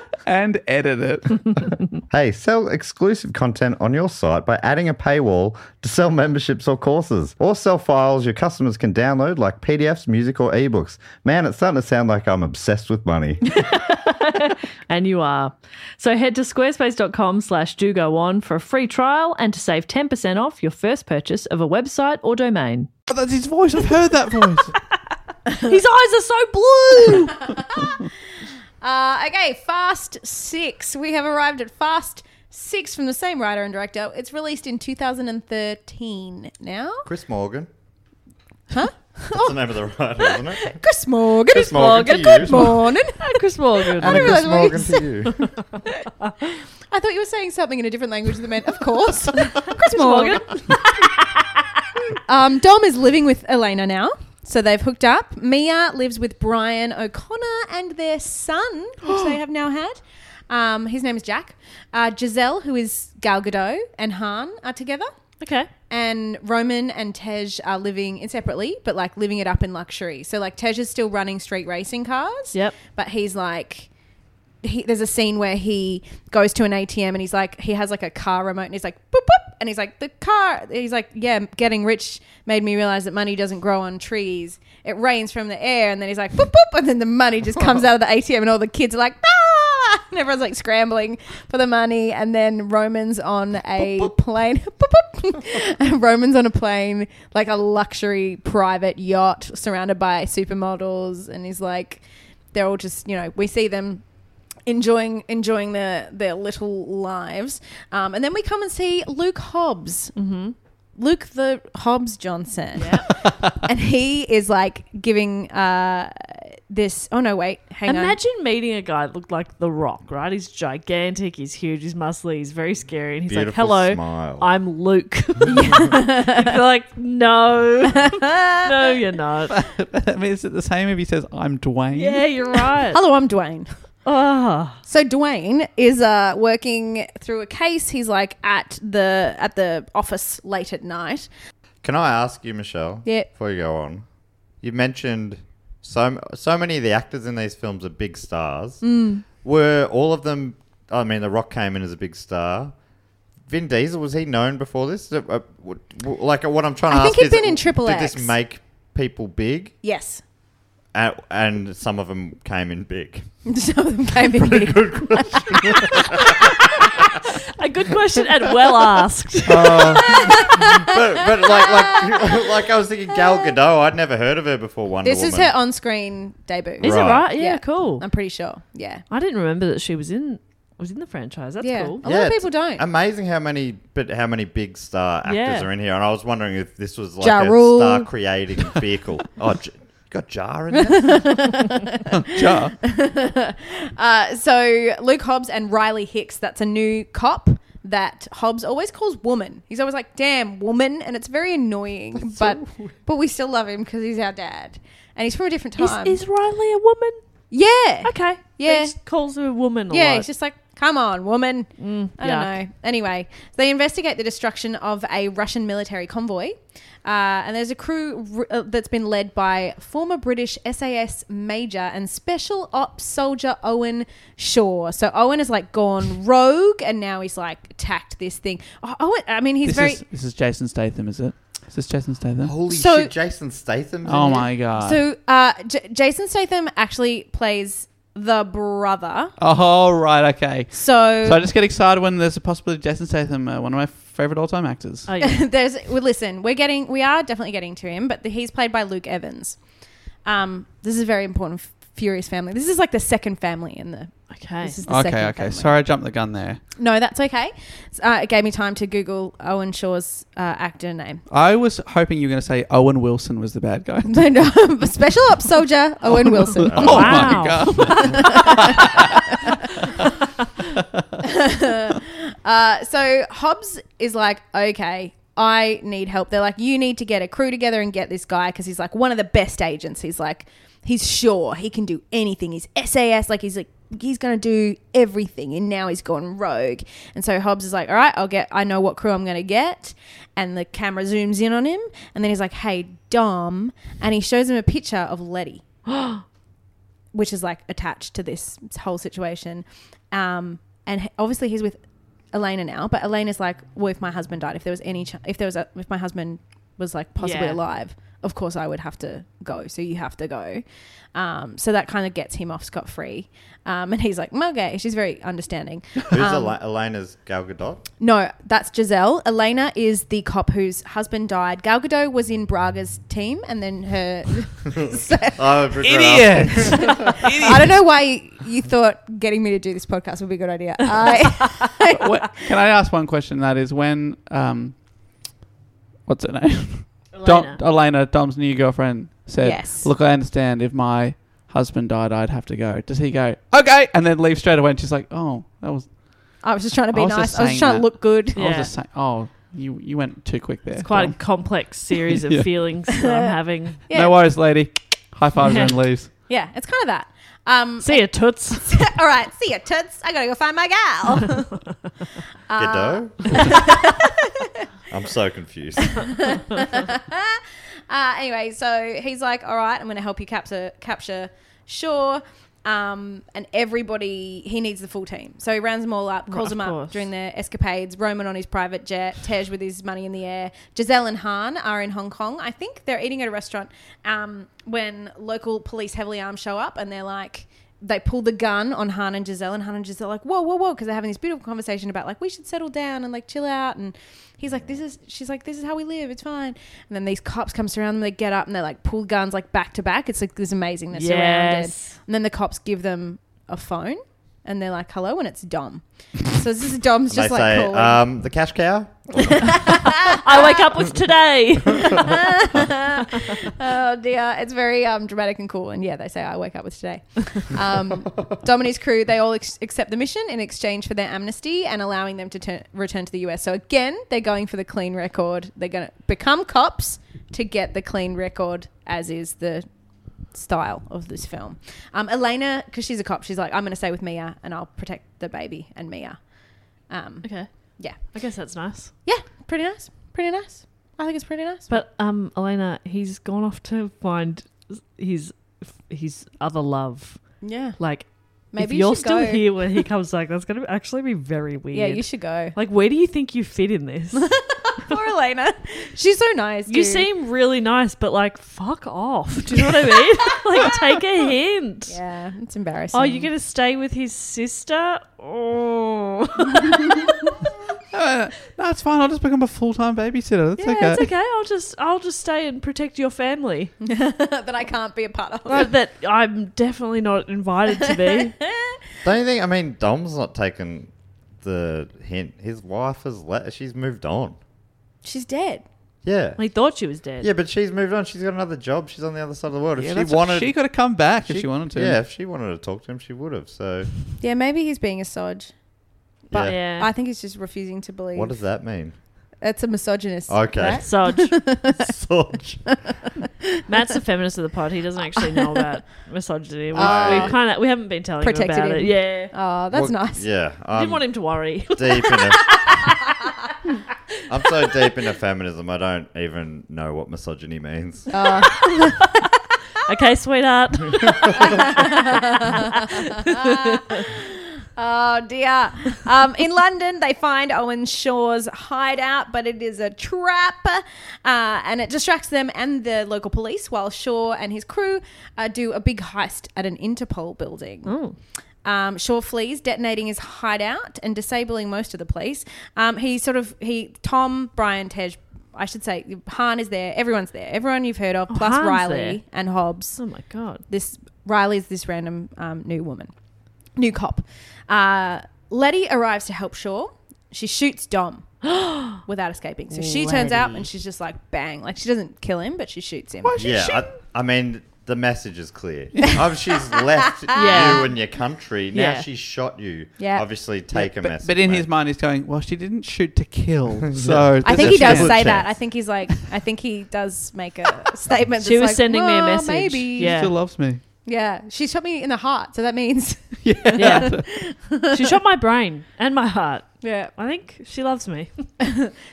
And edit it. hey, sell exclusive content on your site by adding a paywall to sell memberships or courses, or sell files your customers can download like PDFs, music, or ebooks. Man, it's starting to sound like I'm obsessed with money. And you are. So head to squarespace.com slash do go on for a free trial and to save 10% off your first purchase of a website or domain. Oh, that's his voice. I've heard that voice. His eyes are so blue. Uh, okay, Fast Six. We have arrived at Fast Six from the same writer and director. It's released in 2013 now. Chris Morgan. Huh? That's the name of the writer, isn't it? Chris Morgan. Chris Morgan to Good you. morning. Chris Morgan. And a Chris realize what you Morgan to you. I thought you were saying something in a different language than meant, of course. Chris Morgan. um, Dom is living with Elena now. So they've hooked up. Mia lives with Brian O'Connor and their son, which they have now had. Um, his name is Jack. Uh, Giselle, who is Gal Gadot, and Han are together. Okay. And Roman and Tej are living inseparably, but like living it up in luxury. So like Tej is still running street racing cars. Yep. But he's like he, there's a scene where he goes to an ATM and he's like, he has like a car remote and he's like, boop, boop. And he's like, the car. He's like, yeah, getting rich made me realize that money doesn't grow on trees. It rains from the air. And then he's like, boop, boop. And then the money just comes out of the ATM and all the kids are like, ah! And everyone's like scrambling for the money. And then Roman's on a plane. Boop, boop. And Roman's on a plane, like a luxury private yacht surrounded by supermodels. And he's like, they're all just, you know, we see them enjoying enjoying their their little lives. Um, and then we come and see Luke Hobbs. Mm-hmm. Luke the Hobbs Johnson. and he is like giving uh, this. Oh no, wait, hang on. Imagine meeting a guy that looked like The Rock, right? He's gigantic, he's huge, he's muscly, he's very scary, and he's like, Beautiful "Hello, smile. I'm Luke." They're like, "No, no, you're not." I mean, is it the same if he says, I'm Dwayne? Yeah, you're right. Hello, I'm Dwayne. Ah. So Dwayne is uh, working through a case. He's like at the at the office late at night. Can I ask you, Michelle? Yeah. Before you go on, you mentioned so so many of the actors in these films are big stars. Were all of them? I mean, The Rock came in as a big star. Vin Diesel was he known before this? Uh, uh, w- w- Like uh, what I'm trying to I ask think he'd is, been in w- Triple Did X. this make people big? Yes. And, and some of them came in big. Some of them came in big. A good question and well asked. but, but like like like I was thinking Gal Gadot. I'd never heard of her before. Wonder Uh, This is Woman. her on-screen debut. Is Right. it right? Yeah, cool. I'm pretty sure. Yeah. I didn't remember that she was in was in the franchise. That's yeah. cool. A lot of it's people don't. Amazing how many, but how many big star actors Yeah. are in here, and I was wondering if this was like Ja a Rule. star creating vehicle. oh, J- you got Jar in there. Jar. Uh, so Luke Hobbs and Riley Hicks. That's a new cop that Hobbs always calls woman. He's always like, "Damn woman," and it's very annoying. but but we still love him because he's our dad, and he's from a different Is, time. is Riley a woman? yeah. Okay. Yeah. He just calls her a woman a Yeah, lot. it's just like, come on, woman. I don't yuck. know. Anyway, so they investigate the destruction of a Russian military convoy. Uh, and there's a crew r- uh, that's been led by former British SAS major and special ops soldier Owen Shaw. So Owen has like gone rogue and now he's like attacked this thing. Oh, Owen, I mean, he's This very. is this is Jason Statham, is it? Is this Jason Statham? Holy So- shit, Jason Statham's in Oh here? my god. so uh, J- Jason Statham actually plays the brother. oh right, okay. So, So I just get excited when there's a possibility Jason Statham, uh, one of my favorite all-time actors. oh, yeah. there's well, listen we're getting we are definitely getting to him but the, he's played by luke evans um this is a very important F- furious family this is like the second family in the Okay. this is the second okay, okay. family. Sorry, I jumped the gun there. no that's okay S- uh, it gave me time to google owen shaw's uh, actor name I was hoping you were going to say Owen Wilson was the bad guy. no, no, special ops soldier Owen Wilson. oh Wow. my god! Uh, so Hobbs is like, okay, I need help. They're like, you need to get a crew together and get this guy because he's like one of the best agents. He's like, he's sure he can do anything. He's SAS, like he's like he's gonna do everything, and now he's gone rogue. And so Hobbs is like, all right, I'll get. I know what crew I'm gonna get. And the camera zooms in on him, and then he's like, hey, Dom, and he shows him a picture of Letty. Which is like attached to this whole situation, um, and he- obviously he's with Elena now, but Elena's like, well, if my husband died, if there was any, ch- if there was, a, if my husband was like possibly Yeah. alive, of course I would have to go. So you have to go. Um, so that kind of gets him off scot free. Um, and he's like, "Mm, okay, she's very understanding. Who's Um, Ela- Elena's Gal Gadot? no, that's Giselle. Elena is the cop whose husband died. Gal Gadot was in Braga's team, and then her. so, Oh, Idiot! I don't know why you thought getting me to do this podcast would be a good idea. I, Wait, can I ask one question? That is when um, what's her name? Elena. Dom, Elena, Dom's new girlfriend said, Yes. "Look, I understand. If my husband died, I'd have to go." Does he go? Okay, and then leave straight away. And she's like, "Oh, that was I was just trying to be I was nice. just I was saying trying to that. look good. I Yeah. was just saying. Oh, you you went too quick there. It's quite a Dom. complex series of Yeah. feelings that I'm having. Yeah. No worries, lady. High fives and leaves. Yeah, it's kind of that. Um, See ya, toots. All right, see ya, toots. I gotta go find my gal. Gadot? I'm so confused. uh, anyway, so he's like, "All right, I'm gonna help you capture capture Shaw." Um, and everybody, he needs the full team. So he rounds them all up, calls of them up course. during their escapades. Roman on his private jet, Tej with his money in the air. Giselle and Han are in Hong Kong. I think they're eating at a restaurant um, when local police heavily armed show up and they're like, they pull the gun on Han and Giselle, and Han and Giselle are like, whoa, whoa, whoa, because they're having this beautiful conversation about like we should settle down and like chill out, and he's like, this is, she's like, this is how we live, it's fine. And then these cops come surround them, they get up and they like pull guns like back to back. It's like this amazing, they're surrounded, Yes. and then the cops give them a phone, and they're like, hello, and it's Dom. so this is Dom's they just like say calling. um, the cash cow. I wake up with today. oh dear, it's very um, dramatic and cool. And yeah, they say I wake up with today. Um, Dominic's crew they all ex- accept the mission in exchange for their amnesty and allowing them to turn return to the US. So again, they're going for the clean record. They're going to become cops to get the clean record, as is the style of this film. Um, Elena, because she's a cop, she's like, I'm going to stay with Mia and I'll protect the baby and Mia. Um, Okay. Yeah. I guess that's nice. Yeah, pretty nice. Pretty nice. I think it's pretty nice. But um, Elena, he's gone off to find his his other love. yeah, Like, maybe if you you're should still go. here when he comes back, that's gonna actually be very weird. Yeah, you should go. Like, where do you think you fit in this? Poor Elena. She's so nice. you dude. seem really nice, but like, fuck off. Do you know what I mean? like, take a hint. Yeah, it's embarrassing. Oh, you're gonna stay with his sister? Oh, Uh, no, it's fine. I'll just become a full time babysitter. That's yeah, okay. it's okay. I'll just, I'll just stay and protect your family. that I can't be a part of. But that I'm definitely not invited to be. Don't you think? I mean, Dom's not taking the hint. His wife has let. She's moved on. She's dead. Yeah. He thought she was dead. yeah, but she's moved on. She's got another job. She's on the other side of the world. If Yeah, she that's- wanted, she could have come back if she wanted to. Yeah, if she wanted to talk to him, she would have. So, Yeah, maybe he's being a sodge. But- yeah. I think he's just refusing to believe. what does that mean? That's a misogynist. Okay. right? Sodge. Sorge. Matt's the feminist of the pod. He doesn't actually know about misogyny. We, Oh. we kind of we haven't been telling Protected him about him. it. Yeah, Oh, that's Well, nice. Yeah, I I'm didn't want him to worry. deep in. A, I'm so deep into feminism. I don't even know what misogyny means. okay, sweetheart. Oh dear. Um, in London, they find Owen Shaw's hideout, but it is a trap, uh, and it distracts them and the local police. While Shaw and his crew uh, do a big heist at an Interpol building. Um, Shaw flees, detonating his hideout and disabling most of the police. Um, he sort of he Tom Brian Tej. I should say Hahn is there. Everyone's there. Everyone you've heard of, Oh, plus Hahn's Riley there. and Hobbs oh my god. this Riley's this random um, new woman, new cop. Uh, Letty arrives to help Shaw. She shoots Dom without escaping. So she turns out and she's just like bang, like she doesn't kill him, but she shoots him. yeah, I, I mean the message is clear. Oh, she's left Yeah. you and your country. Now Yeah. she shot you. Yeah. obviously take a But, message. but in mate. his mind, he's going, "Well, she didn't shoot to kill." So there's I think a he does chance. say that. chance. I think he's like, I think he does make a statement. She that's was like, sending me a "Well, message." Maybe, She Yeah. still loves me. yeah. She shot me in the heart, so that means, Yeah, she shot my brain and my heart. yeah. I think she loves me.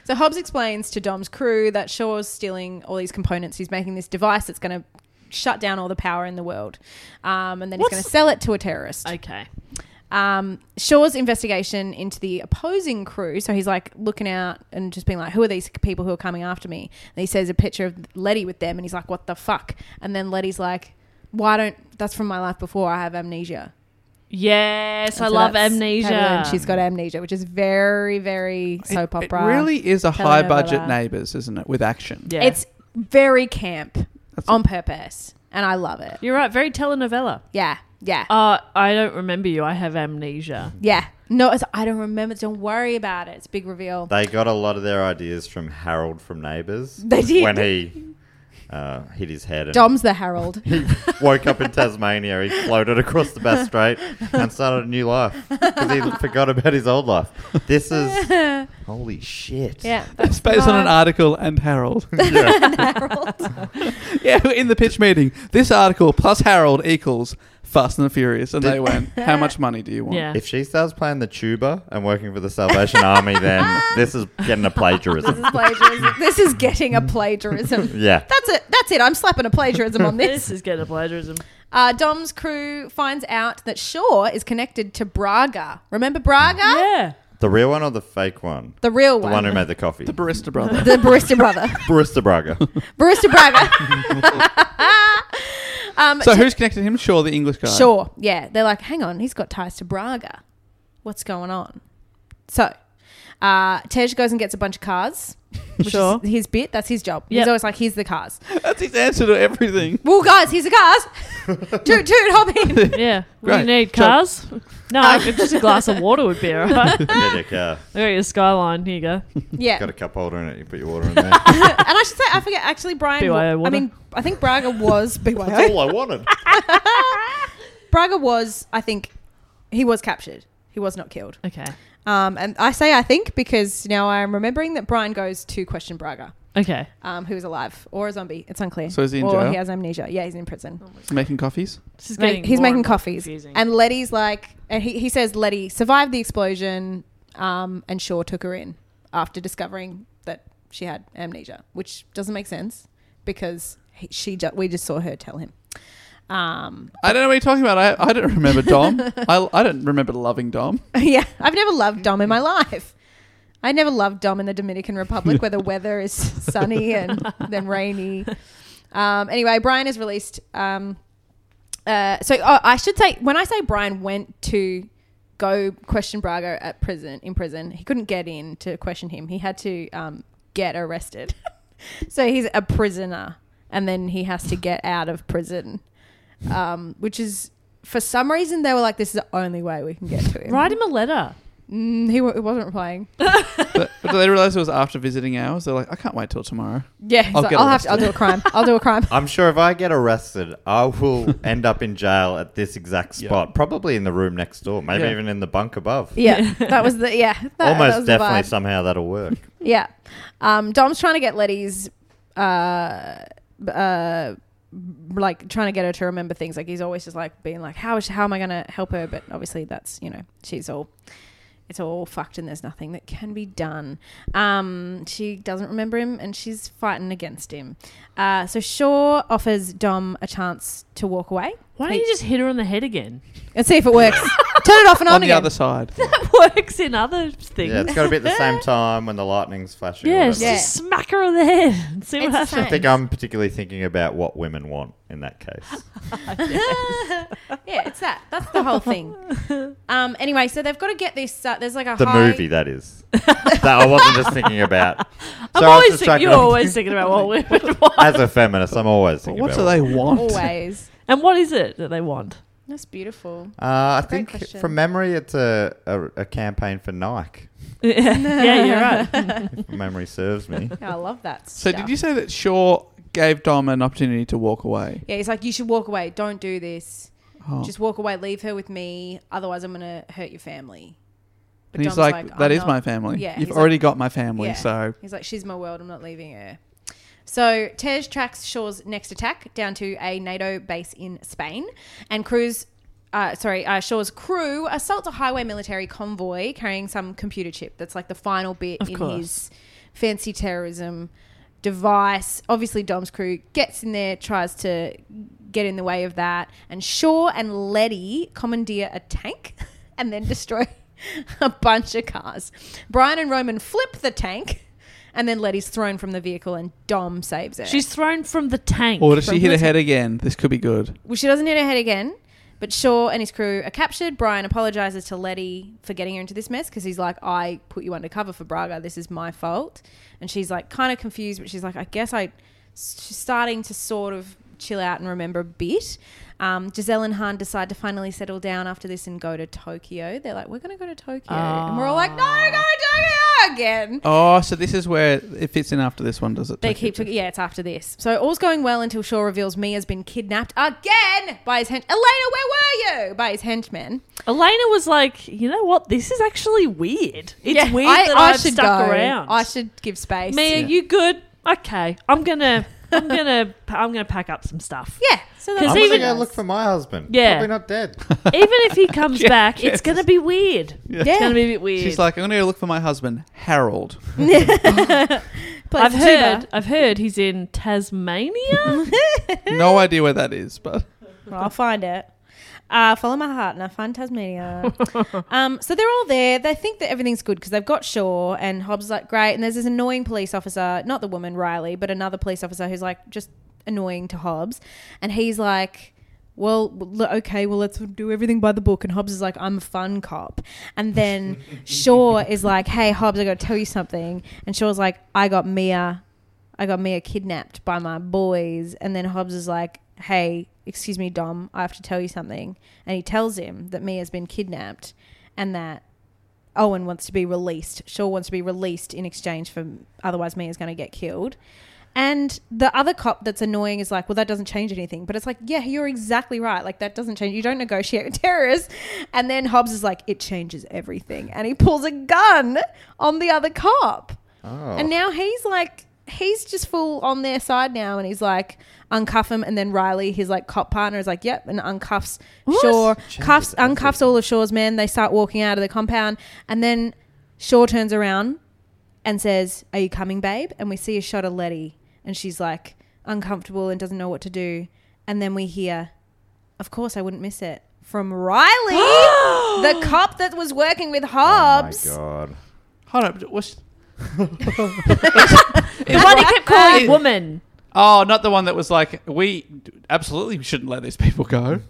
So Hobbs explains to Dom's crew that Shaw's stealing all these components. He's making this device that's going to shut down all the power in the world, um, and then he's What's- going to sell it to a terrorist. Okay. Um, Shaw's investigation into the opposing crew. So he's like looking out and just being like, "Who are these people who are coming after me?" And he sees a picture of Letty with them, and he's like, "What the fuck?" And then Letty's like, "Why don't? That's from my life before. I have amnesia." Yes, And I so love that's amnesia. Catalan, She's got amnesia, which is very, very soap it, opera. It really is a telenovela. high budget neighbours, isn't it? With action. Yeah. It's very camp on purpose, and I love it. You're right. Very telenovela. Yeah, yeah, Uh, I don't remember you. I have amnesia. yeah. No, it's, I don't remember. Don't worry about it. It's a big reveal. They got a lot of their ideas from Harold from Neighbours. They did. when he uh, hit his head and Dom's the Herald. woke up in Tasmania. He floated across the Bass Strait and started a new life because he forgot about his old life. This is holy shit. yeah, It's based on an article and Harold. Herald. yeah, in the pitch meeting, this article plus Harold equals Fast and the Furious, and they went, "How much money do you want?" Yeah. If she starts playing the tuba and working for the Salvation Army, then this is getting a this plagiarism. is plagiarism. This is getting a plagiarism. Yeah. That's it. That's it. I'm slapping a plagiarism on This this. is getting a plagiarism. Uh, Dom's crew finds out that Shaw is connected to Braga. Remember Braga? Yeah. The real one or the fake one? The real The one. one who made the coffee. The barista brother. the barista brother. Barista Braga. barista Braga. um, so who's connected to him? Sure, the English guy. Sure. Yeah. They're like, hang on, he's got ties to Braga. What's going on? So, uh, Tej goes and gets a bunch of cars. Which Sure. is his bit. That's his job. He's Yep. always like, here's the cars. That's his answer to everything. Well, guys, here's the cars. toot, toot, hop in. Yeah. Great. We need Sure. cars. No, I could- just a glass of water would be all right. I get your car. I got your skyline. Here you go. Yeah. uh, Got and a cup holder in it. You put your water in there. I should say, I forget, actually, Brian. BYO I water. mean, I think Braga was. That's BYO. all I wanted. Braga was, I think, he was captured. He was not killed. Okay. Um, and I say I think because now I'm remembering that Brian goes to question Braga. Okay. um, who is alive or a zombie. It's unclear. So is he in or jail? he has amnesia. Yeah, he's in prison. Making coffees. This is Ma- getting he's more making and more coffees, confusing. and Letty's like, and he, he says Letty survived the explosion, um, and Shaw took her in after discovering that she had amnesia, which doesn't make sense because he, she ju- we just saw her tell him. Um, I don't know what you're talking about. I, I don't remember Dom. I, I don't remember loving Dom. yeah, I've never loved Dom in my life. I never loved Dom in the Dominican Republic where the weather is sunny and then rainy. Um, anyway, Brian is released. Um, uh, so oh, I should say, when I say Brian went to go question Brago at prison, in prison, he couldn't get in to question him. He had to um, get arrested. so he's a prisoner and then he has to get out of prison, um, which is. For some reason, they were like, "This is the only way we can get to him." Write him a letter. Mm, he, w- he wasn't replying. But, but do they realize it was after visiting hours? They're like, I can't wait till tomorrow. Yeah, he's I'll like, get I'll have to. I'll do a crime. I'll do a crime. I'm sure if I get arrested, I will end up in jail at this exact Yeah. spot, probably in the room next door, maybe Yeah. even in the bunk above. Yeah, that was the yeah. That, that Almost was the definitely vibe. somehow that'll work. Yeah, um, Dom's trying to get Letty's, uh, b- uh, like trying to get her to remember things. Like he's always just like being like, how is how am I gonna help her? But obviously that's you know she's all. It's all fucked and there's nothing that can be done. Um, she doesn't remember him and she's fighting against him. Uh, so Shaw offers Dom a chance to walk away Why don't you just hit her on the head again? and see if it works. Turn it off and on, On the again. other side. That works in other things. Yeah, it's got to be at the same time when the lightning's flashing. or Yeah, whatever. Yeah. just smack her on the head and see what It's the um. happens. I think I'm particularly thinking about what women want in that case. yeah, it's that. That's the whole thing. Um, anyway, so they've got to get this. Uh, there's like a The high- movie, that is. that I wasn't just thinking about. I'm Sorry, I was always distracted thinking, you're on- always thinking about what women As want. a feminist, I'm always thinking What do about they want? Always. they- and what is it that they want? That's beautiful. Uh, I Great think question. from memory, it's a, a, a campaign for Nike, yeah, yeah, you're right. if memory serves me. Yeah, I love that. So did you say that Shaw gave Dom an opportunity to walk away? Yeah, he's like, you should walk away. Don't do this. Oh. Just walk away. Leave her with me. Otherwise, I'm gonna hurt your family. But and he's Dom's like, "That is "I'm my not-" family. Yeah, You've he's already got my family, Yeah. so He's like, she's my world. I'm not leaving her. So Tej tracks Shaw's next attack down to a NATO base in Spain, and Cruz, uh, sorry, uh, Shaw's crew assaults a highway military convoy carrying some computer chip. That's like the final bit Of in course. his fancy terrorism device. Obviously, Dom's crew gets in there, tries to get in the way of that, and Shaw and Letty commandeer a tank and then destroy a bunch of cars. Brian and Roman flip the tank, and then Letty's thrown from the vehicle, and Dom saves her. She's thrown from the tank. or does she From hit her Pluto. head again? This could be good. well, she doesn't hit her head again. But Shaw and his crew are captured. Brian apologizes to Letty for getting her into this mess because he's like, I put you undercover for Braga. This is my fault. And she's like, kind of confused, but she's like, I guess I. She's starting to sort of chill out and remember a bit. Um, Giselle and Han decide to finally settle down after this and go to Tokyo. They're like, we're going to go to Tokyo. And we're all like, no, go to Tokyo again. Oh, so this is where it fits in after this one, does it? They Take keep it talking. Yeah, it's after this. So all's going well until Shaw reveals Mia's been kidnapped again by his hench. Elena, where were you? By his henchman. Elena was like, you know what? This is actually weird. It's Yeah, weird that I, have stuck around. I should give space. Mia, you good? Okay, I'm gonna, I'm gonna, I'm gonna pack up some stuff. Yeah. So Because that's what I'm going even- to she go does. look for my husband. Yeah. Probably not dead. Even if he comes back, it's gonna be weird. It's gonna Yeah. be a bit weird. She's like, I'm going to look for my husband, Harold. Plays I've the heard, tuba. I've heard he's in Tasmania. no idea where that is, but Well, I'll find it. Uh, follow my heart and I find Tasmania. um, so they're all there. They think that everything's good because they've got Shaw and Hobbs is like great. And there's this annoying police officer, not the woman Riley, but another police officer who's like just annoying to Hobbs, and he's like. Well, l- okay, well, let's do everything by the book. And Hobbs is like, I'm a fun cop. And then Shaw is like, hey, Hobbs, I got to tell you something. And Shaw's like, I got Mia I got Mia kidnapped by my boys. And then Hobbs is like, hey, excuse me, Dom, I have to tell you something. And he tells him that Mia's been kidnapped and that Owen wants to be released. Shaw wants to be released in exchange for otherwise Mia's going to get killed. And the other cop that's annoying is like, well, that doesn't change anything. But it's like, yeah, you're exactly right. Like, that doesn't change. You don't negotiate with terrorists. And then Hobbs is like, it changes everything. And he pulls a gun on the other cop. Oh. And now he's like he's just full on their side now, and he's like uncuff him, and then Riley, his like cop partner, is like yep, and uncuffs Shaw, cuffs uncuffs all of Shaw's men. They start walking out of the compound, and then Shaw turns around and says, "Are you coming, babe?" And we see a shot of Letty, and she's like uncomfortable and doesn't know what to do, and then we hear, "Of course, I wouldn't miss it." From Riley, the cop that was working with Hobbs. Oh my god. Hold on, but what's The one he kept calling woman. Oh, not the one that was like, we absolutely shouldn't let these people go.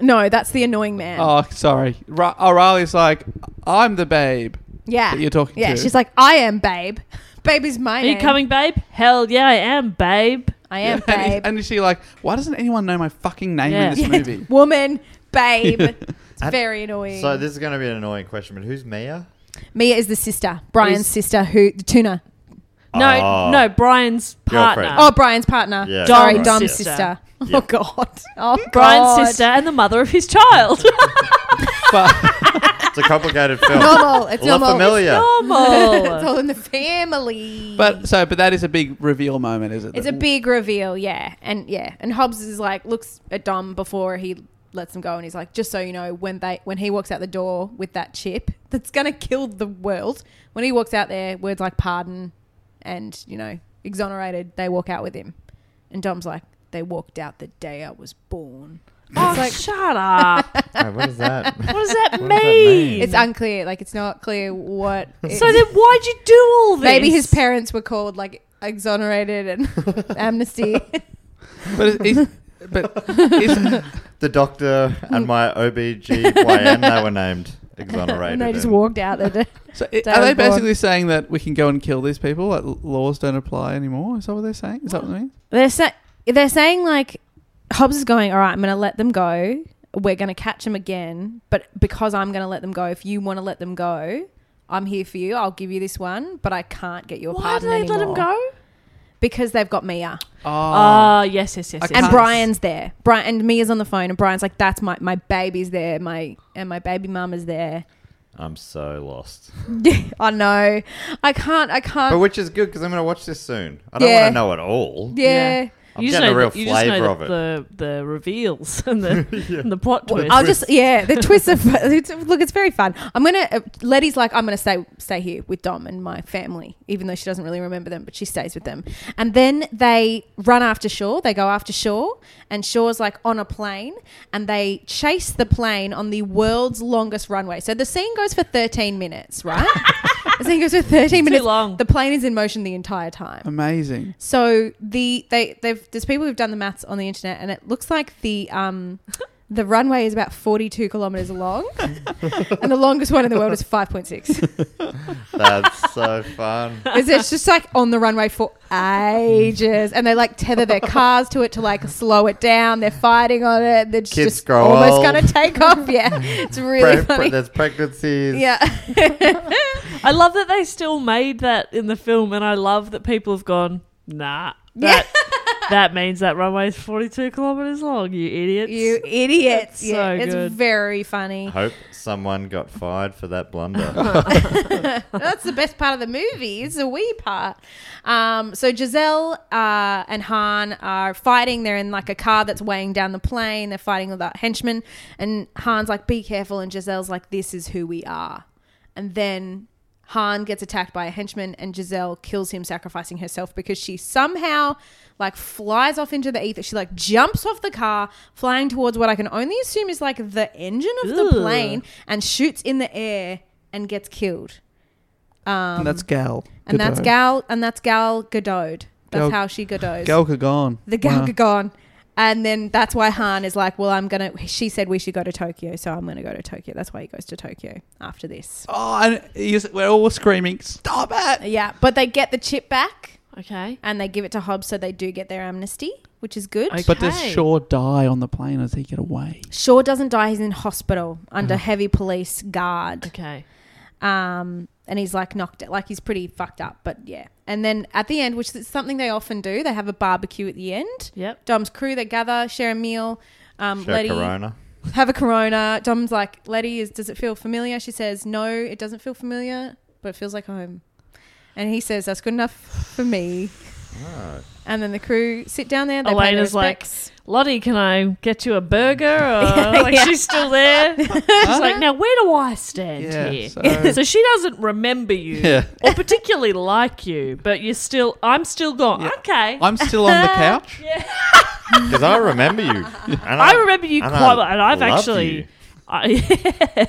No, that's the annoying man. Oh, sorry. Ra- O'Reilly's like, I'm the babe. yeah. that you're talking yeah, to. she's like, I am babe. Baby's my Are you name. coming, babe? Hell yeah, I am, babe. I am And, he- babe. and she like, why doesn't anyone know my fucking name Yeah. in this movie? Woman, babe. it's And- very annoying. So this is going to be an annoying question, but who's Mia? Mia is the sister, Brian's Is- sister, who the tuna. No, Ah. Oh. no, Brian's partner. Girlfriend. Oh, Brian's partner. Yeah, Sorry, Dom's Dom's sister. sister. Yeah. Oh God. Oh Brian's God. sister and the mother of his child. It's a complicated film. Normal. It's La normal. Familia. It's Normal. all in the family. But so, but that is a big reveal moment, is it? it's a big reveal, yeah, and yeah, and Hobbs is like looks at Dom before he lets him go, and he's like, just so you know, when they when he walks out the door with that chip, that's gonna kill the world. When he walks out there, words like pardon and you know exonerated, they walk out with him, and Dom's like, they walked out the day I was born. oh, shut up. Wait, what is that? What does that does that mean? It's unclear, like it's not clear what. so it- then why'd you do all this? maybe his parents were called like exonerated and amnesty. But is, but is, the doctor and my OBGYN, they were named exonerated. and they just and- walked out the day. so i- Darren are they Vaughan. basically saying that we can go and kill these people? Like l- laws don't apply anymore? Is that what they're saying? Is that what I mean? They're sa- they're saying like Hobbs is going, "All right, I'm going to let them go. We're going to catch them again, but because I'm going to let them go, if you want to let them go, I'm here for you. I'll give you this one, but I can't get your Why did pardon they anymore let him go? because they've got Mia Uh, Oh, Ah, yes, yes, yes. yes. Okay. and Nice. Brian's there. Brian and Mia's on the phone, and Brian's like, "That's my my baby's there. My and my baby mum is there. I'm so lost. I know. I can't. I can't. But which is good because I'm going to watch this soon. I don't Uh, Yeah. want to know it all. yeah. I'm getting a know real the- you just know flavour the- of it. The, the reveals and the, and the plot twist. I'll just yeah, the twists of it's, look, it's very fun. I'm gonna uh, Letty's like I'm gonna stay stay here with Dom and my family, even though she doesn't really remember them, but she stays with them. And then they run after Shaw. They go after Shaw, and Shaw's like on a plane, and they chase the plane on the world's longest runway. So the scene goes for 13 minutes, right? the scene goes for 13 minutes. long. The plane is in motion the entire time. amazing. So the they they've there's people who've done the maths on the internet, and it looks like the um the runway is about 42 kilometers long, and the longest one in the world is 5.6. That's so fun. It's, it's just like on the runway for ages, and they like tether their cars to it to like slow it down. They're fighting on it. They're Kids just grow almost old. gonna take off. Yeah, it's really Pre- pre- funny. there's pregnancies. yeah, I love that they still made that in the film, and I love that people have gone, nah. That, that means that runway is 42 kilometres long, you idiots. you idiots. That's Yeah, so it's good. very funny. Hope someone got fired for that blunder. That's the best part of the movie. It's the wee part. Um, so Giselle uh, and Han are fighting. They're in like a car that's weighing down the plane. They're fighting with that henchman. And Han's like, be careful. And Giselle's like, this is who we are. And then Han gets attacked by a henchman and Giselle kills him, sacrificing herself because she somehow like flies off into the ether. She like jumps off the car, flying towards what I can only assume is like the engine of Ooh. the plane and shoots in the air and gets killed. Um, and that's Gal. and that's Gadot. Gal and that's Gal Gadot. That's Gal- how she Gadots. Gal Gagon. the Gal Wow. Gagon. And then that's why Han is like, well, I'm gonna. She said we should go to Tokyo, so I'm gonna go to Tokyo. That's why he goes to Tokyo after this. Oh, and he's- we're all screaming, stop it! Yeah, but they get the chip back Okay. and they give it to Hobbs, so they do get their amnesty, which is good. Okay. But does Shaw die on the plane as he get away? Shaw doesn't die; he's in hospital under Mm-hmm. heavy police guard. Okay. um, and he's like knocked it, like he's pretty fucked up. But yeah, and then at the end, which is something they often do, they have a barbecue at the end. Yep. Dom's crew they gather, share a meal. Um, Show Letty Corona. have a Corona. Dom's like, Letty is, does it feel familiar? She says, no, it doesn't feel familiar, but it feels like home. And he says, that's good enough for me. And then the crew sit down there. They pay their Elena's like, respects. Lottie, can I get you a burger? Or like she's still there. she's like, now where do I stand Yeah, here? so- So, she doesn't remember you Yeah. or particularly like you, but you're still. I'm still gone. Okay. I'm still on the couch. Because I remember you. And I remember you and quite I well, and I've love actually. you. I,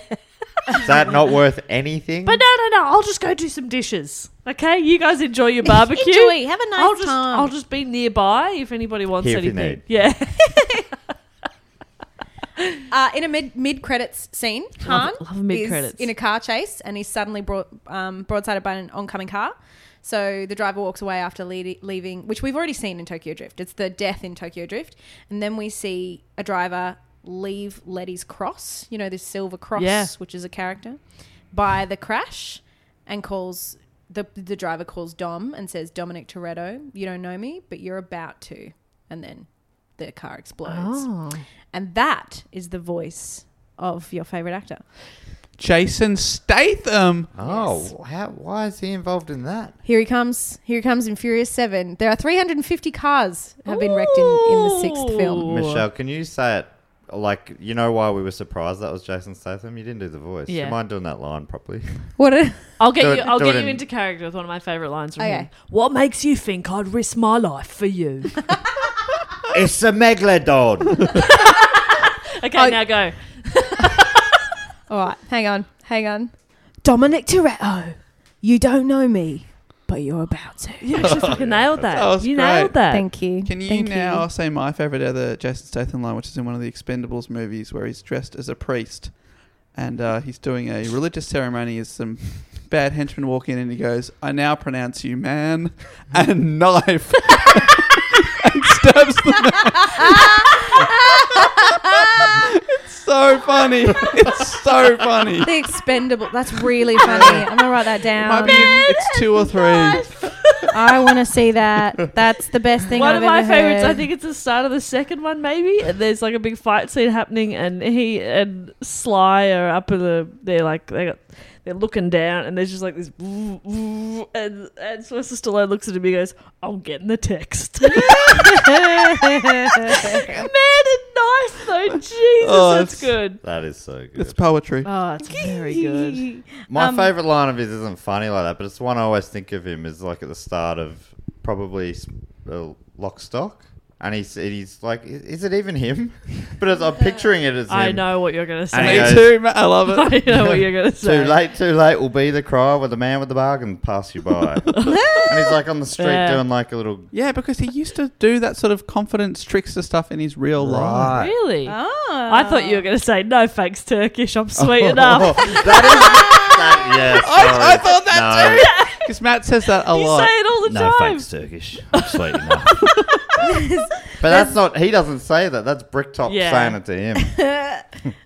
Is that not worth anything? but no, no, no. I'll just go do some dishes. Okay, you guys enjoy your barbecue. Enjoy, have a nice I'll just, time. I'll just be nearby if anybody wants Here if you anything. need. Yeah. Uh, in a mid mid credits scene, Han Love- love mid-credits. is in a car chase and he's suddenly brought um, broadsided by an oncoming car. So the driver walks away after lead- leaving, which we've already seen in Tokyo Drift. It's the death in Tokyo Drift, and then we see a driver leave Letty's cross, you know, this silver cross, Yeah. which is a character, by the crash, and calls the the driver calls Dom and says, "Dominic Toretto, you don't know me, but you're about to," and then the car explodes. And that is the voice of your favorite actor. Jason Statham. Oh, how, why is he involved in that? Here he comes. Here he comes in Furious 7. There are 350 cars have been wrecked in, in the sixth film. Ooh. Michelle, can you say it like you know why we were surprised that was Jason Statham? You didn't do the voice. Yeah. You mind doing that line properly? What a, I'll get Do it- you. I'll do get it you in- into character with one of my favorite lines from Okay. him. What makes you think I'd risk my life for you? it's a megalodon. okay, now go. All right, hang on. Hang on. Dominic Toretto, you don't know me, but you're about to. You actually fucking nailed that. was you great. nailed that. Thank you. Can you Thank now say my favorite other Jason Statham line, which is in one of the Expendables movies, where he's dressed as a priest, and uh, he's doing a religious ceremony as some bad henchmen walk in, and he goes, "I now pronounce you man and knife," and stabs the man. Ah! it's so funny. It's so funny. The Expendable. That's really funny. I'm going to write that Might down. be in- it's two or three. I want to see that. That's the best thing One I've of my ever favorites. I heard. think it's the start of the second one, maybe. And there's like a big fight scene happening, and he and Sly are up in the. They're like they got. They're looking down, and there's just like this, and and Sylvester Stallone looks at him and goes, "I'm getting the text." Man and knife, though. Jesus, Oh, that's it's- good. that is so good. It's poetry. Oh, it's very good. My Um, favorite line of his isn't funny like that, but it's one I always think of him as like at the start of probably s- uh, Lock Stock. And he's, he's like, "I- is it even him? But as I'm picturing it as him. I know what you're gonna And Me he say. goes, too. ma- I love it. I know what you're gonna Too say. late, too late will be the cry where the man with the bargain pass you by. and he's like on the street Yeah. doing like a little. Yeah, because he used to do that sort of confidence trickster stuff in his real life. Really? Ah. I thought you were going to say, no thanks, Turkish. I'm sweet enough. that is. That, yeah, sorry. I thought that no. too. Because Matt says that a You lot. say it all the No time. thanks, Turkish. I'm sweet enough. but that's not. He doesn't say that. That's Bricktop Yeah. saying it to him.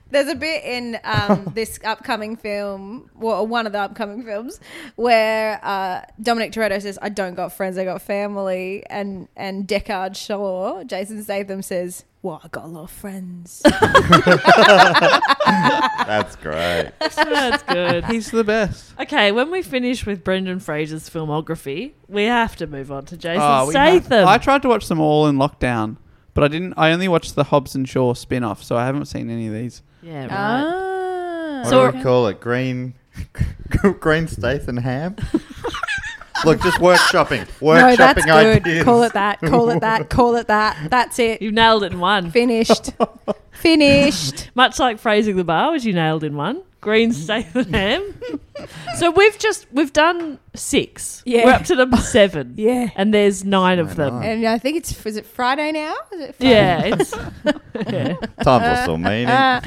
There's a bit in um, this upcoming film, well, one of the upcoming films, where uh, Dominic Toretto says, "I don't got friends, I got family," and and Deckard Shaw, Jason Statham says, "Well, I got a lot of friends." That's great. That's good. He's the best. Okay, when we finish with Brendan Fraser's filmography, we have to move on to Jason Oh, we have- Statham. I tried to watch them all in lockdown, but I didn't. I only watched the Hobbs and Shaw spin off, so I haven't seen any of these. yeah, right. ah. What So- do we call it? Green, green Statham ham. Look, just workshopping, no, workshopping that's good. ideas. Call it that. Call it that. Call it that. That's it. You've nailed it in one. Finished. Finished. Much like phrasing the bar, which you nailed in one. Green Statham ham. so we've just, we've done six. Yeah. We're up to number seven. Yeah. And there's nine of them. And I think it's is it Friday now? Is it Friday? Yeah. It's, yeah. Time for some meaning. Uh,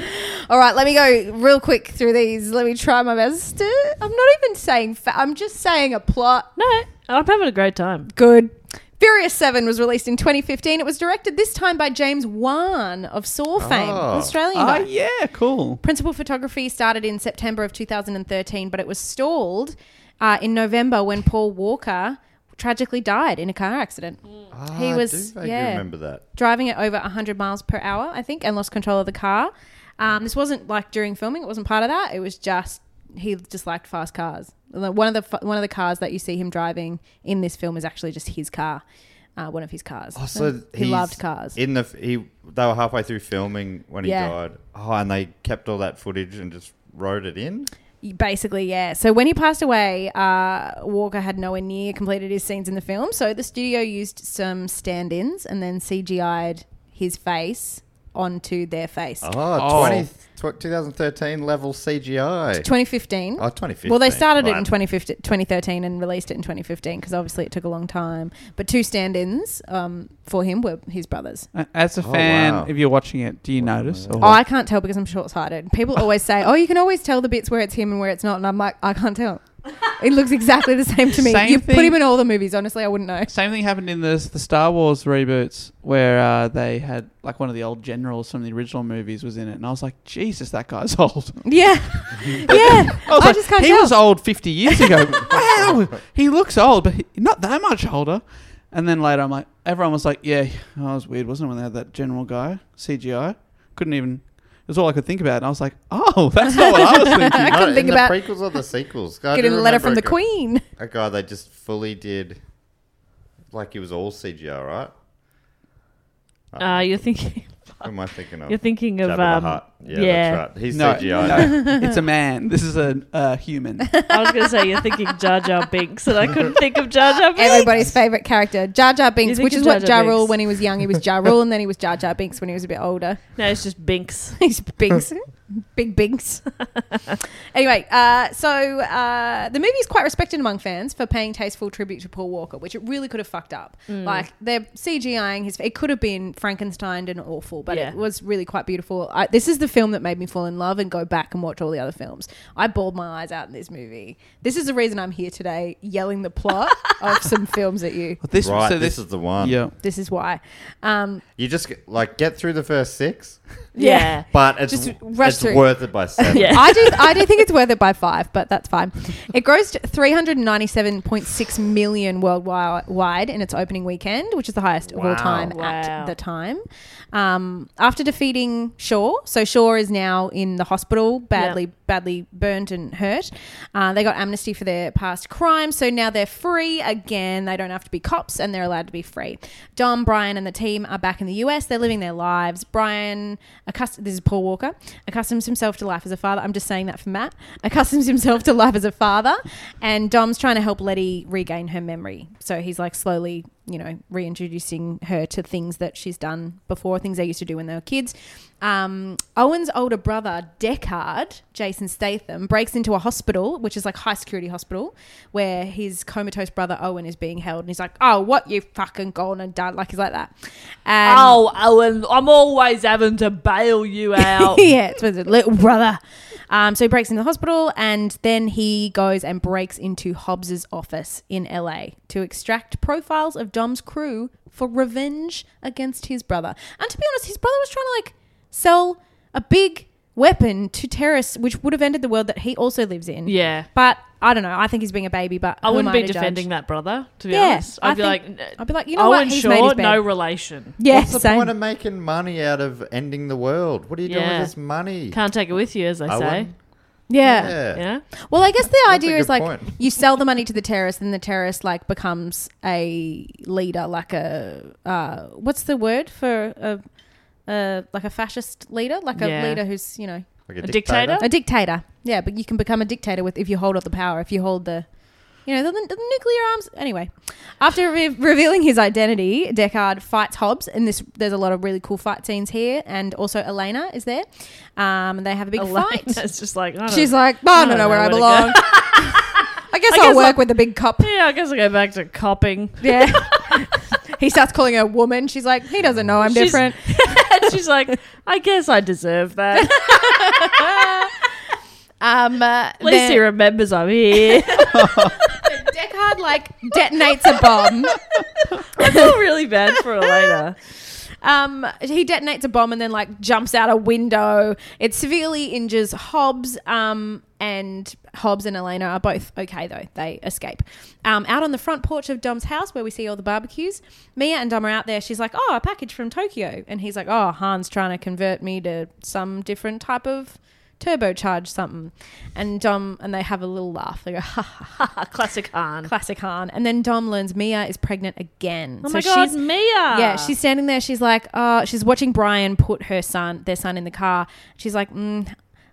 All right, let me go real quick through these. Let me try my best. to- I'm not even saying. Fa- I'm just saying a plot. No, I'm having a great time. Good. Furious Seven was released in 2015. It was directed this time by James Wan of Saw fame, Oh. Australian Ah, guy. yeah, cool. Principal photography started in September of 2013, but it was stalled uh, in November when Paul Walker tragically died in a car accident. Ah, He I was- do vaguely yeah. remember that. driving at over 100 miles per hour, I think, and lost control of the car. Um, this wasn't like during filming, it wasn't part of that. It was just he just liked fast cars. Like, One of the fa- one of the cars that you see him driving in this film is actually just his car, uh, one of his cars. Oh, so he he's loved cars. In the f- he, they were halfway through filming when he Yeah. died. Oh, and they kept all that footage and just wrote it in. Basically, yeah. So when he passed away, uh, Walker had nowhere near completed his scenes in the film. So the studio used some stand-ins and then CGI'd his face onto their face. Oh, 20, tw- 2013 level CGI. 2015. Oh, 2015. Well, they started it in Right. 2015, 2013 and released it in 2015 because obviously it took a long time. But two stand-ins um, for him were his brothers. Uh, As a fan, wow. if you're watching it, do you notice? Or Oh, I can't tell because I'm short-sighted. People always say, "Oh, you can always tell the bits where it's him and where it's not," and I'm like, I can't tell. It looks exactly the same to me. Same you put thing- him in all the movies. Honestly, I wouldn't know. Same thing happened in the the Star Wars reboots where uh, they had like one of the old generals from the original movies was in it, and I was like, Jesus, that guy's old. Yeah, yeah. I, was I like, just can't He tell. was old 50 years ago. wow, he looks old, but he, not that much older. And then later, I'm like, everyone was like, yeah, oh, that was weird, wasn't it? When they had that general guy CGI, couldn't even. It was all I could think about, and I was like, "Oh, that's not what I was thinking." I couldn't think in about- the prequels or the sequels. I Getting do a letter from remember the guy- Queen. A guy they just fully did, like it was all CGI, right? Ah. Um, Uh, you're thinking. Who am I thinking of? You're thinking of. Oh, Jabba Um, the Hutt. Yeah, yeah. that's right. He's No, CGI. no, it's a man. This is a uh, human. I was going to say you're thinking Jar Jar Binks, and I couldn't think of Jar Jar Binks. Everybody's favorite character, Jar Jar Binks, think which it's is what Jar Jar Jar Rule Binks? when he was young. He was Jar Rule, and then he was Jar Jar Binks when he was a bit older. No, it's just Binks. He's Binks, big Binks. anyway, uh, so uh, the movie is quite respected among fans for paying tasteful tribute to Paul Walker, which it really could have fucked up. Like they're CGIing his. It could have been Frankenstein and awful, but Yeah. it was really quite beautiful. I, this is the film that made me fall in love and go back and watch all the other films. I bawled my eyes out in this movie. This is the reason I'm here today, yelling the plot of some films at you. But this, right, so this, is the one. yeah. This is why. Um, You just get- like get through the first six, Yeah. but it's Just rush it's through. worth it by seven. Yeah. I do I do think it's worth it by five, but that's fine. It grossed 397.6 million worldwide in its opening weekend, which is the highest of all time Wow. at the time. Um, after defeating Shaw, so Shaw is now in the hospital, badly badly burnt and hurt. Uh, they got amnesty for their past crimes, so now they're free again. They don't have to be cops, and they're allowed to be free. Dom, Brian, and the team are back in the U.S. They're living their lives. Brian, accust- this is Paul Walker, accustoms himself to life as a father. I'm just saying that for Matt. Accustoms himself to life as a father, and Dom's trying to help Letty regain her memory. So he's like slowly you know, reintroducing her to things that she's done before, things they used to do when they were kids. Um, Owen's older brother, Deckard, Jason Statham, breaks into a hospital, which is like high security hospital, where his comatose brother Owen is being held, and he's like, "Oh, what you fucking gone and done?" Like he's like that. And oh, Owen, I'm always having to bail you out. yeah, it's with a little brother. Um, so he breaks into the hospital and then he goes and breaks into Hobbs's office in LA to extract profiles of Dom's crew for revenge against his brother. And to be honest, his brother was trying to like sell a big weapon to terrorists, which would have ended the world that he also lives in. Yeah. But I don't know. I think he's being a baby, but I who wouldn't am be to judge? defending that brother, to be Yeah, honest. I'd I be like, think- "N- I'd be like, you know Owen what? He's Shaw, made his bed." no relation. Yeah, What's the same. point of making money out of ending the world? What are you doing Yeah. with this money? Can't take it with you, as they say. Owen? yeah. Yeah. Well, I guess the idea good is like point. you sell the money to the terrorist, and the terrorist like becomes a leader, like a uh, what's the word for a, a like a fascist leader, like Yeah. a leader who's you know Like a, dictator? a dictator. Yeah, but you can become a dictator with if you hold all the power, if you hold the you know, the, the nuclear arms. Anyway, after re- revealing his identity, Deckard fights Hobbs, and this there's a lot of really cool fight scenes here, and also Elena is there. Um, they have a big fight. It's just like, I don't She's like, oh, I don't, I don't know where I know where to belong. I guess I I will guess work I'll- with the big cop. yeah, I guess I go back to copping. Yeah. he starts calling her woman. She's like, he doesn't know I'm She's- different. and she's like, I guess I deserve that. Um, uh, At least he then remembers I'm here. Deckard like detonates a bomb. I feel really bad for Elena. Um, he detonates a bomb and then like jumps out a window. It severely injures Hobbs. Um, and Hobbs and Elena are both okay though. They escape. Um, out on the front porch of Dom's house where we see all the barbecues, Mia and Dom are out there. She's like, "Oh, a package from Tokyo," and he's like, "Oh, Han's trying to convert me to some different type of." turbocharge something, and Dom and they have a little laugh. They go ha ha ha, ha Classic Han. Ah, classic Han, and then Dom learns Mia is pregnant again. Oh So my god, she's- Mia! yeah, she's standing there. She's like, oh, she's watching Brian put her son, their son, in the car. She's like, mm,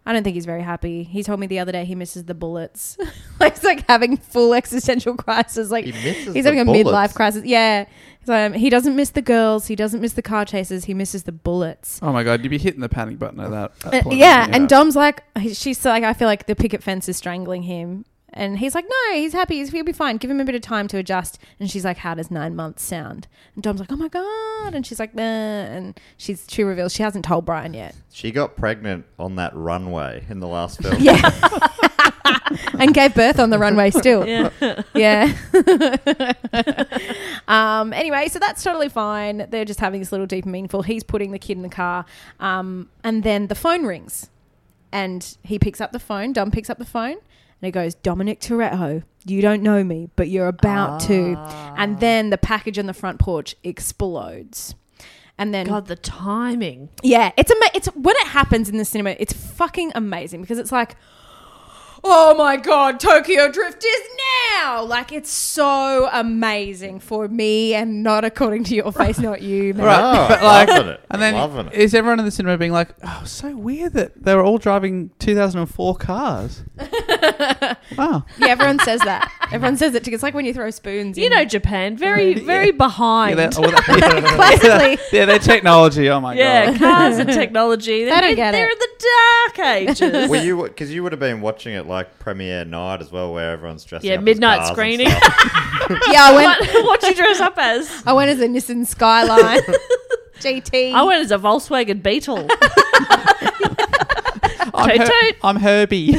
I don't think he's very happy. He told me the other day he misses the bullets. like, he's like having full existential crisis. Like He misses he's the having a bullets. midlife crisis. Yeah, he's like, um, he doesn't miss the girls. He doesn't miss the car chases. He misses the bullets. Oh my god, you'd be hitting the panic button at that. that Uh, point, yeah, wouldn't you? and Dom's like, she's like, I feel like the picket fence is strangling him. And he's like, no, he's happy. He's- He'll be fine. Give him a bit of time to adjust. And she's like, how does nine months sound? And Dom's like, oh my God. And she's like, "Nah." and she's, she reveals she hasn't told Brian yet. She got pregnant on that runway in the last film. Yeah. and gave birth on the runway still. Yeah. Yeah. um, anyway, so that's totally fine. They're just having this little deep and meaningful. He's putting the kid in the car. Um, and then the phone rings. And he picks up the phone. Dom picks up the phone. And it goes, Dominic Toretto, you don't know me, but you're about to. And then the package on the front porch explodes. And then God, the timing. yeah, it's ama- it's when it happens in the cinema, it's fucking amazing because it's like oh my god, Tokyo Drift is now. Like it's so amazing for me and not according to your face, not you. man. Right, Oh, but like, loving it. and then Loving it. is everyone in the cinema being like, "Oh, so weird that they were all driving 2004 cars." wow, Yeah, everyone says that. Everyone says it. too. It's like when you throw spoons. You in- know Japan, very very yeah, behind. they're, Yeah, oh, they're- classically. yeah, their technology. Oh my god. cars and technology. They're, don't get they're it. in the dark ages. Were you because you would have been watching it like premiere night as well, where everyone's dressed. Yeah, midnight screening. Yeah, I what went. what you dress up as? I went as a Nissan Skyline GT. I went as a Volkswagen Beetle. I'm, Toot toot. I'm Herbie.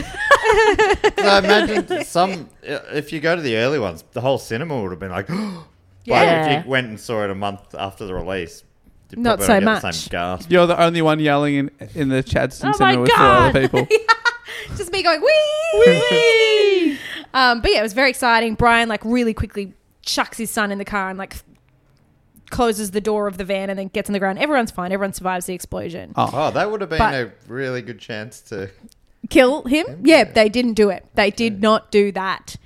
I imagine some. If you go to the early ones, the whole cinema would have been like, But Yeah. if you went and saw it a month after the release, you Not probably so don't get the much. Same gasp. You're the only one yelling in, in the Chadston Oh my cinema with four other people. just me going wee wee. um, but yeah, it was very exciting. Brian like really quickly chucks his son in the car and like f- closes the door of the van and then gets on the ground. Everyone's fine. Everyone survives the explosion. Oh, that would have been But- a really good chance to. Kill him? Yeah, they didn't do it. They did not do that.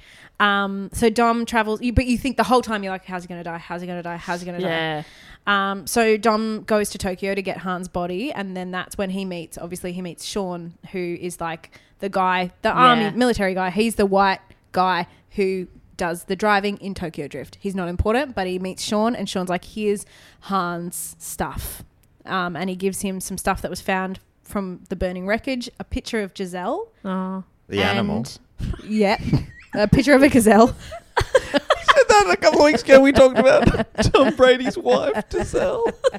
Um, so Dom travels, you, but you think the whole time you're like, "How's he gonna die? How's he gonna die? How's he gonna die?" yeah. Um, so Dom goes to Tokyo to get Han's body, and then that's when he meets. Obviously, he meets Sean, who is like the guy, the Yeah. army military guy. He's the white guy who does the driving in Tokyo Drift. He's not important, but he meets Sean, and Sean's like, "Here's Han's stuff," um, and he gives him some stuff that was found from the burning wreckage: a picture of Giselle, Oh. The animal. and- yeah, a picture of a gazelle. Said that a couple of weeks ago. We talked about Tom Brady's wife, Giselle. Look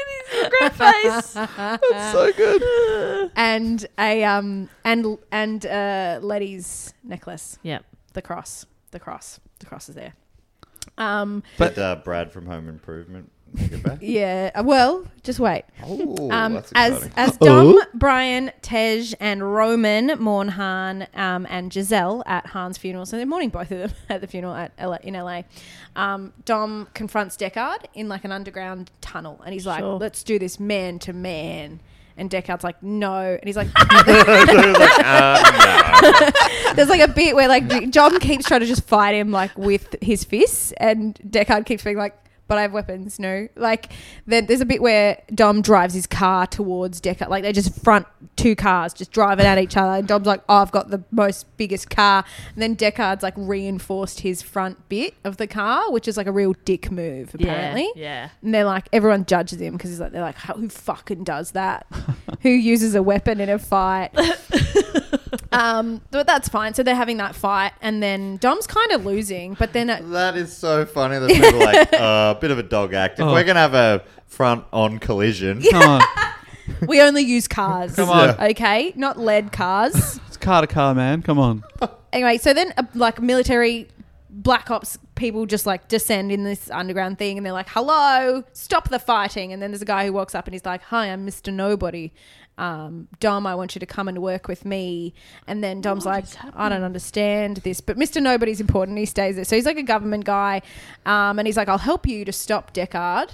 at his great face. That's so good. Uh, and a um and and uh Letty's necklace. Yep. The cross. The cross. The cross is there. Um But uh, Brad from Home Improvement. make it back. yeah, uh, well, just wait. Oh, Um that's as exciting. as Dom, Brian, Tej and Roman mourn Han um and Giselle at Han's funeral. So they're mourning both of them at the funeral at LA, in LA. Um Dom confronts Deckard in like an underground tunnel and he's like, Sure. "Let's do this man to man." And Deckard's like, "No." And he's like, There's like a bit where like J- John keeps trying to just fight him like with his fists, and Deckard keeps being like, "But I have weapons, no." Like then there's a bit where Dom drives his car towards Deckard, like they just front two cars just driving at each other, and Dom's like, "Oh, I've got the most biggest car," and then Deckard's like reinforced his front bit of the car, which is like a real dick move apparently. Yeah. And they're like, everyone judges him because he's like, they're like, who fucking does that? who uses a weapon in a fight? um, but that's fine. So they're having that fight, and then Dom's kind of losing, but then it, That is so funny that people are like a bit of a dog act. If we're gonna have a front on collision, Come on, we only use cars. Come on. okay, not lead cars. it's car to car, man. Come on. anyway, so then uh, like military black ops people just like descend in this underground thing and they're like hello stop the fighting and then there's a guy who walks up and he's like hi i'm mr nobody um, dom i want you to come and work with me and then dom's like i don't understand this but mr nobody's important he stays there so he's like a government guy um, and he's like i'll help you to stop deckard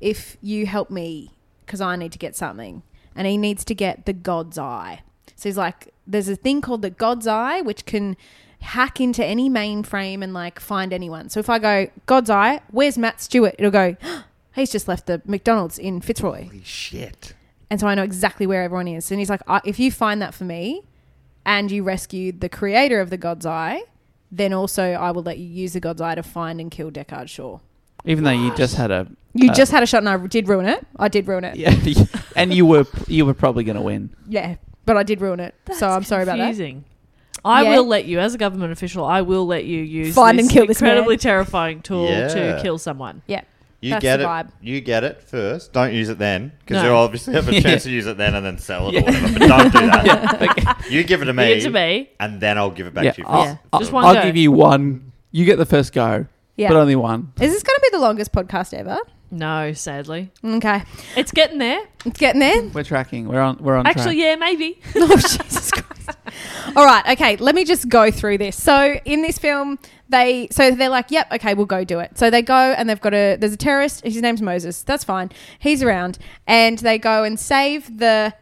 if you help me because i need to get something and he needs to get the god's eye So he's like, there's a thing called the God's Eye, which can hack into any mainframe and like find anyone. So if I go, God's Eye, where's Matt Stewart? It'll go, he's just left the McDonald's in Fitzroy. Holy shit. And so I know exactly where everyone is. And he's like, "I- if you find that for me and you rescue the creator of the God's Eye, then also I will let you use the God's Eye to find and kill Deckard Shaw. Even though you just had a You Uh, just had a shot and I did ruin it. I did ruin it. Yeah. yeah, and you were you were probably going to win. but I did ruin it. so Oh, I'm sorry about that. I Yeah. will let you, as a government official, I will let you use Find and this kill this man. incredibly terrifying tool to Yeah. kill someone. Yeah. You That's get the it. vibe. You get it first. Don't use it then, because No. you'll obviously have a Yeah. chance to use it then and then sell it or whatever. But don't do that. You give it to me. Give it to me. and then I'll give it back Yeah, Oh. to you. I'll- first. I'll, Just one I'll go. give you one. You get the first go, Yeah. but only one. is this going to be the longest podcast ever? No, sadly. Okay. It's getting there. It's getting there. We're tracking. We're on. We're on. Actually, yeah, maybe. oh, Jesus Christ. All right. Okay. Let me just go through this. So in this film, they so they're like, yep, okay, we'll go do it. So they go and they've got a there's a terrorist. His name's Moses. That's fine. He's around, and they go and save the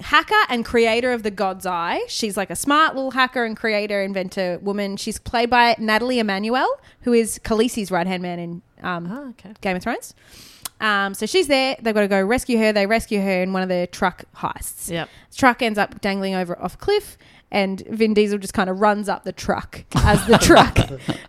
hacker and creator of the God's Eye. She's like a smart little hacker and creator, inventor woman. She's played by Natalie Emanuel, who is Khaleesi's right hand man in um, Ah, okay. Game of Thrones. Um, so she's there. They've got to go rescue her. They rescue her in one of their truck heists. Yep. Truck ends up dangling over off a cliff, and Vin Diesel just kind of runs up the truck as the truck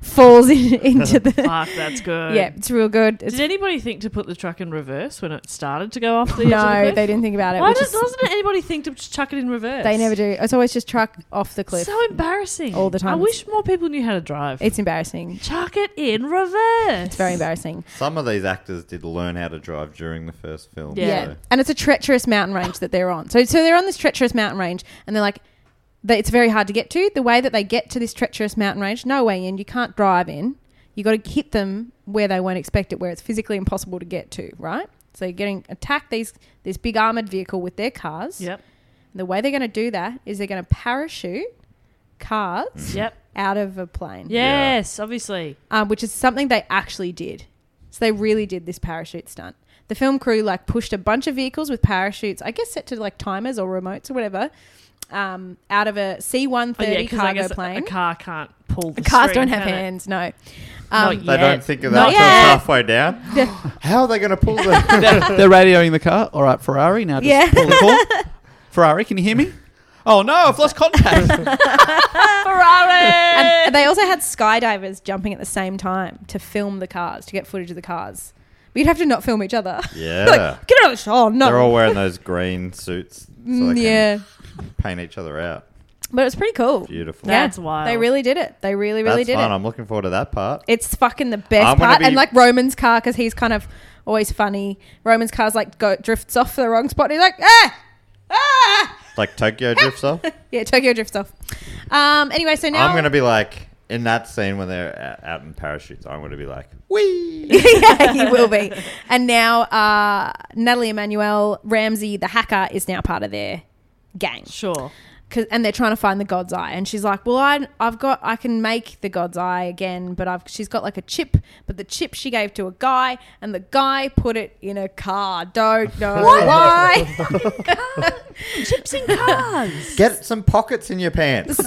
falls in, into the. Fuck, Ah, that's good. Yeah, it's real good. It's, Did anybody think to put the truck in reverse when it started to go off the edge of the no, cliff? they didn't think about it. Why which did, is- doesn't anybody think to just chuck it in reverse? they never do. It's always just truck off the cliff. So embarrassing. All the I time. wish more people knew how to drive. it's embarrassing. chuck it in reverse. It's very embarrassing. Some of these actors did learn how to drive during the first film. Yeah. Yeah. so- And it's a treacherous mountain range that they're on. So so they're on this treacherous mountain range and they're like that it's very hard to get to. The way that they get to this treacherous mountain range, no way in, you can't drive in. You got to hit them where they won't expect it, where it's physically impossible to get to, right? So you're getting attacked these this big armored vehicle with their cars. Yep. And the way they're going to do that is they're going to parachute cars Yep. out of a plane Yes, obviously. um, which is something they actually did. So they really did this parachute stunt. The film crew like pushed a bunch of vehicles with parachutes, I guess set to like timers or remotes or whatever, um, out of a C one Oh, yeah, thirty 'cause I cargo guess a- plane. A car can't pull the Cars string, don't have can it? hands, no. Not Um, They yet. don't think of that Not until it's yet. halfway down. How are they going to pull the? they're, they're radioing the car. All right, Ferrari. Now just Yeah. pull the call. Ferrari, can you hear me? Oh no, I've lost contact. and they also had skydivers jumping at the same time to film the cars to get footage of the cars. But you'd have to not film each other. Yeah. like, get out of the shot. Oh, no. They're all wearing those green suits, so they Mm, can yeah, paint each other out. but it's pretty cool. Beautiful. Yeah. That's wild. They really did it. They really, really That's did fun. it. I'm looking forward to that part. It's fucking the best I'm gonna part. be- and like Roman's car, because he's kind of always funny. Roman's car's like go, drifts off for the wrong spot. And he's like, ah, ah. Like Tokyo drifts off. Yeah, Tokyo drifts off. Um. Anyway, so now I'm going to be like in that scene when they're o- out in parachutes. I'm going to be like, yeah, he will be. And now, uh, Natalie Emanuel Ramsey, the hacker, is now part of their gang. Sure. 'Cause- and they're trying to find the God's Eye, and she's like, "Well, I, I've got, I can make the God's Eye again, but I've, she's got like a chip, but the chip she gave to a guy, and the guy put it in a car. Don't know why. Chips in cars. get some pockets in your pants.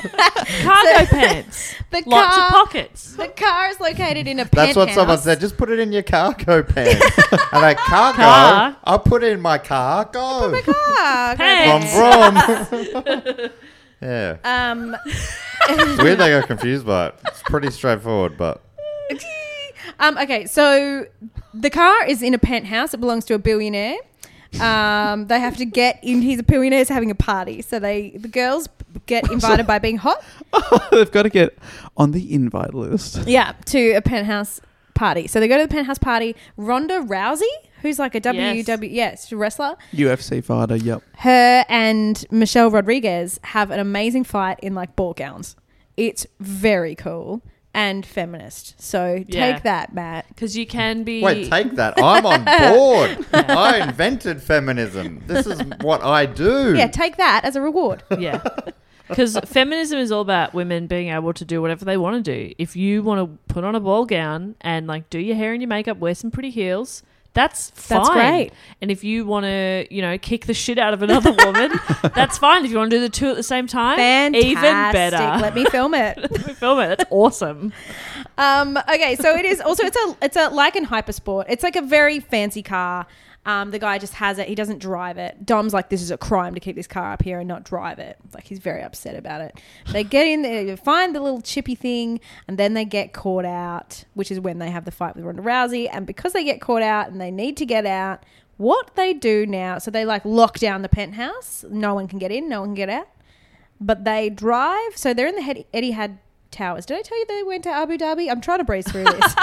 Cargo pants. the Lots car, of pockets. The car is located in a. That's what someone penthouse. said. Just put it in your cargo pants. and like cargo, Car. I'll put it in my cargo. Car, Brom, Pants. brom. yeah. Um, It's weird they got confused by it. It's pretty straightforward, but um, okay, so the car is in a penthouse. It belongs to a billionaire. Um, they have to get in. He's a billionaire. Is having a party, so they the girls get invited by being hot. They've got to get on the invite list. Yeah, to a penthouse party. So they go to the penthouse party. Ronda Rousey, who's like a Yes. WW, yes, she's a wrestler. UFC fighter. Yep. Her and Michelle Rodriguez have an amazing fight in like ball gowns. It's very cool and feminist. So Yeah. take that, Matt. Because you can be. wait, take that. I'm on board. I invented feminism. This is what I do. Yeah, take that as a reward. Yeah. Because feminism is all about women being able to do whatever they want to do. If you want to put on a ball gown and like do your hair and your makeup, wear some pretty heels, That's fine. That's great. And if you want to, you know, kick the shit out of another woman, that's fine. If you want to do the two at the same time, Fantastic. even better. Let me film it. Let me film it. That's awesome. Um, okay, so it is also it's a it's a like an hypersport. It's like a very fancy car. Um, the guy just has it. He doesn't drive it. Dom's like, this is a crime to keep this car up here and not drive it. Like he's very upset about it. They get in there, you find the little chippy thing, and then they get caught out, which is when they have the fight with Ronda Rousey. And because they get caught out and they need to get out, what they do now? So they like lock down the penthouse. No one can get in. No one can get out but they drive. So they're in the Hedi- Etihad Towers. Did I tell you they went to Abu Dhabi? I'm trying to breeze through this.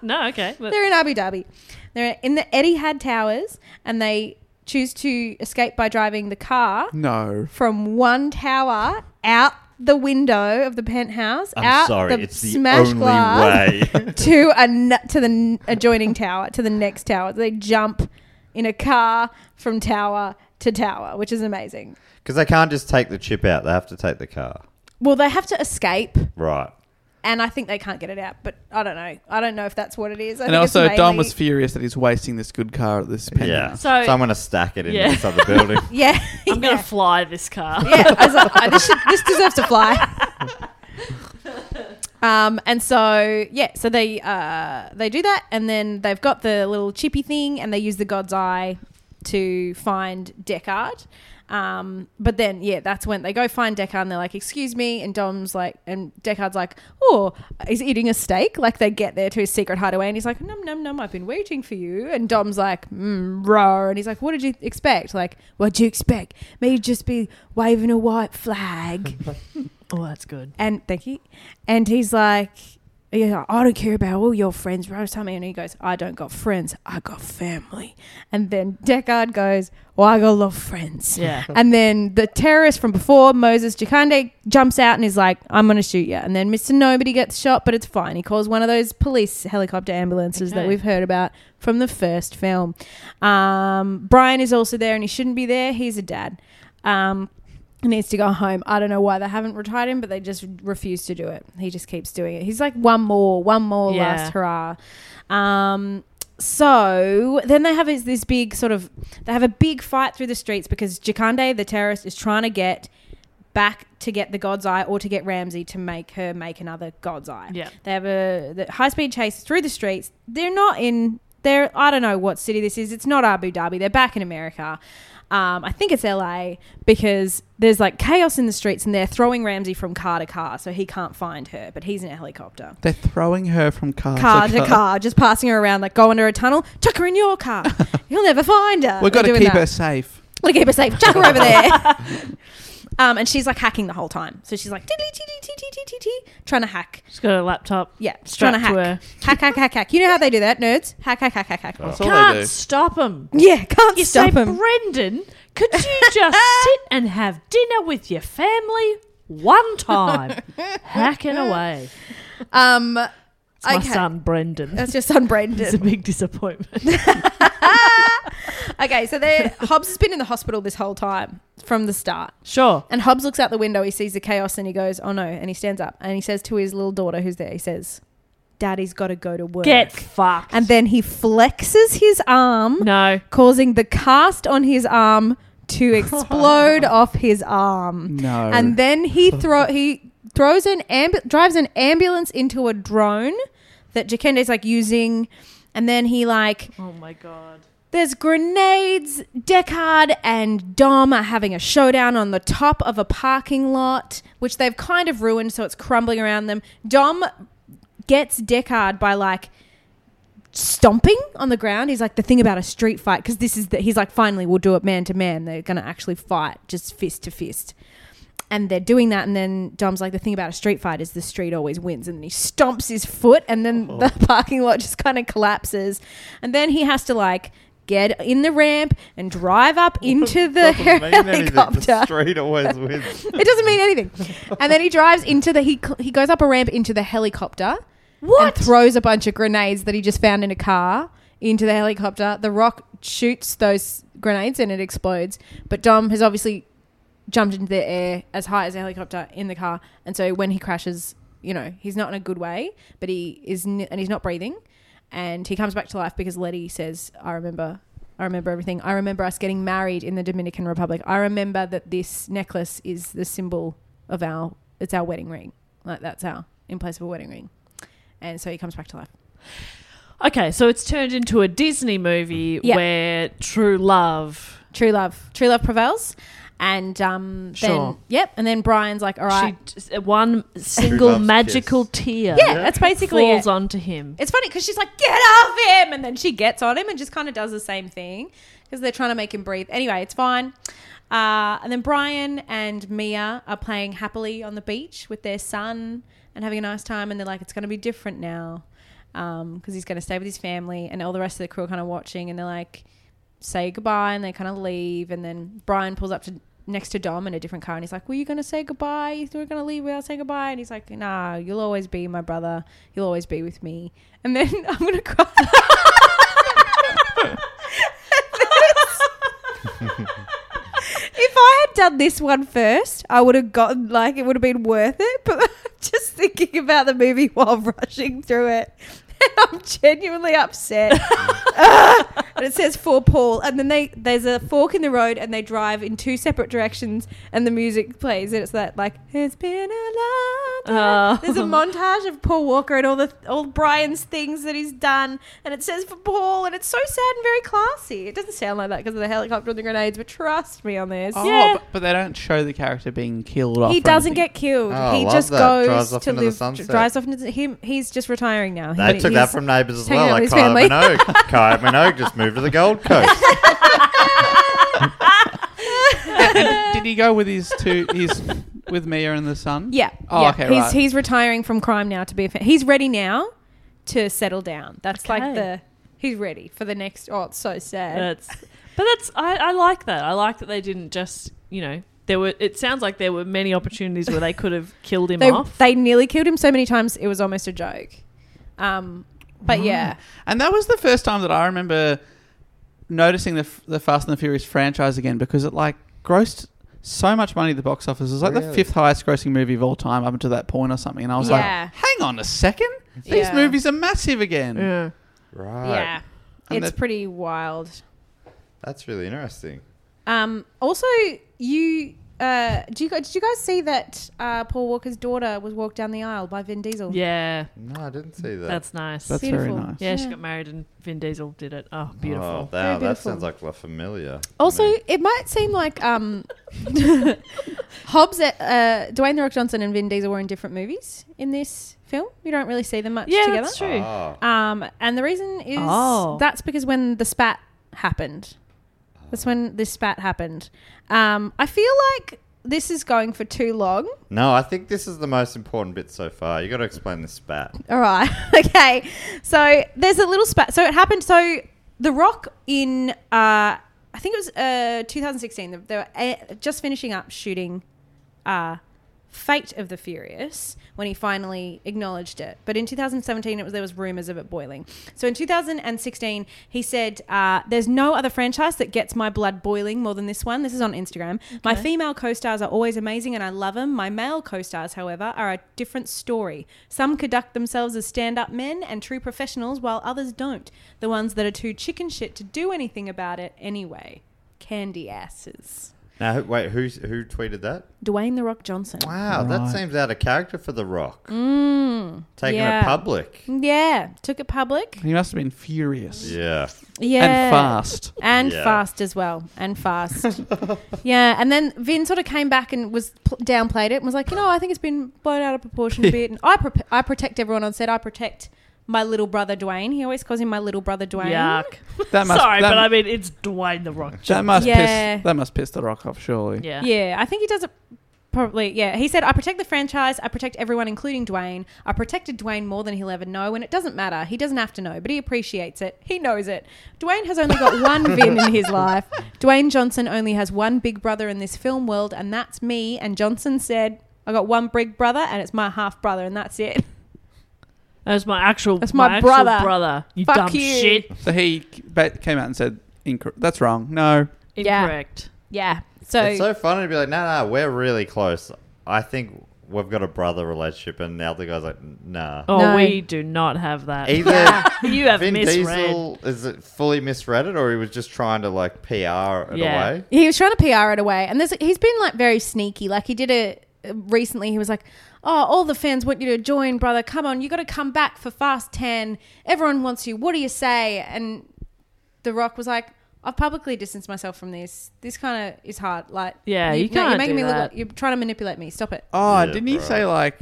No, okay. But they're in Abu Dhabi. They're in the Etihad Towers, and they choose to escape by driving the car No. from one tower out the window of the penthouse. I'm out sorry, the it's the smash only glass way. to a n- to the n- adjoining tower to the next tower. They jump in a car from tower to tower, which is amazing. Because they can't just take the chip out; they have to take the car. Well, they have to escape Right. and I think they can't get it out. But I don't know. I don't know if that's what it is. I And think it's also, Dom mainly- was furious that he's wasting this good car at this pen. Yeah. So- So, I'm going to stack it in Yeah. this other building. Yeah, I'm going yeah. to fly this car. yeah. I was like, oh, this, should, this deserves to fly. Um, and so yeah, so they uh, they do that, and then they've got the little chippy thing, and they use the God's Eye to find Deckard. Um, but then yeah, that's when they go find Deckard, and they're like, "Excuse me," and Dom's like, and Deckard's like, "Oh, he's eating a steak." Like they get there to his secret hideaway, and he's like, "Num num num, I've been waiting for you." And Dom's like, mm, "Roar," and he's like, "What did you expect? Like, what did you expect? Me just be waving a white flag?" Oh, that's good. And thank you. And he's like, he's like, I don't care about all your friends, bro. Tell me. And he goes, I don't got friends. I got family. And then Deckard goes, Well, I got a lot of friends. Yeah. And then the terrorist from before, Moses Jacande, jumps out and is like, I'm going to shoot you. And then Mr. Nobody gets shot, but it's fine. He calls one of those police helicopter ambulances Okay. that we've heard about from the first film. Um, Brian is also there and he shouldn't be there. He's a dad. Um, he needs to go home. I don't know why they haven't retired him, but they just refuse to do it. He just keeps doing it. He's like, one more, one more Yeah. last hurrah. Um, so then they have is this big sort of they have a big fight through the streets because Jacande, the terrorist, is trying to get back to get the God's Eye or to get Ramsey to make her make another God's Eye. Yeah. They have a the high speed chase through the streets. They're not in they're I don't know what city this is. It's not Abu Dhabi. They're back in America. Um, I think it's LA because there's like chaos in the streets and they're throwing Ramsey from car to car so he can't find her, but he's in a helicopter They're throwing her from car, car to car, just passing her around, like go under a tunnel, chuck her in your car. You'll never find her. We've got They're to doing keep that. her safe. We'll keep her safe. Chuck her over there. um, and she's like hacking the whole time. So she's like tiddly tiddly tiddly tiddly tiddly, trying to hack. She's got a laptop. Yeah, just trying to Strapped to hack. Hack, hack, hack, hack. You know how they do that, nerds? Hack, hack, hack, hack, hack. That's all they Can't do. stop him. Yeah, can't You stop say, them. Brendan, could you just sit and have dinner with your family one time? Hacking away. Um, It's my Okay. son, Brendan. that's your son, It's a Brendan. big disappointment. okay, so they- Hobbs has been in the hospital this whole time from the start. Sure. And Hobbs looks out the window. He sees the chaos and he goes, "Oh no!" And he stands up and he says to his little daughter, who's there, he says, "Daddy's got to go to work." Get fucked. and then he flexes his arm, no. causing the cast on his arm to explode off his arm. No. And then he throw he throws an amb- drives an ambulance into a drone that Jakenda's like using, and then he like Oh my god. there's grenades. Deckard and Dom are having a showdown on the top of a parking lot, which they've kind of ruined, so it's crumbling around them. Dom gets Deckard by like stomping on the ground. He's like the thing about a street fight because this is that he's like finally we'll do it man to man. They're gonna actually fight just fist to fist. And they're doing that, and then Dom's like, the thing about a street fight is the street always wins. And he stomps his foot, and then Oh. the parking lot just kind of collapses. And then he has to like get in the ramp and drive up into the Doesn't mean anything. The helicopter street always wins. it doesn't mean anything. And then he drives into the he cl- he goes up a ramp into the helicopter. What? And throws a bunch of grenades that he just found in a car into the helicopter. The rock shoots those grenades and it explodes. But Dom has obviously jumped into the air as high as the helicopter in the car, and so when he crashes, you know, he's not in a good way. But he is, n- and he's not breathing. and he comes back to life because Letty says, "I remember." I remember everything. I remember us getting married in the Dominican Republic. I remember that this necklace is the symbol of our it's our wedding ring. Like that's our in place of a wedding ring. And so he comes back to life. Okay, so it's turned into a Disney movie Yeah. where true love. True love. True love prevails. And um Sure. then yep, and then Brian's like, All right. She just- one single love's magical kiss. tear yeah, that's basically falls it. onto him. It's funny because she's like, get off him. And then she gets on him and just kind of does the same thing because they're trying to make him breathe. Anyway, it's fine. Uh, and then Brian and Mia are playing happily on the beach with their son and having a nice time. And they're like, it's going to be different now because he's going to stay with his family. And all the rest of the crew are kind of watching and they're like, say goodbye and they kind of leave and then Brian pulls up to next to Dom in a different car and he's like, "Were you gonna say goodbye? You were gonna leave without saying goodbye?" And he's like, "Nah, you'll always be my brother. You'll always be with me." And then I'm gonna cry. if I had done this one first, I would have gotten like it would have been worth it. But I'm just thinking about the movie while rushing through it, and I'm genuinely upset. Ah! and it says for Paul, and then they there's a fork in the road, and they drive in two separate directions, and the music plays, and it's that like it's been a long time. Oh. There's a montage of Paul Walker and all the all Brian's things that he's done, and it says for Paul, and it's so sad and very classy. It doesn't sound like that because of the helicopter and the grenades, but trust me on this. Oh, but, but they don't show the character being killed off. He or doesn't anything. get killed. Oh, he love just that. goes Drives off to into the live. sunset. drives off into the, him. He's just retiring now. They He- took that he's- from neighbours as hanging well. out Like with his family. Kylie Minogue. Kylie Minogue just moved to the Gold Coast. And did he go with his two? His with Mia and the son. Yeah. Oh, yeah. okay, He's right. he's retiring from crime now to be a fan. He's ready now to settle down. That's like Okay. the he's ready for the next. Oh, it's so sad. That's, but that's I, I like that. I like that they didn't just you know there were. It sounds like there were many opportunities where they could have killed him they off. they nearly killed him so many times it was almost a joke. Um, but yeah, And that was the first time that I remember noticing the, f- the Fast and the Furious franchise again because it like grossed so much money at the box office. It was like the Really? fifth highest grossing movie of all time up until that point or something. And I was Yeah. like, hang on a second. These Yeah. movies are massive again. yeah. right. yeah, And it's the- pretty wild. That's really interesting. Um, also, you. Uh, do you guys, did you guys see that uh, Paul Walker's daughter was walked down the aisle by Vin Diesel? Yeah, No, I didn't see that. that's nice. That's very Beautiful. nice. yeah, she Yeah. got married and Vin Diesel did it. Oh, Oh, beautiful. wow, that beautiful. sounds like La Familia. to Also, me. it might seem like um, Hobbs, uh, Dwayne the Rock Johnson, and Vin Diesel were in different movies in this film. We don't really see them much yeah, together. that's true. Ah, Um, and the reason is Oh. that's because when the spat happened, that's when this spat happened. Um, I feel like this is going for too long. no, I think this is the most important bit so far. You got to explain the spat. All right. okay. So there's a little spat. So it happened. So The Rock in, uh, I think it was uh, 2016, they- they were uh, just finishing up shooting uh, Fate of the Furious when he finally acknowledged it. But in 2017, it was there was rumors of it boiling. So in 2016, he said, uh, "There's no other franchise that gets my blood boiling more than this one." This is on Instagram. My female co-stars are always amazing, and I love them. My male co-stars, however, are a different story. Some conduct themselves as stand-up men and true professionals, while others don't. The ones that are too chicken shit to do anything about it anyway. Candy asses. Now, who- wait, who who tweeted that? Dwayne the Rock Johnson. Wow, that seems out of character for The Rock. Mm, Taking yeah. it public. Yeah, took it public. He must have been furious Yeah. Yeah. and fast. And Yeah. fast as well. And fast. yeah. And then Vin sort of came back and was pl- downplayed it and was like, you know, I think it's been blown out of proportion a bit. And I, prop I protect everyone on set. I protect my little brother Dwayne. He always calls him my little brother Dwayne. Yuck. That must, Sorry, that, but I mean it's Dwayne the Rock. that must Yeah. piss that must piss the rock off, surely. Yeah. Yeah, I think he does it probably. Yeah, he said, I protect the franchise. I protect everyone, including Dwayne. I protected Dwayne more than he'll ever know, and it doesn't matter. He doesn't have to know, but he appreciates it. He knows it. Dwayne has only got one Vin in his life. Dwayne Johnson only has one big brother in this film world, and that's me. And Johnson said, I got one big brother, and it's my half brother, and that's it. That's my actual. That's my actual brother. Brother, you Fuck dumb you. shit. So he c- ba- came out and said, Incor- that's wrong. No. Yeah. Incorrect. Yeah. So, it's so funny to be like, no, no, we're really close. I think we've got a brother relationship, and now the guy's like, nah. Oh, No. we do not have that. Either you have Vin misread. Diesel is it fully misread it, or he was just trying to like PR it Yeah. away. He was trying to PR it away, and there's, he's been like very sneaky. Like he did it recently. He was like, "Oh, all the fans want you to join, brother. Come on, you got to come back for Fast Ten. Everyone wants you. What do you say?" And The Rock was like, "I've publicly distanced myself from this. This kind of is hard. Like, Yeah, you no, can't do me look. that. Like, you're trying to manipulate me. Stop it, Oh, Yeah, didn't he bro. say like,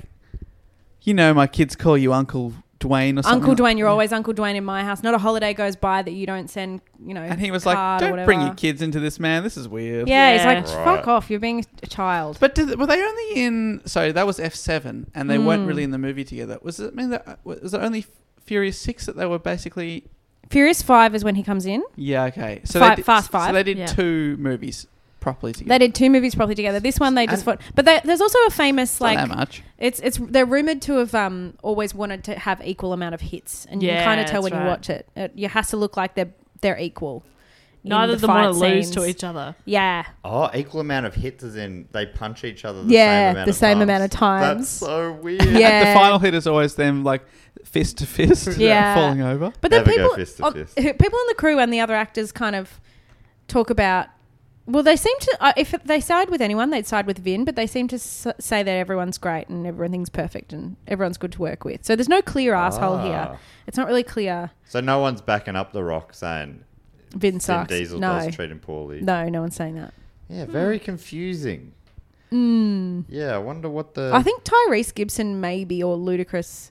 you know, my kids call you Uncle Dwayne or something? Uncle Dwayne. You're always Uncle Dwayne in my house. Not a holiday goes by that you don't send. You know." And he was card like, or "Don't bring your whatever." kids into this, man. This is weird." Yeah, Yeah. he's like, "Fuck off. You're being a child." But did, were they only in? Sorry, that was F seven, and they weren't Hmm. really in the movie together. Was it? I mean, that, was it only Furious six that they were basically? Furious Five is when he comes in. Yeah, okay. So Fi- they did, Fast So Five. they did Yeah. two movies properly together. They did two movies properly together. This one they just And- fought, but they, there's also a famous Not that like much. it's it's they're rumored to have um always wanted to have equal amount of hits, and you Yeah, can kind of tell that's when you right. watch it. it. You has to look like they're they're equal. in Neither the of them want to fight lose to scenes. each other. Yeah, Oh, equal amount of hits as in they punch each other. The Yeah, same amount the of same times. amount of times. That's so weird. And yeah. the final hit is always them like fist to fist, Yeah. falling over. But then Never go people, fist to on- fist. who- people on the crew and the other actors kind of talk about. Well, they seem to. Uh, if they side with anyone, they'd side with Vin. But they seem to s- say that everyone's great and everything's perfect and everyone's good to work with. So there's no clear asshole Ah. here. It's not really clear. So no one's backing up the rock saying Vin Vin sucks. Diesel no, does treat him poorly. no, Mm. no one's saying that. Yeah, very confusing. Yeah, I wonder what the. Mm. I think Tyrese Gibson maybe or Ludacris,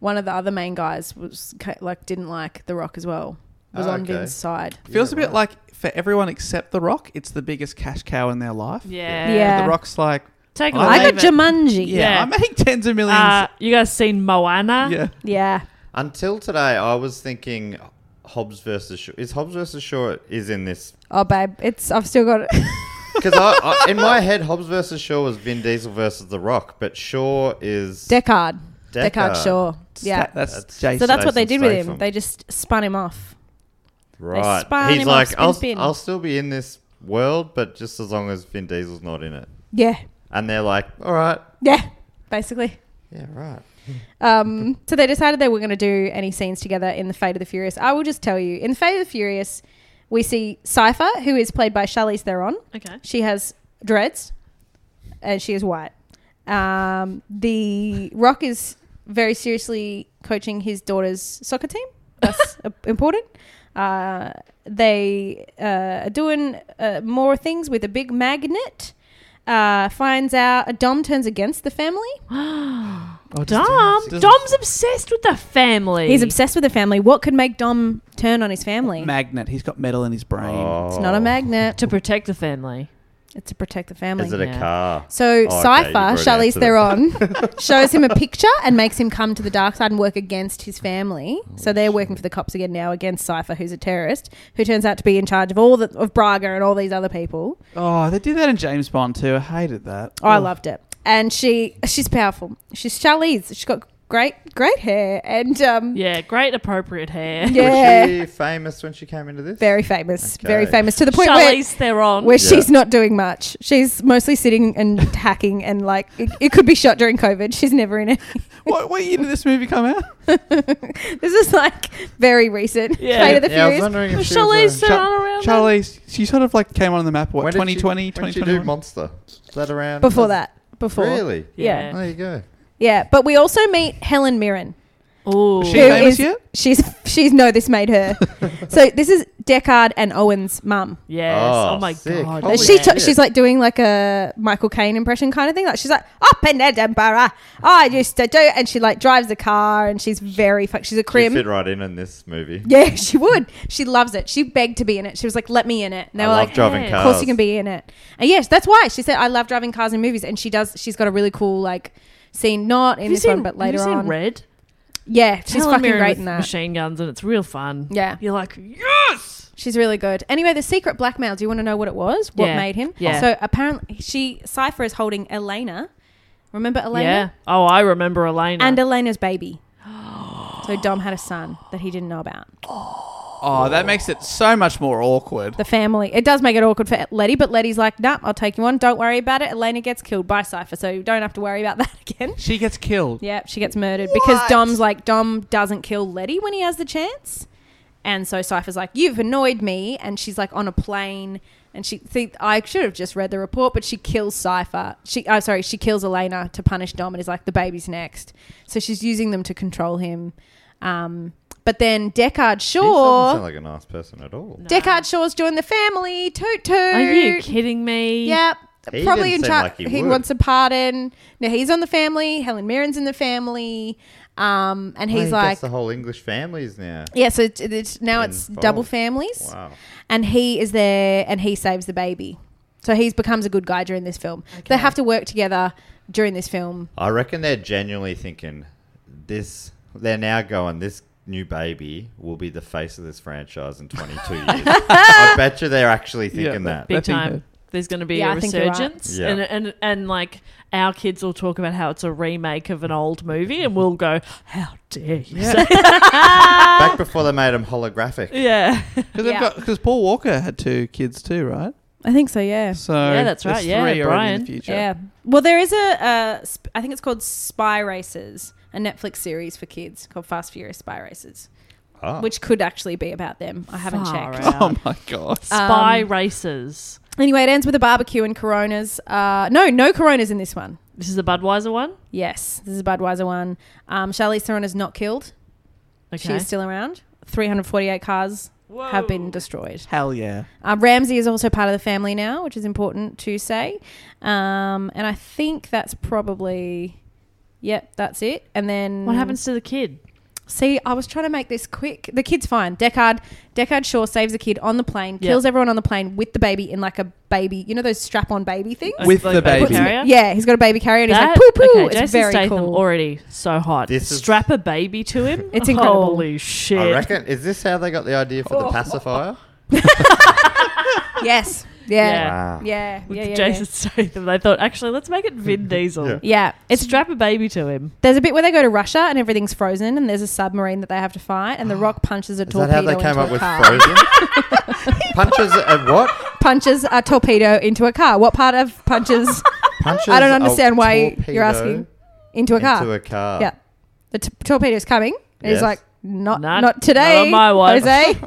one of the other main guys, was ca- like didn't like The Rock as well. Was Oh, on okay. Vin's side. Feels a Yeah, bit right. like for everyone except The Rock, it's the biggest cash cow in their life. Yeah. Yeah. The Rock's like, Take it I or I leave got it. Jumanji. yeah, Yeah. I make tens of millions. Uh, you guys seen Moana? yeah. yeah. Until today, I was thinking Hobbs versus Shaw. Is Hobbs versus Shaw is in this? Oh, babe, it's I've still got it. Because I, I, in my head, Hobbs versus Shaw was Vin Diesel versus The Rock, but Shaw is Deckard. Deckard, Deckard. Shaw. Yeah. That- that's, That's- Jason. so that's what they did with him. Statham. They just spun him off. right. spun He's him off, like, spin, I'll, spin. I'll still be in this world, but just as long as Vin Diesel's not in it. Yeah. And they're like, all right, Yeah. Basically. yeah, right. Um, so they decided they were going to do any scenes together in The Fate of the Furious. I will just tell you, in The Fate of the Furious, we see Cypher, who is played by Charlize Theron. Okay. She has dreads and she is white. Um, the Rock is very seriously coaching his daughter's soccer team. That's uh, important. Uh, they uh, are doing uh, more things with a big magnet. Uh, finds out uh, Dom turns against the family. Dom. Dom's obsessed with the family. He's obsessed with the family. What could make Dom turn on his family? magnet. He's got metal in his brain. Oh. It's not a magnet. to protect the family. It's to protect the family. Is it a Yeah. car? So Oh, okay, you've Cypher, already Charlize answered it. Theron, shows him a picture and makes him come to the dark side and work against his family. so they're working for the cops again now against Cypher, who's a terrorist, who turns out to be in charge of all the, of Braga and all these other people. Oh, they did that in James Bond too. I hated that. Oh, I Ugh. loved it. And she she's powerful. She's Charlize. She's got great great hair and um, yeah, Yeah, great appropriate hair. Was she famous when she came into this? very famous, very Okay. famous to the point where Charlize Theron. where Yeah. she's not doing much. She's mostly sitting and hacking, and like it, it could be shot during COVID. She's never in it. What, what year did this movie come out? This is like very recent. Yeah. Fate of the yeah, I was Furious. wondering if Was she was Charlize a- Theron around then? Charlize, she sort of like came on the map. What When did she- 2020, when did she do 2021? Monster? Is that around? before that. Before. Really? Yeah. There you go. Yeah. But we also meet Helen Mirren. Ooh. She who famous is- yet? She's she's no, this made her. so this is Deckard and Owen's mum. Yes. Oh, Oh, my sick. god. Holy she shit. t- she's like doing like a Michael Caine impression kind of thing. Like she's like up in Edinburgh, I used to do, and she like drives the car, and she's very fuck. She's a She crim. fit right in in this movie. Yeah, she would. She loves it. She begged to be in it. She was like, "Let me in it." And they I were love like, driving "Of course cars." you can be in it." And yes, that's why she said, "I love driving cars in movies." And she does. She's got a really cool like scene, not in Have you this seen, one, but have you later seen on. Red? Yeah, she's Helen fucking Mirren great with in that. Machine guns and it's real fun. Yeah. You're like, yes. She's really good. Anyway, the secret blackmail. Do you want to know what it was? What Yeah. made him? Yeah. So apparently, she Cipher is holding Elena. Remember Elena? Yeah. Oh, I remember Elena. And Elena's baby. so Dom had a son that he didn't know about. Oh, that makes it so much more awkward. The family. It does make it awkward for Letty, but Letty's like, nah, I'll take you on. Don't worry about it. Elena gets killed by Cypher, so you don't have to worry about that again. She gets killed. Yeah, she gets murdered because Dom's like, Dom doesn't kill Letty when he has the chance. And so Cypher's like, You've annoyed me. And she's like on a plane. And she, see, I should have just read the report, but she kills Cypher. She, oh, sorry, she kills Elena to punish Dom and is like, The baby's next. So she's using them to control him. Um, but then Deckard doesn't sound Shaw, like a nice person at all. Deckard Shaw's joined the family. Toot toot. Are you kidding me? Yep. He Probably in didn't seem charge. like he he would. wants a pardon. No, he's on the family. Helen Mirren's in the family. Um, and Well, he's he like, gets the whole English families now. yeah. So it's, it's, now it's Involved. double families. Wow. And he is there, and he saves the baby. So he becomes a good guy during this film. They have to work together during this film. I reckon they're genuinely thinking this. They're now going. This new baby will be the face of this franchise in 22 years. I bet you they're actually thinking Yeah. that. Big I think time. that- There's going to be Yeah, a I think you're right. resurgence, Yeah. and, and and like our kids will talk about how it's a remake of an old movie, and we'll go, "How dare you?" say Back before they made them holographic. Yeah. Because they've Ah. Yeah. got because Paul Walker had two kids too, right? I think so. Yeah. So Yeah, that's there's right. Yeah, three already in Brian. the future. Yeah. Well, there is a, uh, sp- I think it's called Spy Races, a Netflix series for kids called Fast Furious Spy Races, Ah. which could actually be about them. I haven't Far checked. out. Oh my god. Spy races. Anyway, it ends with a barbecue and Coronas. Uh, no, no Coronas in this one. This is the Budweiser one. Yes, this is a Budweiser one. Um, Charlize Theron is not killed. She Okay. is still around. 348 cars have been destroyed. Hell yeah. Um, Ramsey is also part of the family now, which is important to say. Um, and I think that's probably, yep, that's it. And then what happens to the kid? See, I was trying to make this quick. The kid's fine. Deckard, Deckard Shaw saves the kid on the plane, kills everyone on the plane with the baby in like a baby, you know those strap-on baby things. With the baby baby. carrier? Yeah, he's got a baby carrier and he's That- like poo poo. Okay, it's Jason very Statham cool. already so hot. This is- Strap a baby to him. It's incredible. Holy shit! I reckon. Is this how they got the idea for Oh. the pacifier? yes. Yeah. Yeah. Wow. Yeah. Yeah. With Yeah. yeah, Jason Statham, they thought actually let's make it Vin Diesel. Yeah. It's Strap a baby to him. there's a bit where they go to Russia and everything's frozen and there's a submarine that they have to fight and the rock punches a Is that torpedo how they came into up a with car. Frozen? punches a what? punches a torpedo into a car. What part of punches Punches. I don't a understand why torpedo you're asking into a car. Into a car. Yeah. The t- torpedo's coming. And He's Yes. like, not Not- not, today. not on my watch. Jose.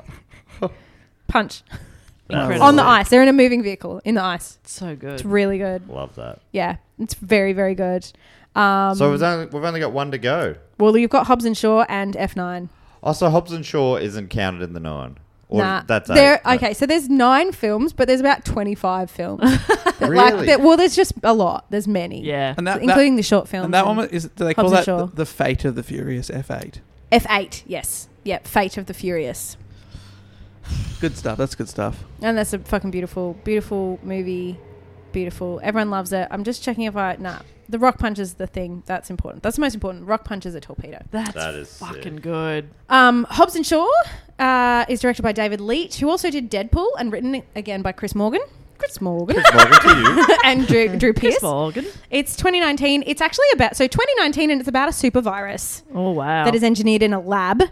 Punch. Incredible. On the ice. They're in a moving vehicle in the ice. So It's good. really good. Love that. Yeah. It's very, very good. Um, So we've only, we've only got one to go. well, you've got Hobbs and Shaw and F9. Also, Hobbs and Shaw isn't counted in the nine. Or Nah. that's there, eight, no. Okay, so there's nine films, but there's about 25 films. That, Really? Like, that, well, there's just a lot. There's many. Yeah. And that, including that, the short films. and that one was- is do they call Hobbs and that Shaw. the, the fate of the furious F8? F8, yes. Yep, Fate of the Furious. Good stuff. That's good stuff. And that's a fucking beautiful, beautiful movie. Beautiful. Everyone loves it. I'm just checking if I nah. The rock punch is the thing. That's important. That's the most important. Rock punch is a torpedo. That's That is sick. fucking good. Um, Hobbs and Shaw uh, is directed by David Leitch, who also did Deadpool and written again by Chris Morgan. Chris Morgan Morgan to you. and Drew, Drew Chris Pierce. Morgan. It's 2019. It's actually about so 2019, and it's about a super virus Oh wow. that is engineered in a lab.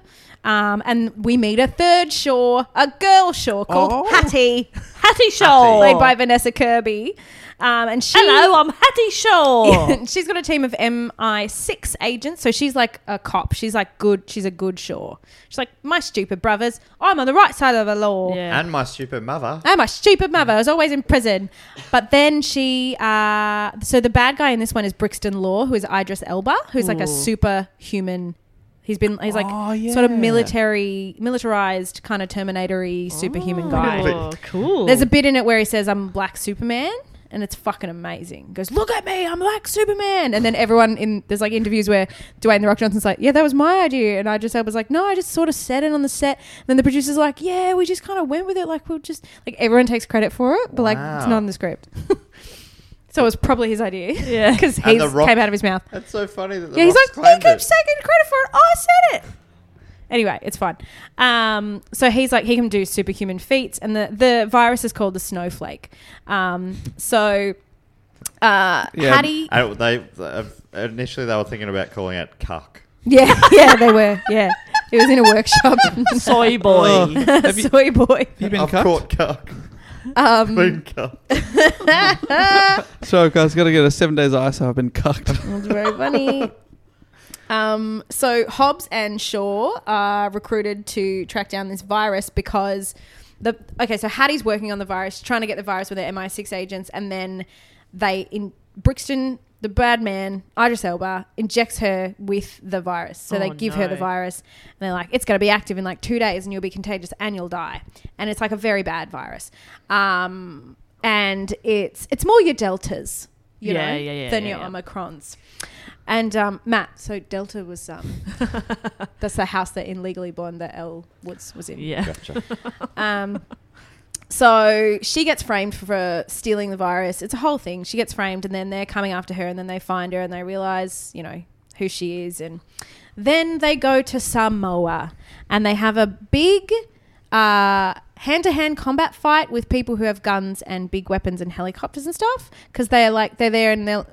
Um, and we meet a third Shaw, a girl Shaw called Oh. Hattie, Hattie Shaw. played by Vanessa Kirby. Um, and she Hello, I'm Hattie Shaw. she's got a team of MI6 agents, so she's like a cop. She's like good. She's a good Shaw. She's like my stupid brothers. I'm on the right side of the law. yeah. and my super mother. And my stupid mother is always in prison. But then she, uh, so the bad guy in this one is Brixton Law, who is Idris Elba, who's like a superhuman. He's been, he's like Oh, sort of yeah. military, militarized kind of Terminatory superhuman guy. Oh, cool. There's a bit in it where he says, I'm Black Superman. And it's fucking amazing. He goes, look at me, I'm Black Superman. And then everyone in there's like interviews where Dwayne the Rock Johnson's like, yeah, that was my idea. And I just was like, no, I just sort of said it on the set. And then the producer's like, yeah, we just kind of went with it. Like we'll just like everyone takes credit for it, but like it's Wow. not in the script. so it was probably his idea. Yeah. because he And The came Rock- out of his mouth. That's so funny that the Yeah, he's Rock's like, he claimed keeps it. taking credit for it. Oh, I said it. Anyway, it's fine. Um, so he's like, he can do superhuman feats, and the, the virus is called the snowflake. Um, so uh, Yeah. Hattie, And uh, they, they- initially, they were thinking about calling it cuck. yeah, yeah, they were, yeah. It was in a workshop. Soy boy. Oh. Have you, Soy boy. you been I've cucked? caught cuck. Um, Been cucked. So guys, gotta get a seven days ISO. I've been cucked. It's very funny. Um, so Hobbs and Shaw are recruited to track down this virus because the okay. So Hattie's working on the virus, trying to get the virus with their MI6 agents, and then they in Brixton, the bad man Idris Elba injects her with the virus. So they Oh, give her the no. virus, and they're like, "It's going to be active in like two days, and you'll be contagious, and you'll die." And it's like a very bad virus. Um, and it's it's more your deltas, you Yeah, know, yeah, yeah, than yeah, your yeah. omicrons. And um, Matt, so Delta was um, that's the house that in Legally Blonde that Elle Woods was in. Yeah. Gotcha. Um, so she gets framed for stealing the virus. It's a whole thing. She gets framed, and then they're coming after her, and then they find her, and they realize, you know, who she is, and then they go to Samoa, and they have a big hand to hand combat fight with people who have guns and big weapons and helicopters and stuff because they're like they're there and they're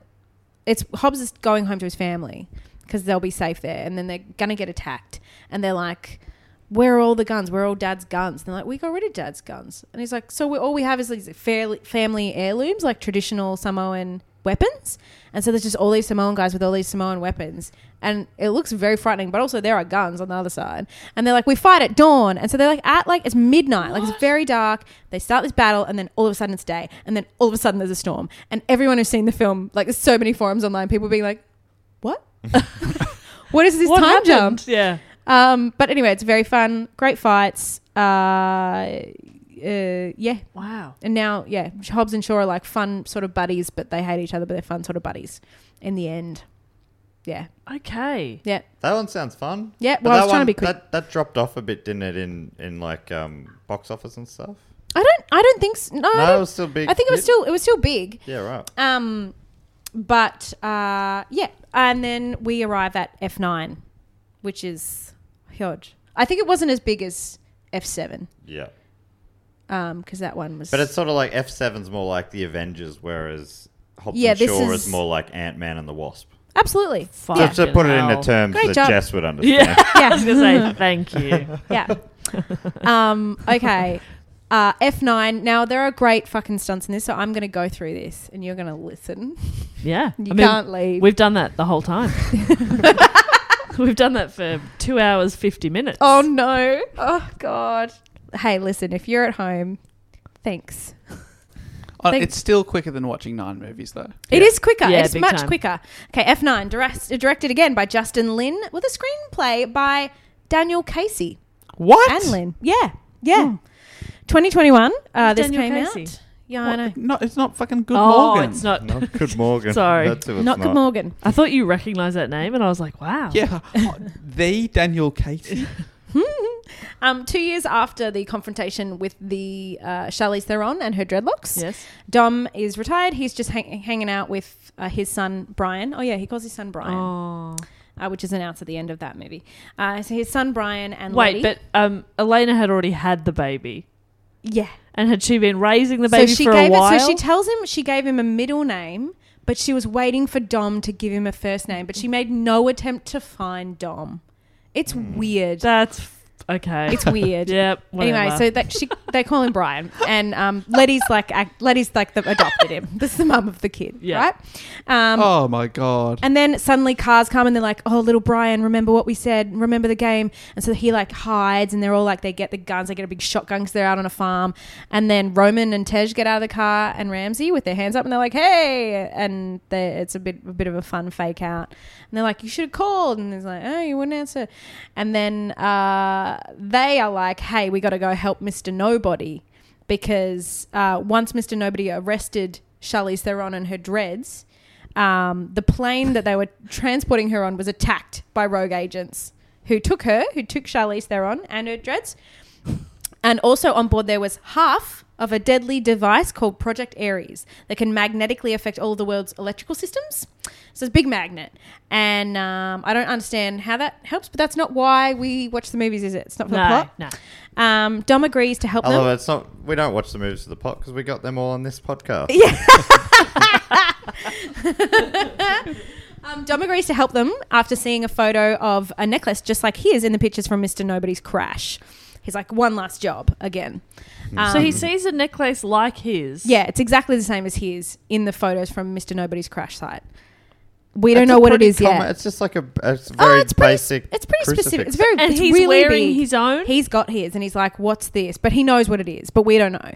it's Hobbs is going home to his family because they'll be safe there and then they're gonna get attacked and they're like where are all the guns where are all dad's guns and they're like we got rid of dad's guns and he's like so we, all we have is these fairly, family heirlooms like traditional Samoan weapons and so there's just all these Samoan guys with all these Samoan weapons and it looks very frightening but also there are guns on the other side and they're like we fight at dawn and so they're like at like it's midnight like it's very dark they start this battle and then all of a sudden it's day and then all of a sudden there's a storm and everyone who's seen the film like there's so many forums online people being like what what is this What time happened? jump Yeah. um but anyway it's very fun great fights uh, uh yeah Wow. and now yeah hobbs and shaw are like fun sort of buddies but they hate each other but they're fun sort of buddies in the end yeah Okay. yeah That one sounds fun. Yeah, But well, I that was trying to be quick. That, that dropped off a bit, didn't it? In in like um, box office and stuff. i don't i don't think s no, I, No, don't- it was still big. I think it was Yeah. still it was still big Yeah, right. Um, but uh, yeah, and then we arrive at F nine, which is huge. I think it wasn't as big as F seven Yeah, because that one was. but it's sort of like F 7s more like the Avengers, whereas Hobbs Yeah, and this Shaw is- is more like Ant Man and the Wasp. absolutely Just to uh, put it into turn. terms Great that job. Jess would understand. Yeah. I was yeah going to say thank you. yeah. Um, okay. Uh, F9. Now, there are great fucking stunts in this, so I'm going to go through this and you're going to listen. Yeah. You I mean, can't leave. We've done that the whole time. We've done that for two hours, 50 minutes. Oh, no. Oh, God. Hey, listen, if you're at home, thanks. Oh, Thank- it's still quicker than watching nine movies though. It is quicker. Yeah, it's big much time. quicker. Okay, F9, direct, directed again by Justin Lin with a screenplay by Daniel Casey What? and Lin. Yeah, yeah. 2021, uh, Hmm. Who's this Daniel came Casey? out. Yeah, I What? know. No, it's not fucking Good oh, Morgan. it's not. Not Good Morgan. Sorry. That's who it's Not Good Morgan. I thought you recognized that name, and I was like, wow. Yeah, Oh, the Daniel Casey. Um, two years after the confrontation with the uh, Charlize Theron and her dreadlocks, Yes. Dom is retired. He's just hang- hanging out with uh, his son Brian. Oh yeah, he calls his son Brian, Oh. uh, which is announced at the end of that movie. Uh, so his son Brian and Lottie- Wait, but um, Elena had already had the baby. yeah, And had she been raising the baby so she for gave a while? It, so she tells him she gave him a middle name, but she was waiting for Dom to give him a first name, but she made no attempt to find Dom. It's Hmm. weird. That's f- okay. It's weird. Yep. Anyway, so that she they call him Brian, and um, Letty's like act, Letty's like the adopted him. This is the mum of the kid, Yeah. right? Um, oh my god. And then suddenly cars come and they're like, "Oh, little Brian, remember what we said? Remember the game?" And so he like hides, and they're all like, they get the guns, they get a big shotgun because they're out on a farm. And then Roman and Tej get out of the car, and Ramsey with their hands up, and they're like, "Hey!" And they, it's a bit a bit of a fun fake out. And they're like, "You should have called," and he's like, "Oh, you wouldn't answer." And then uh, they are like, "Hey, we got to go help Mister Nobody," because uh, once Mister Nobody arrested Charlize Theron and her dreads um, the plane that they were transporting her on was attacked by rogue agents who took her, who took Charlize Theron and her dreads. And also on board there was half of a deadly device called Project Ares that can magnetically affect all the world's electrical systems. So it's a big magnet. And um, I don't understand how that helps, but that's not why we watch the movies, is it? It's not for the no, plot. no. Um, Dom agrees to help I them. love it. It's not. We don't watch the movies for the pot because we got them all on this podcast. Um, Dom agrees to help them after seeing a photo of a necklace just like his in the pictures from Mr. Nobody's crash. He's like, one last job again. Um, so he sees a necklace like his. Yeah, it's exactly the same as his in the photos from Mr. Nobody's crash site. We It's don't know a what it pretty is common- yet. Oh, It's just like a. It's very it's pretty- basic. It's pretty specific. crucifix. It's very. And it's he's really wearing big. his own? He's got his, and he's like, "What's this?" But he knows what it is, but we don't know.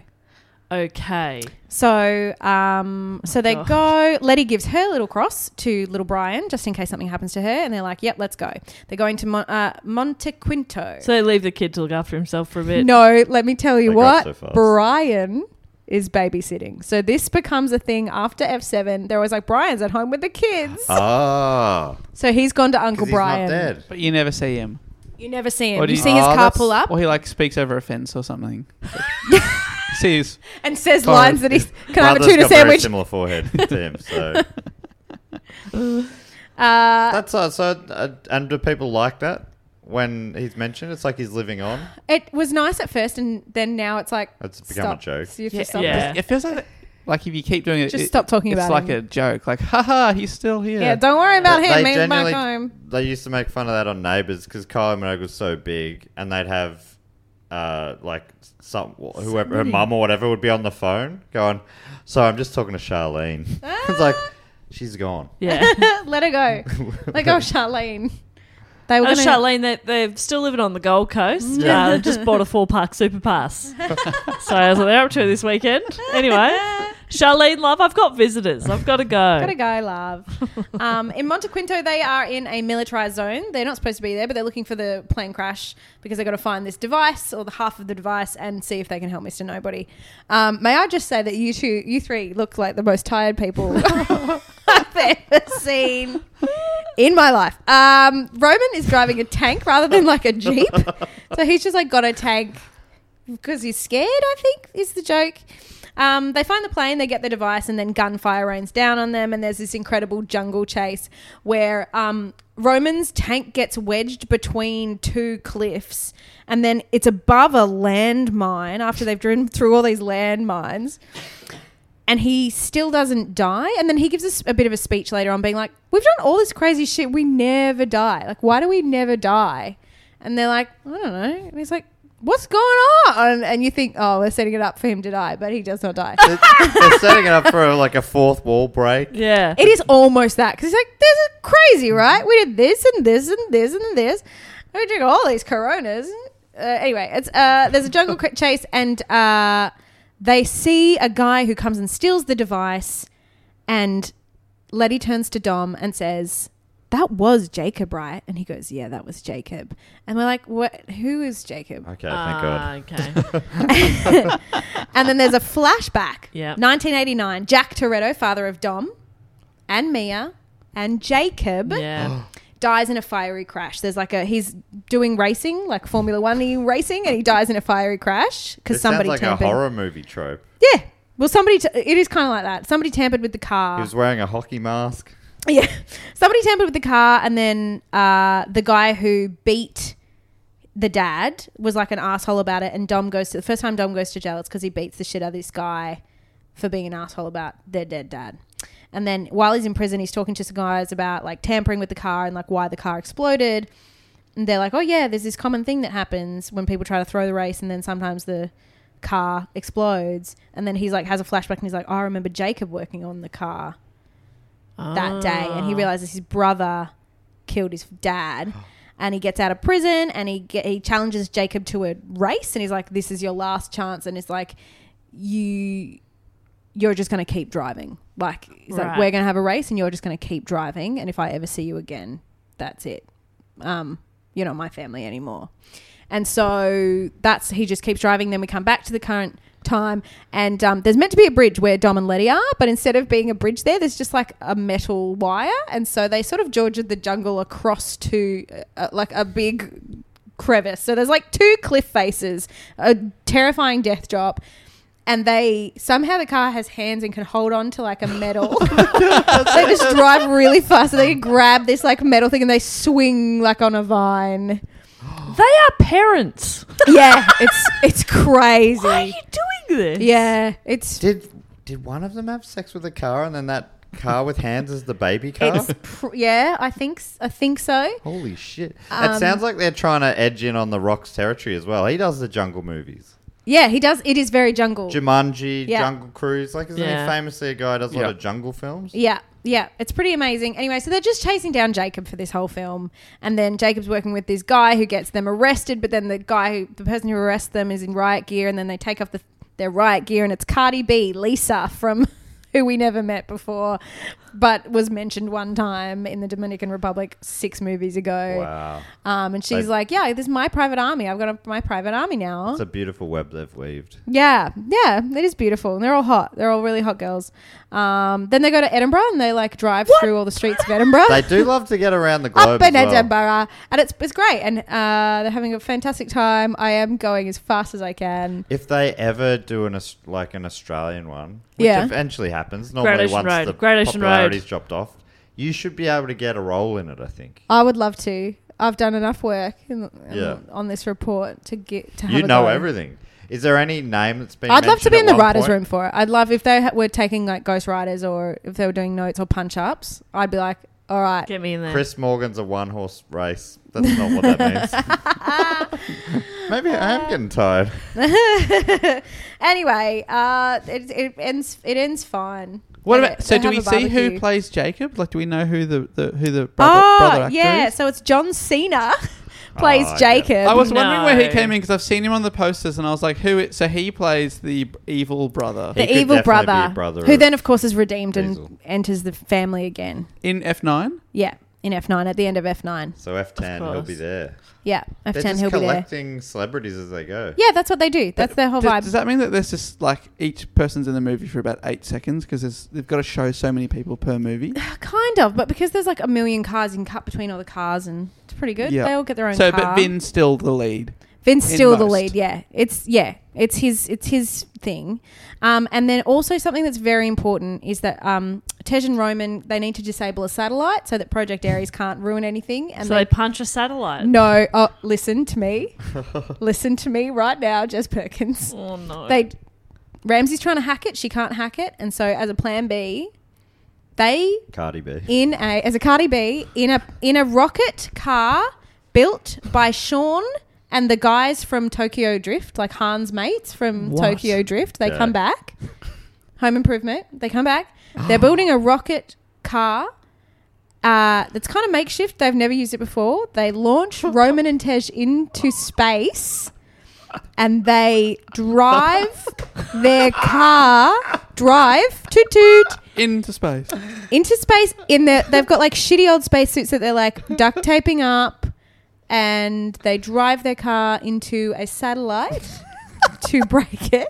Okay. So, um, so they Gosh. go. Letty gives her little cross to little Brian just in case something happens to her, and they're like, "Yep, let's go." They're going to Mon- uh, Monte Quinto. So they leave the kid to look after himself for a bit. no, let me tell you They what, got so fast. Brian is babysitting. So this becomes a thing after F seven. They're always like, "Brian's at home with the kids," Ah, so he's gone to Uncle because he's Brian. not dead. But you never see him. You never see him. Or do You you- see his Oh, car that's- pull up. Or he like speaks over a fence or something. Sees. and says Sorry. lines that he's can I have a Brother's tuna got very sandwich? Similar forehead to him, so Uh, that's uh, so. Uh, and do people like that when he's mentioned? It's like he's living on. it was nice at first, and then now it's like It's become a stop. joke. See if you stop Yeah. it. It feels like like if you keep doing it, Just it- stop talking it's about like him. a joke. Like, haha, he's still here. yeah. don't worry about him. He's back generally- home. They used to make fun of that on Neighbours because Kylie Minogue was so big, and they'd have uh, like some whoever her mum or whatever would be on the phone going, "So I'm just talking to Charlene." it's like Ah. she's gone. Yeah. Oh, Let her go. Let go, of Charlene. They were Oh, gonna, Mm. Charlene, they, they're still living on the Gold Coast. Yeah. Uh, they've just bought a four park super pass. so that's what they're up to this weekend. Anyway, Charlene, love, I've got visitors. I've got to go. Gotta go, love. um, in Monte Quinto, they are in a militarized zone. They're not supposed to be there, but they're looking for the plane crash because they've got to find this device or the half of the device and see if they can help Mr. Nobody. Um, may I just say that you two, you three, look like the most tired people I've ever seen in my life. Um, Roman is driving a tank rather than like a jeep, so he's just like got a tank because he's scared, I think, is the joke. Um, they find the plane, they get the device, and then gunfire rains down on them. And there's this incredible jungle chase where um, Roman's tank gets wedged between two cliffs, and then it's above a landmine after they've driven through all these landmines. And he still doesn't die. And then he gives us a bit of a speech later on, being like, We've done all this crazy shit. We never die. Like, why do we never die? And they're like, I don't know. And he's like, What's going on? And you think, Oh, we're setting it up for him to die, but he does not die. They're, they're setting it up for like a fourth wall break. Yeah. It is almost that because it's like this is crazy, right? We did this and this and this and this. We drink all these Coronas. Uh, anyway, it's uh, there's a jungle cra- chase and uh, they see a guy who comes and steals the device, and Letty turns to Dom and says. That was Jacob, right? And he goes, "Yeah, that was Jacob." And we're like, "What? Who is Jacob?" Okay, thank God. Ah, okay. And then there's a flashback. Yeah. 1989. Jack Toretto, father of Dom, and Mia, and Jacob. yeah. dies in a fiery crash. There's like a he's doing racing, like Formula One racing, and he dies in a fiery crash because This sounds somebody like tampered. a horror movie trope. Yeah, well, somebody. T- it is kind of like that. Somebody tampered with the car. He was wearing a hockey mask. yeah, somebody tampered with the car, and then uh, the guy who beat the dad was like an asshole about it. And Dom goes to the first time Dom goes to jail, it's because he beats the shit out of this guy for being an asshole about their dead dad. And then while he's in prison, he's talking to some guys about like tampering with the car and like why the car exploded. And they're like, oh yeah, there's this common thing that happens when people try to throw the race, and then sometimes the car explodes. And then he's like, has a flashback, and he's like, oh, I remember Jacob working on the car that day, and he realizes his brother killed his dad. And he gets out of prison, and he ge- he challenges Jacob to a race, and he's like, "This is your last chance," and it's like, "You, you're just gonna keep driving. Like, it's like Right. we're gonna have a race, and you're just gonna keep driving. And if I ever see you again, that's it. Um, you're not my family anymore." And so that's he just keeps driving. Then we come back to the current time, and um, there's meant to be a bridge where Dom and Letty are, but instead of being a bridge there, there's just like a metal wire, and so they sort of georgered the jungle across to uh, like a big crevice. So there's like two cliff faces, a terrifying death drop. And they somehow the car has hands and can hold on to like a metal. they just drive really fast. So they grab this like metal thing and they swing like on a vine. They are parents. Yeah, it's it's crazy. Why are you doing this? Yeah, it's Did did one of them have sex with a car and then that car with hands as the baby car? It's pr- yeah, I think s- I think so. Holy shit. Um, that sounds like they're trying to edge in on the Rock's territory as well. He does the jungle movies. Yeah, he does. It is very jungle. Jumanji, Yeah. Jungle Cruise. Like, isn't Yeah. he famously a guy who does a Yeah. lot of jungle films? Yeah, yeah, it's pretty amazing. Anyway, so they're just chasing down Jacob for this whole film, and then Jacob's working with this guy who gets them arrested. But then the guy, who, the person who arrests them, is in riot gear, and then they take off the, their riot gear, and it's Cardi B, Lisa from who we never met before, but was mentioned one time in the Dominican Republic six movies ago. Wow. Um, and she's They- like, "Yeah, this is my private army. I've got a, my private army now." It's a beautiful web they've weaved. Yeah, yeah, it is beautiful, and they're all hot. They're all really hot girls. Um, then they go to Edinburgh and they like drive through all the streets of Edinburgh, They do love to get around the up globe. in as well. Edinburgh, and it's it's great, and uh, they're having a fantastic time. I am going as fast as I can. If they ever do an Aus- like an Australian one, which Yeah. eventually happens, normally Ocean once Road, the Great Ocean popularity's Road. dropped off, you should be able to get a role in it. I think I would love to. I've done enough work in, in- Yeah. on this report to get to have you a know go. everything. Is there any name that's been? I'd love to mentioned be at in the one writers' point? room for it. I'd love if they ha- were taking like ghost writers or if they were doing notes or punch ups. I'd be like, all right, Get me in there. Chris Morgan's a one horse race. That's not what that means. Maybe I am getting tired. anyway, uh, it, it ends. It ends fine. What They- about, so they do have we a see who barbecue. plays Jacob? Like, do we know who the, the who the brother, Oh, brother actor yeah. is? So it's John Cena plays Oh, I get it. Jacob. I was No. wondering where he came in because I've seen him on the posters and I was like, who? i- So he plays the b- evil brother He the could evil definitely be a brother, brother who of then, of course, is redeemed Diesel. and enters the family again. in F9. Yeah, in F nine at the end of F nine. So F ten, he'll be there. Yeah, F They're ten, just he'll be there. collecting celebrities as they go. Yeah, that's what they do. That's their whole Does, vibe. does that mean that there's just like each person's in the movie for about eight seconds because they've got to show so many people per movie? kind of, but because there's like a million cars, you can cut between all the cars, and it's pretty good. Yeah. They all get their own. so, car. but Vin's still the lead. Vince in still the most. lead. Yeah, it's yeah, it's his it's his thing. Um, and then also something that's very important is that um, Tej and Roman they need to disable a satellite so that Project Ares can't ruin anything. And so they they, punch a satellite. no, oh, listen to me, listen to me right now, Jess Perkins. Oh no. They Ramsey's trying to hack it. She can't hack it, and so as a plan B, they Cardi B. in a as a Cardi B in a in a rocket car built by Sean and the guys from Tokyo Drift, like Han's mates from What? Tokyo Drift. They Yeah. come back. Home Improvement. They come back. They're building a rocket car. Uh, that's kind of makeshift. They've never used it before. They launch Roman and Tej into space, and they drive their car drive toot toot Into space. into space in their they've got like shitty old spacesuits that they're like duct taping up and they drive their car into a satellite to break it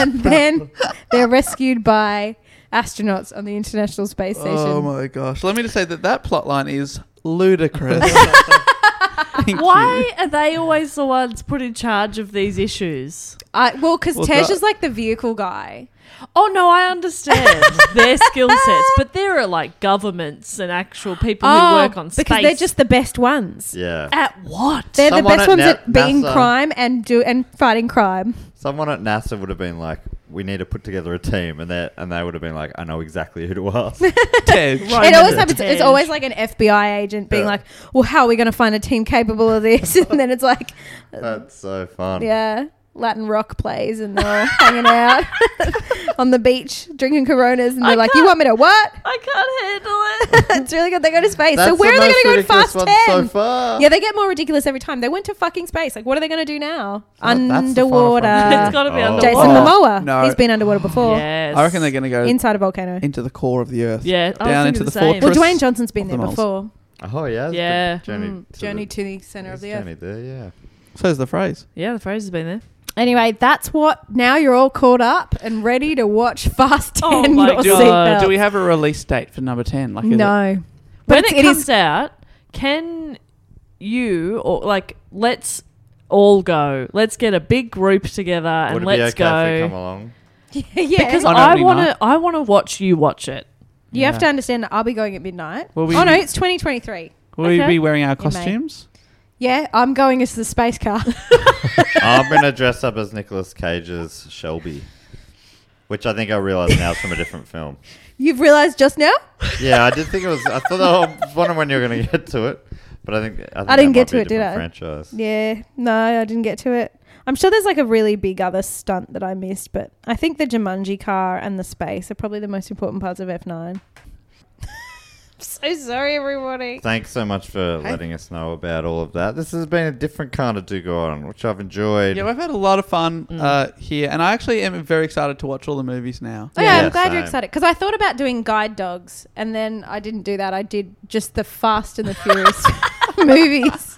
and then they're rescued by astronauts on the international space station Oh my gosh. Let me just say that that plot line is ludicrous. Thank you. Why are they always the ones put in charge of these issues? I, well because Well, tej that- is like the vehicle guy Oh no, I understand their skill sets, but there are like governments and actual people who work on space. Oh, because they're just the best ones Yeah. at what? they're Someone the best at ones Na- at being NASA. crime and do and fighting crime Someone at NASA would have been like, "We need to put together a team," and they and they would have been like, "I know exactly who to ask." Tej. Right. It always Roman happens. Tej. It's always like an FBI agent being Yeah. like, "Well, how are we going to find a team capable of this?" And then it's like, That's so fun. yeah, Latin rock plays, and they're all hanging out on the beach drinking Coronas, and they're I like, "You can't- want me to what?" I can't handle it. it's really good. They go to space. That's so where the are they most going to go in ridiculous Fast one Ten? so far. yeah, they get more ridiculous every time. They went to fucking space. Like, what are they going to do now? that's the underwater. final it's got to be Oh. underwater. Uh, Jason Momoa. No. He's been underwater before. Yes. I reckon they're going to go Inside a volcano. into the core of the earth. Yeah, I was down into thinking the the same. well, fortress. Dwayne Johnson's been of there the moles. before. Oh yeah. it's the Yeah. Journey. Mm, to journey the, to the center of it's the earth. Journey there. Yeah. Says the phrase. yeah, the phrase has been there. Anyway, that's what. Now you're all caught up and ready to watch Fast Oh 10. my your Do- seatbelt. do we have a release date for number 10? Like, is it- No. when it's- it, comes out, can you or like let's all go. Let's get a big group together and Would it let's be okay if go. we come along? yeah. Oh, because On I opening want night. to. I want to watch you watch it. you have to understand that I'll be going at midnight. Will we- oh, no, it's 2023. Will we Okay. be wearing our mate. costumes? Yeah, I'm going as the space car. I'm gonna dress up as Nicolas Cage's Shelby. which I think I realize now is from a different film. You've realised just now? Yeah, I did think it was. I thought I was wondering when you were going to get to it, but I think I, think I that didn't might get to be a it, did different I? Franchise. Yeah, no, I didn't get to it. I'm sure there's like a really big other stunt that I missed, but I think the Jumanji car and the space are probably the most important parts of F9. I'm so sorry, everybody. Thanks so much for letting us know about all of that. This has been a different kind of do go on, which I've enjoyed. Yeah, we've had a lot of fun Mm. uh, here, and I actually am very excited to watch all the movies now. Oh, yeah, Yeah, I'm glad same. you're excited because I thought about doing guide dogs, and then I didn't do that. I did just the Fast and the Furious movies.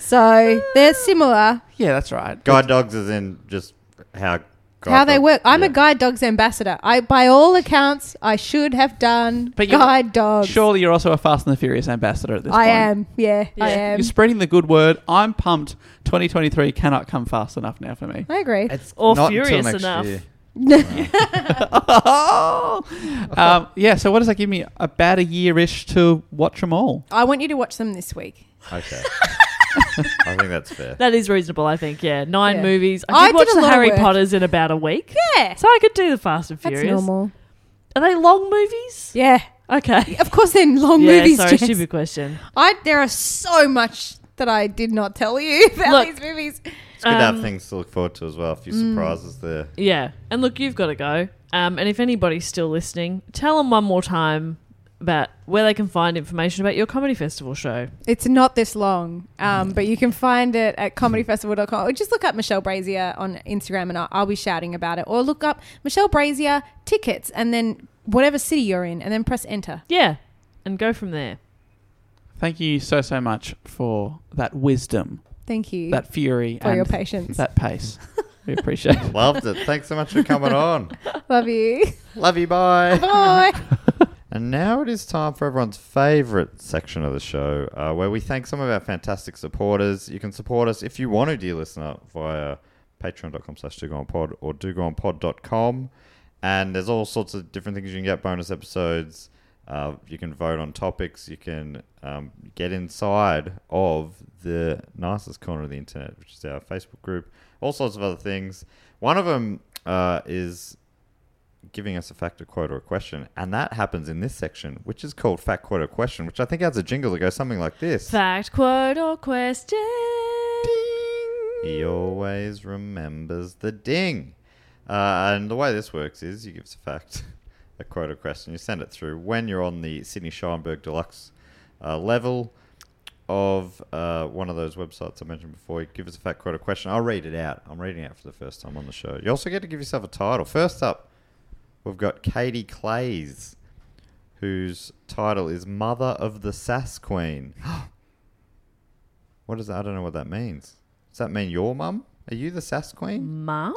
So they're similar Yeah, that's right. guide dogs is in just how guide how they dog- work. I'm a yeah. guide dogs ambassador. I, by all accounts, I should have done But you- guide dogs. Surely you're also a Fast and the Furious ambassador at this I point. am. Yeah, I Yeah. am. You're spreading the good word. I'm pumped. 2023 cannot come fast enough now for me. I agree. It's Or not until furious next enough. year. um, yeah, so what does that give me? About a year ish to watch them all. I want you to watch them this week. Okay. I think that's fair. That is reasonable, I think. Yeah, nine Yeah. movies. I I did did watch a the lot of Harry work. Potters in about a week, Yeah, so I could do the Fast and that's Furious. normal. Are they long movies? Yeah, Okay. of course they're long yeah, movies. sorry, Jess. stupid question. I there are so much that I did not tell you about Look, these movies. It's good to have Um, things to look forward to as well. A few mm. surprises there. Yeah, and look, you've got to go. Um, and if anybody's still listening, tell them one more time about where they can find information about your comedy festival show. It's not this long, um, but you can find it at comedyfestival.com. Or just look up Michelle Brazier on Instagram and I'll, I'll be shouting about it. Or look up Michelle Brazier tickets and then whatever city you're in and then press enter. Yeah, and go from there. Thank you so, so much for that wisdom, Thank you that fury, for and your patience. that pace. we appreciate it. Loved it. Thanks so much for coming on. Love you. Love you. Bye. Bye. And now it is time for everyone's favourite section of the show, uh, where we thank some of our fantastic supporters. You can support us if you want to, dear listener, via patreon.com slash dogonpod or dogonpod.com. And there's all sorts of different things you can get, bonus episodes. Uh, you can vote on topics. You can um, get inside of the nicest corner of the internet, which is our Facebook group. All sorts of other things. One of them uh, is giving us a fact, a quote, or a question. And that happens in this section, which is called fact, quote, or question, which I think has a jingle that goes something like this. Fact, quote, or question. He always remembers the ding. Uh, and the way this works is you give us a fact, a quote, or question, you send it through. When you're on the Sydney Scheinberg Deluxe uh, level of uh, one of those websites I mentioned before, you give us a fact, quote, or question. I'll read it out. I'm reading it out for the first time on the show. You also get to give yourself a title. First up, we've got Katie Clays, whose title is Mother of the Sass Queen. What is that? I don't know what that means. Does that mean your mum? Are you the sass queen? Mum?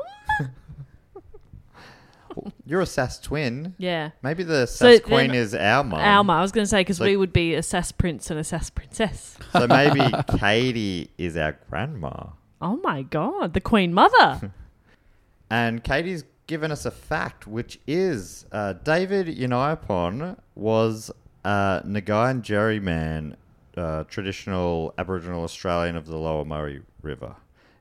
You're a sass twin. Yeah. Maybe the So sass then- queen is our mum. Alma, I was going to say, because so- we would be a sass prince and a sass princess. So maybe Katie is our grandma. Oh my God, the Queen Mother. And Katie's given us a fact, which is uh, David Uniapon was a Nagayan Jerry man, uh, traditional Aboriginal Australian of the Lower Murray River.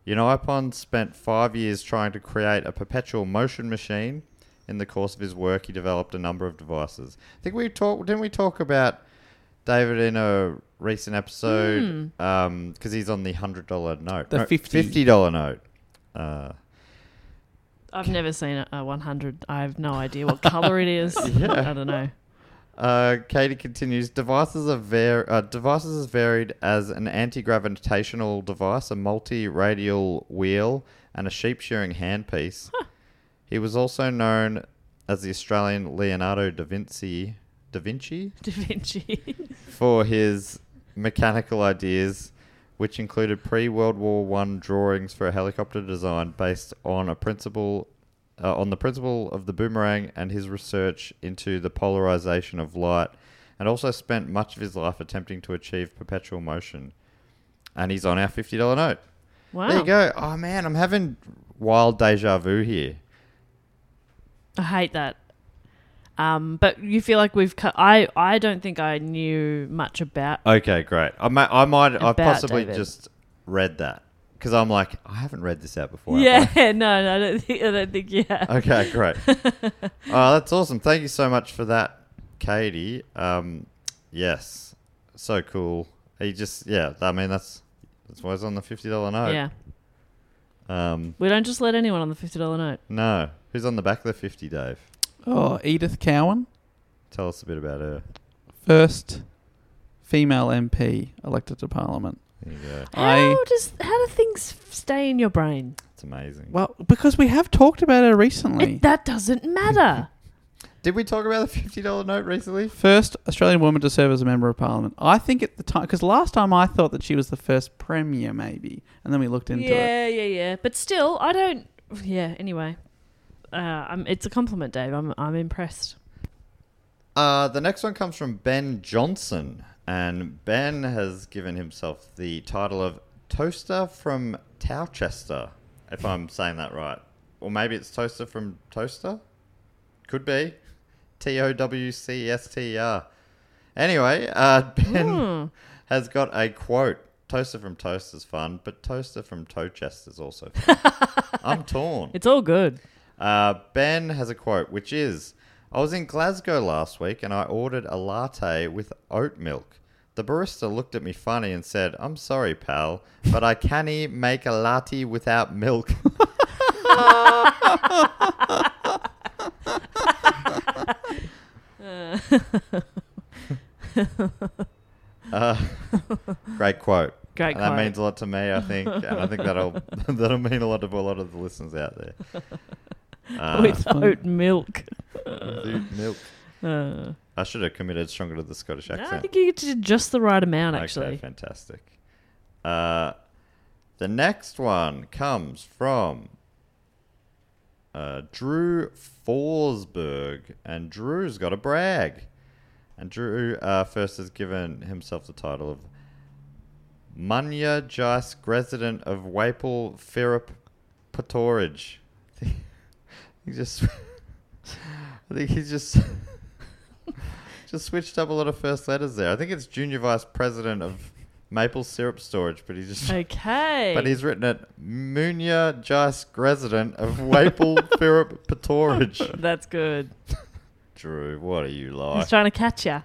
Uniapon spent five years trying to create a perpetual motion machine. In the course of his work, he developed a number of devices. I think we talked, didn't we talk about David in a recent episode? Because he's on the hundred dollar note, The No, 50. dollar note. Uh, I've never seen a, a 100. I have no idea what color it is. I don't know. Uh, Katie continues. Devices are var- uh, devices as varied as an anti-gravitational device, a multi-radial wheel, and a sheep-shearing handpiece. he was also known as the Australian Leonardo da Vinci. Da Vinci Da Vinci. for his mechanical ideas, which included pre World War One drawings for a helicopter design based on a principle. Uh, on the principle of the boomerang and his research into the polarization of light, and also spent much of his life attempting to achieve perpetual motion. And he's on our $50 note. Wow. There you go. Oh man, I'm having wild deja vu here. I hate that. Um, but you feel like we've cut. I I don't think I knew much about. Okay, great. I, might I might, I've About possibly David. just read that. because I'm like, I haven't read this out before. have yeah, I? no, no, I don't think I don't think you have. Okay, great. Oh, that's awesome. Thank you so much for that, Katie. Um, yes, so cool. He just, yeah, I mean, that's that's why it's on the fifty dollar note. Yeah, Um, we don't just let anyone on the fifty dollar note. no, who's on the back of the fifty, Dave? Oh, Edith Cowan, Tell us a bit about her. first female MP elected to Parliament. There you go. I How does how do things f- stay in your brain? It's amazing. well because we have talked about her recently. It, that doesn't matter. Did we talk about the fifty dollar note recently? First Australian woman to serve as a member of parliament. I think at the time, because last time I thought that she was the first premier, maybe, and then we looked into it. yeah, yeah, yeah. But still, I don't. Yeah. Anyway, uh, I'm, it's a compliment, Dave. I'm I'm impressed. Uh, the next one comes from Ben Johnson, and Ben has given himself the title of Toaster from Towchester, if I'm saying that right. Or maybe it's Toaster from Toaster? Could be. T O W C S T E R. Anyway, uh, Ben has got a quote. Toaster from Toaster's fun, but Toaster from Towchester's also fun. I'm torn. It's all good. Uh, ben has a quote, which is I was in Glasgow last week and I ordered a latte with oat milk. The barista looked at me funny and said, I'm sorry, pal, but I can't make a latte without milk. Uh, great quote. Great And That quote. means a lot to me, I think, and I think that'll that'll mean a lot to a lot of the listeners out there. Uh, With oat milk. Dude, milk. Uh, I should have committed stronger to the Scottish no, accent. I think you did just the right amount, Okay, actually. fantastic. Uh, the next one comes from uh, Drew Forsberg, and Drew's got a brag. And Drew uh, first has given himself the title of Munya Jice, resident of Wapel Ferrup Patorage. he just, I think he's just. Just switched up a lot of first letters there. I think it's junior vice president of maple syrup storage, but he just Okay. but he's written it Munya Jice resident of Maple syrup Patorage. That's good. Drew, what are you like? He's trying to catch you.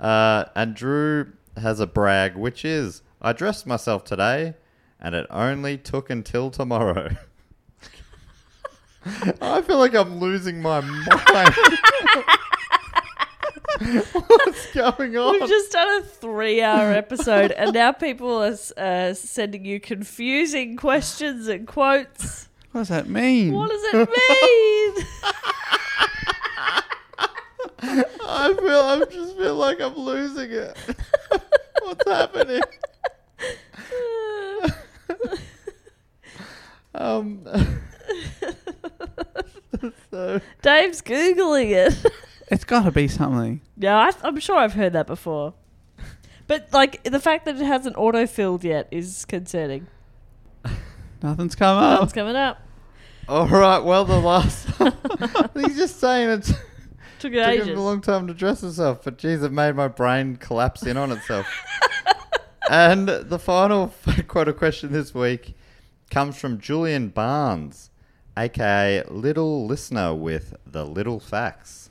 Uh, and Drew has a brag, which is I dressed myself today, and it only took until tomorrow. I feel like I'm losing my mind. What's going on? We've just done a three-hour episode, and now people are uh, sending you confusing questions and quotes. What does that mean? What does it mean? I feel I just feel like I'm losing it. What's happening? um. so Dave's googling it. it's got to be something. no, I, I'm sure I've heard that before, but like the fact that it hasn't auto-filled yet is concerning. Nothing's come Oh. up. What's coming up? all right. Well, the last. He's just saying it took Took it him ages. a long time to dress himself, but geez, it made my brain collapse in on itself. and the final quote or question this week comes from Julian Barnes, aka Little Listener with the Little Facts.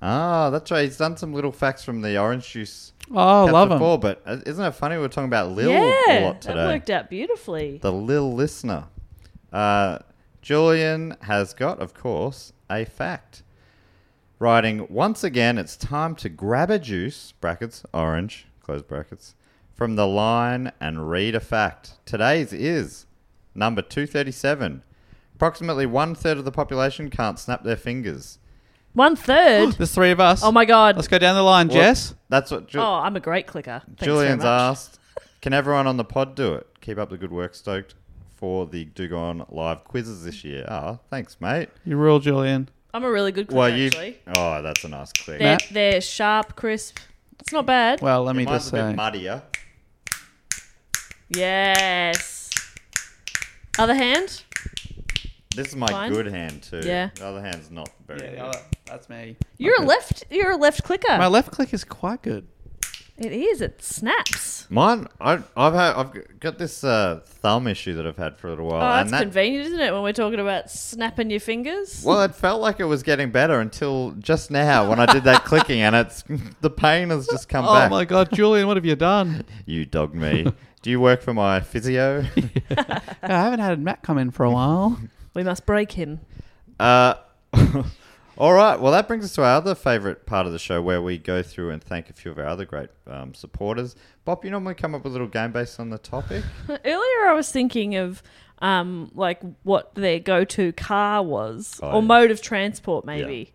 Ah, that's right. He's done some little facts from the orange juice. Oh, chapter love 'em. four, But uh, isn't it funny we we're talking about Lil a yeah, lot that today? worked out beautifully. The Lil Listener. Uh, Julian has got, of course, a fact. Writing, once again, it's time to grab a juice, brackets, orange, close brackets, from the line and read a fact. Today's is number 237. Approximately one third of the population can't snap their fingers. One third. There's three of us. oh my god. Let's go down the line, Jess. That's what Ju- Oh, I'm a great clicker. Thanks very Julian's much. asked, "Can everyone on the pod do it? Keep up the good work, stoked for the Dugon live quizzes this year." Ah, thanks, mate. You rule, Julian. I'm a really good clicker. Well, you. actually. Oh, that's a nice click. They're, Matt? they're sharp, crisp. It's not bad. Well, let me Mine's just a bit say. muddier. yes. Other hand? This is my Mine? good hand too. Yeah. The other hand's not very. Yeah, good. that's me. You're a left. You're a left clicker. My left click is quite good. It is. It snaps. Mine, I, I've had, I've got this uh, thumb issue that I've had for a little while. oh, that's and that, convenient, isn't it? When we're talking about snapping your fingers. Well, it felt like it was getting better until just now when I did that clicking, and it's the pain has just come Oh back. my god, Julian, what have you done? You dogged me. Do you work for my physio? Yeah, I haven't had Matt come in for a while. We must break him. Uh, all right. Well, that brings us to our other favorite part of the show where we go through and thank a few of our other great um, supporters. Bob, you normally come up with a little game based on the topic. Earlier, I was thinking of um, like what their go-to car was Oh, or yeah. mode of transport, maybe.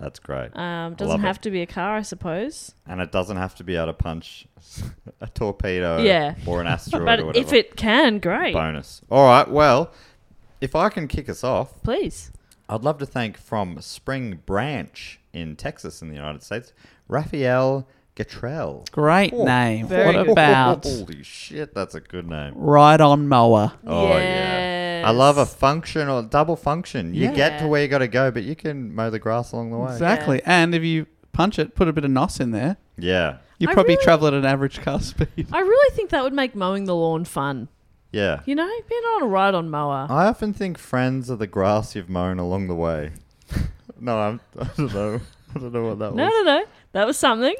That's great. Um, love doesn't it. have to be a car, I suppose. and it doesn't have to be able to punch a torpedo Yeah. or an asteroid or but whatever. if it can, great. Bonus. All right. Well, if I can kick us off, Please. I'd love to thank from Spring Branch in Texas in the United States, Raphael Gatrell. Great Oh, name. very what good. about Holy shit, that's a good name. Right on Mower? Oh yeah. I love a Yes. function or double function. You get to Yeah. where you got to go, but you can mow the grass along the way. Exactly. And if you punch it, put a bit of nos in there. Yeah. You I probably really- travel at an average car speed. I really think that would make mowing the lawn fun. Yeah. You know, being on a ride on mower. I often think friends are the grass you've mown along the way. no, I'm, I don't know. I don't know what that No, was. no, no. That was something.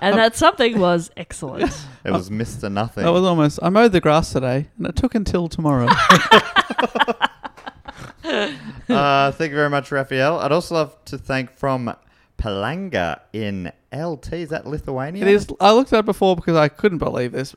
and that something was excellent. It was Mr. Nothing. That was almost. I mowed the grass today, and it took until tomorrow. uh, thank you very much, Raphael. I'd also love to thank from Palanga in LT. Is that Lithuania? It is. I looked at it before because I couldn't believe this.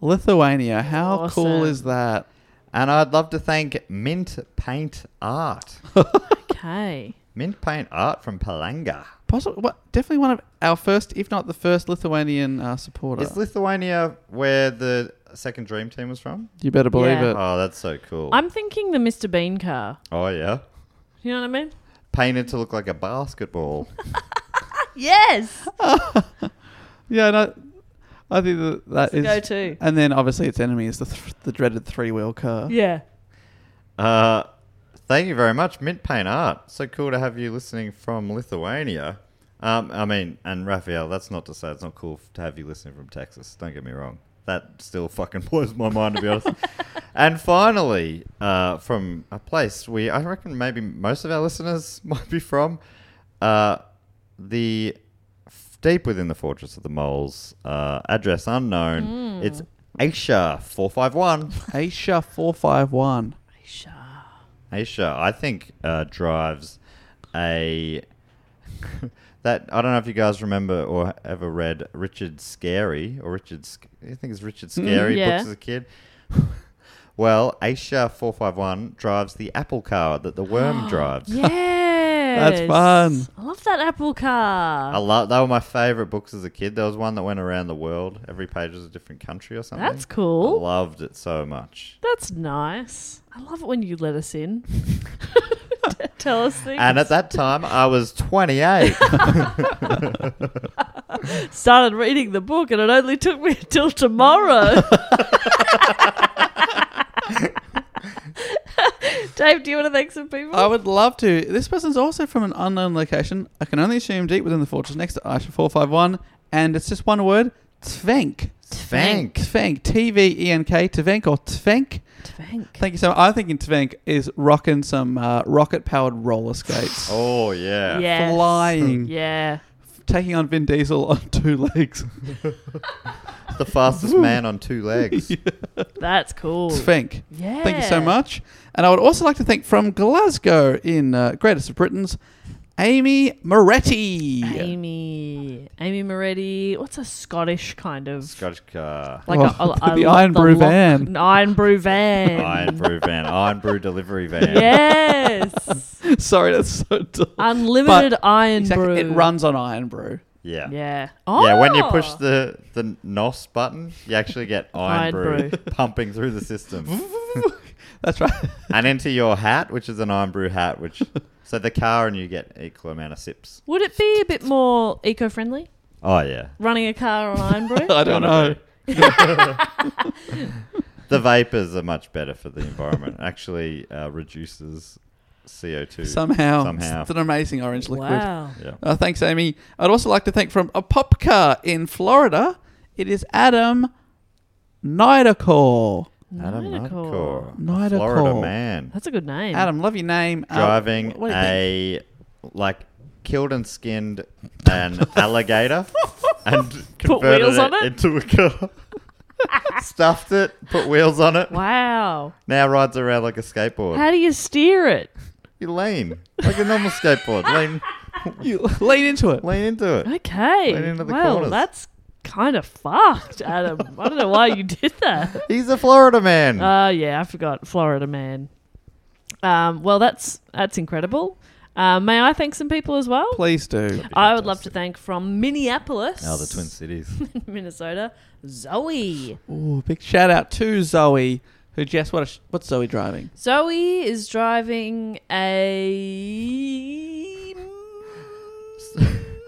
Lithuania. How cool Awesome. is that? And I'd love to thank Mint Paint Art. Okay. Mint Paint Art from Palanga. Possible. What? Definitely one of our first, if not the first, Lithuanian uh, supporter. Is Lithuania where the second Dream Team was from? you better believe Yeah. it. Oh, that's so cool. I'm thinking the Mr. Bean car. oh, yeah. You know what I mean? Painted to look like a basketball. Yes. Yeah. No, I think that that is Go to. And then obviously its enemy is the th- the dreaded three wheel car. Yeah. Uh, thank you very much, Mint Paint Art. So cool to have you listening from Lithuania. Um, I mean, and Raphael, that's not to say it's not cool f- to have you listening from Texas. Don't get me wrong. That still fucking blows my mind, to be honest. and finally, uh, from a place we, I reckon maybe most of our listeners might be from, uh, the f- deep within the fortress of the moles, uh, address unknown. It's Aisha 451. Aisha four five one. Aisha, I think uh, drives a that I don't know if you guys remember or ever read Richard Scary or Richard. Sc- I think it's Richard Scary Hmm, yeah. books as a kid. well, Aisha four five one drives the Apple car that the worm drives. Yes. fun. I love that Apple car. I love. They were my favorite books as a kid. There was one that went around the world. Every page was a different country or something. That's cool. I loved it so much. That's nice. I love it when you let us in. T- Tell us things. And at that time, I was twenty eight. Started reading the book, and it only took me till tomorrow. Dave, do you want to thank some people? I would love to. This person's also from an unknown location. I can only assume deep within the fortress next to Aisha four five one, and it's just one word: Tvenk. Thank. Tvenk. T V E N K. Tvenk or Tvenk. Thank. Thank you so much. I'm thinking Tvenk is rocking some uh, rocket powered roller skates. Oh yeah. Yes. Flying. Yeah. Taking on Vin Diesel on two legs. the fastest man on two legs. That's cool. Tvenk. Yeah. Thank you so much. And I would also like to thank from Glasgow in uh, Greatest of Britain's Amy Moretti. Amy. Amy Moretti. What's a Scottish kind of Scottish uh, car. like a, Oh, a- a the lo- Iron Brew lock- van. an Iron brew van. Iron brew van. Iron brew delivery van. Yes. Sorry, that's so dumb. Unlimited iron Exactly. brew. It runs on Iron Brew. Yeah. Yeah. Yeah. Oh. when you push the, the NOS button, you actually get iron, Iron brew, brew. pumping through the system That's right. and into your hat, which is an iron brew hat, which so the car and you get equal amount of sips. Would it be a bit more eco-friendly Oh yeah, running a car on iron brew? I don't know. the vapors are much better for the environment. Actually, uh, reduces CO2 Somehow, Somehow. it's an amazing orange liquid. Wow. Yeah. Uh, thanks, Amy. I'd also like to thank from a pop car in Florida. It is Adam Nidacore. Adam Nidacore. a Nidacore. Florida man. That's a good name. Adam, love your name. Uh, driving what do you think? a like killed and skinned an alligator and converted wheels it, on it? into a car. Stuffed it, put wheels on it. Wow. Now rides around like a skateboard. How do you steer it? you lean like a normal skateboard. Lean, you lean into it. lean into it. Right Okay. into the Well, corners. that's kind of fucked, Adam. I don't know why you did that. He's a Florida man. Oh yeah, I forgot Florida man. Um, well, that's that's incredible. Uh, may I thank some people as well? Please do. I would love to thank from Minneapolis, Oh, the Twin Cities. Minnesota, Zoe. Ooh, big shout out to Zoe, who just what is, what's Zoe driving? Zoe is driving a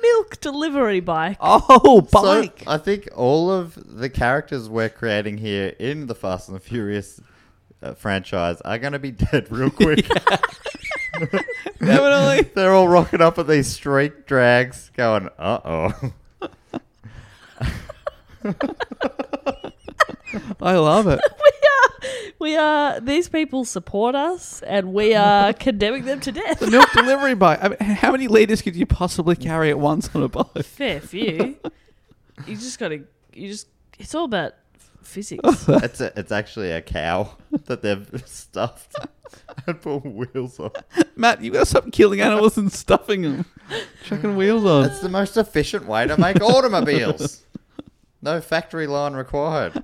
milk delivery bike. Oh, bike. So I think all of the characters we're creating here in the Fast and the Furious uh, franchise are going to be dead real quick. Definitely. They're all rocking up at these street drags, going, "Uh oh." I love it. We are these people support us, and we are condemning them to death. The milk delivery bike. I mean, how many liters could you possibly carry at once on a bike? Fair few. you just gotta. You just. It's all about physics. It's a, it's actually a cow that they've stuffed and put wheels on. Matt, you gotta stop killing animals and stuffing them, chucking wheels on. It's the most efficient way to make automobiles. No factory line required.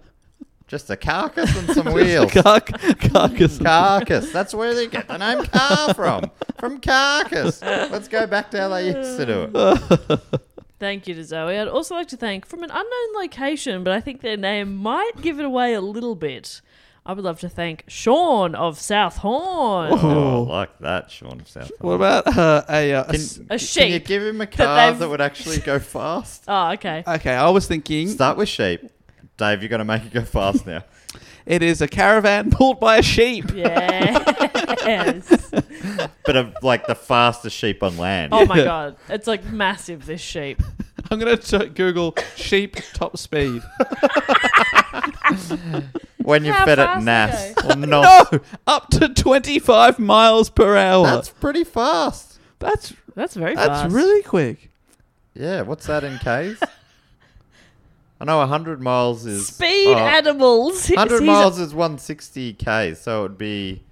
Just a carcass and some wheels. Carc- carcass. Carcass. That's where they get the name car from. From carcass. Let's go back to how they used to do it. thank you to Zoe. I'd also like to thank from an unknown location, but I think their name might give it away a little bit. I would love to thank Sean of South Horn. Oh, I like that, Sean of South. What about uh, a, uh, a s- A Can you sheep. give him a car they've- that would actually go fast? Oh, okay. Okay, I was thinking Start with sheep. Dave, you're going to make it go fast now. it is a caravan pulled by a sheep. Yes. but of like the fastest sheep on land. oh my god. It's like massive this sheep. I'm gonna t- Google sheep top speed. when you How fed it fast nass they or not. No, up to 25 miles per hour. That's pretty fast. that's That's very that's fast. really quick. Yeah, what's that in Ks? I know 100 miles is. Speed oh, animals. 100 He's a- miles is 160 Ks, so it would be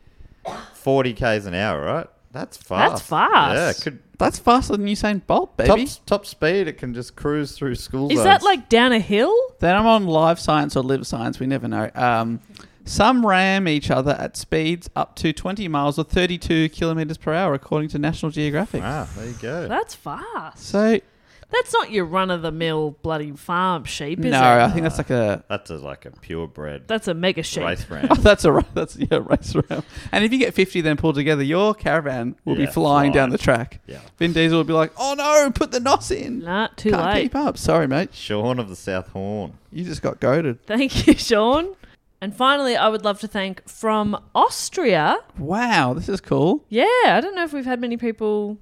40 Ks an hour, right? That's fast. That's fast. Yeah, it could. That's faster than Usain Bolt, Top, baby. top speed, it can just cruise through school Is zones. that like down a hill? Then I'm on live science or live science. We never know. Um, some ram each other at speeds up to 20 miles or 32 kilometers per hour, according to National Geographic. Ah, there you go. That's fast. So That's not your run of the mill bloody farm sheep, is no, it? I think that's like a That's a, like a purebred That's a mega sheep. race ram. oh, that's a ra- that's yeah race ram. And if you get 50, then pulled together, your caravan will Yeah, be flying down flying. the track. Yeah. Vin Diesel will be like, "Oh no, put the nos in." Nah, too Can't late. keep up. Sorry, mate. Sean of the South Horn. You just got goaded. Thank you, Sean. And finally, I would love to thank from Austria. Wow, this is cool. Yeah, I don't know if we've had many people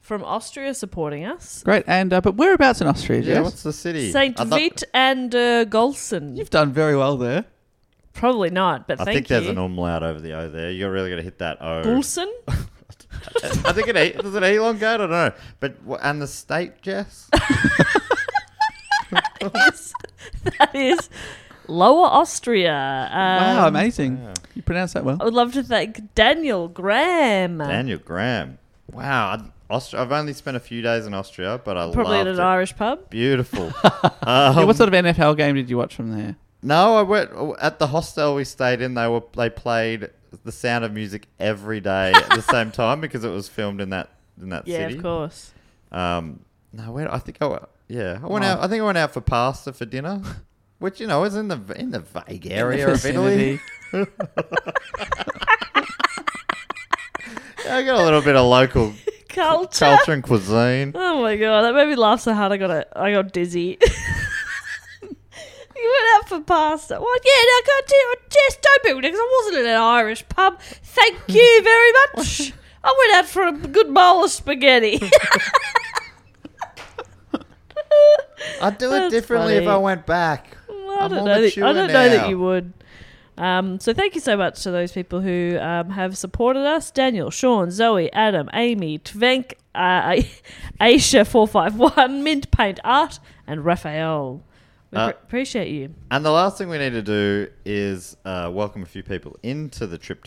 from Austria supporting us. Great. And uh, but whereabouts in Austria? Yeah, Jess? what's the city? Saint I thought- Vit and uh, Golsen. You've done very well there. Probably not, but I thank think there's you. an umlaut over the O there. You're really going to hit that O. Golsen? I think it e- does it elongate. I don't know. But wh- and the state, Jess. yes, that is Lower Austria. Um, Oh, wow, amazing. You pronounced that well. I would love to thank Daniel Graham. Daniel Graham. Wow. I'd- Austria, I've only spent a few days in Austria, but I Probably at loved an it. Irish pub. Beautiful. Yeah, Um, what sort of NFL game did you watch from there? no, I went at the hostel we stayed in. They were they played The Sound of Music every day at the same time because it was filmed in that in that Yeah, city. of course. Um, no, where, I think I wa- yeah, I went Oh. Wow. out. I think I went out for pasta for dinner, which you know is in the in the vague area of Italy. Vicinity. Yeah, I got a little bit of local Culture. culture and cuisine. Oh my god, that made me laugh so hard I got a, I got dizzy. You went out for pasta. Well, yeah, no, I can't tell you. Just don't be because I wasn't in an Irish pub. Thank you very much. I went out for a good bowl of spaghetti. I'd do it That's differently if funny. I went back. I I'm don't more know. That, I mature don't know now. that you would. Um, so thank you so much to those people who um, have supported us: Daniel, Sean, Zoe, Adam, Amy, Tvenk, uh, Aisha four five one, Mint Paint Art, and Raphael. We Uh, pr- appreciate you. And the last thing we need to do is uh, welcome a few people into the trip.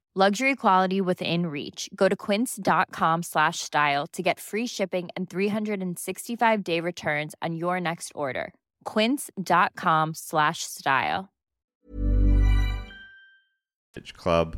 Luxury quality within reach. Go to quince.com slash style to get free shipping and 365 day returns on your next order. Quince.com slash style. Pitch Club.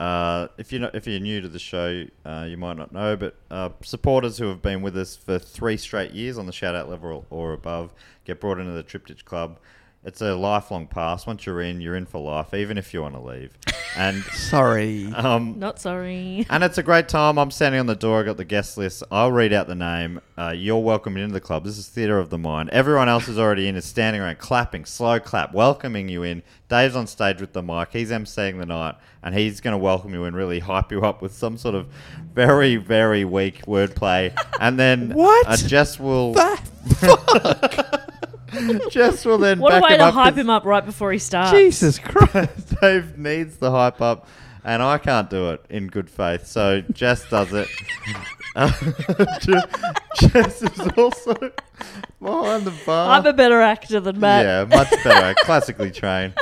Uh, if you're not, if you're new to the show, uh, you might not know, but uh, supporters who have been with us for three straight years on the shout out level or, or above get brought into the Triptych Club. It's a lifelong pass. Once you're in, you're in for life, even if you want to leave. And Sorry. um, Not sorry. and it's a great time. I'm standing on the door. I got the guest list. I'll read out the name. Uh, you're welcome into the club. This is theatre of the mind. Everyone else is already in. Is standing around, clapping, slow clap, welcoming you in. Dave's on stage with the mic. He's emceeing the night, and he's going to welcome you and really hype you up with some sort of very, very weak wordplay. And then What? Uh, Jess will. The Jess will then. What back a way him to up 'cause- hype him up right before he starts. Jesus Christ. Dave needs the hype up, and I can't do it in good faith. So Jess does it. Uh, Je- Jess is also behind the bar. I'm a better actor than Matt. yeah, much better. Classically trained.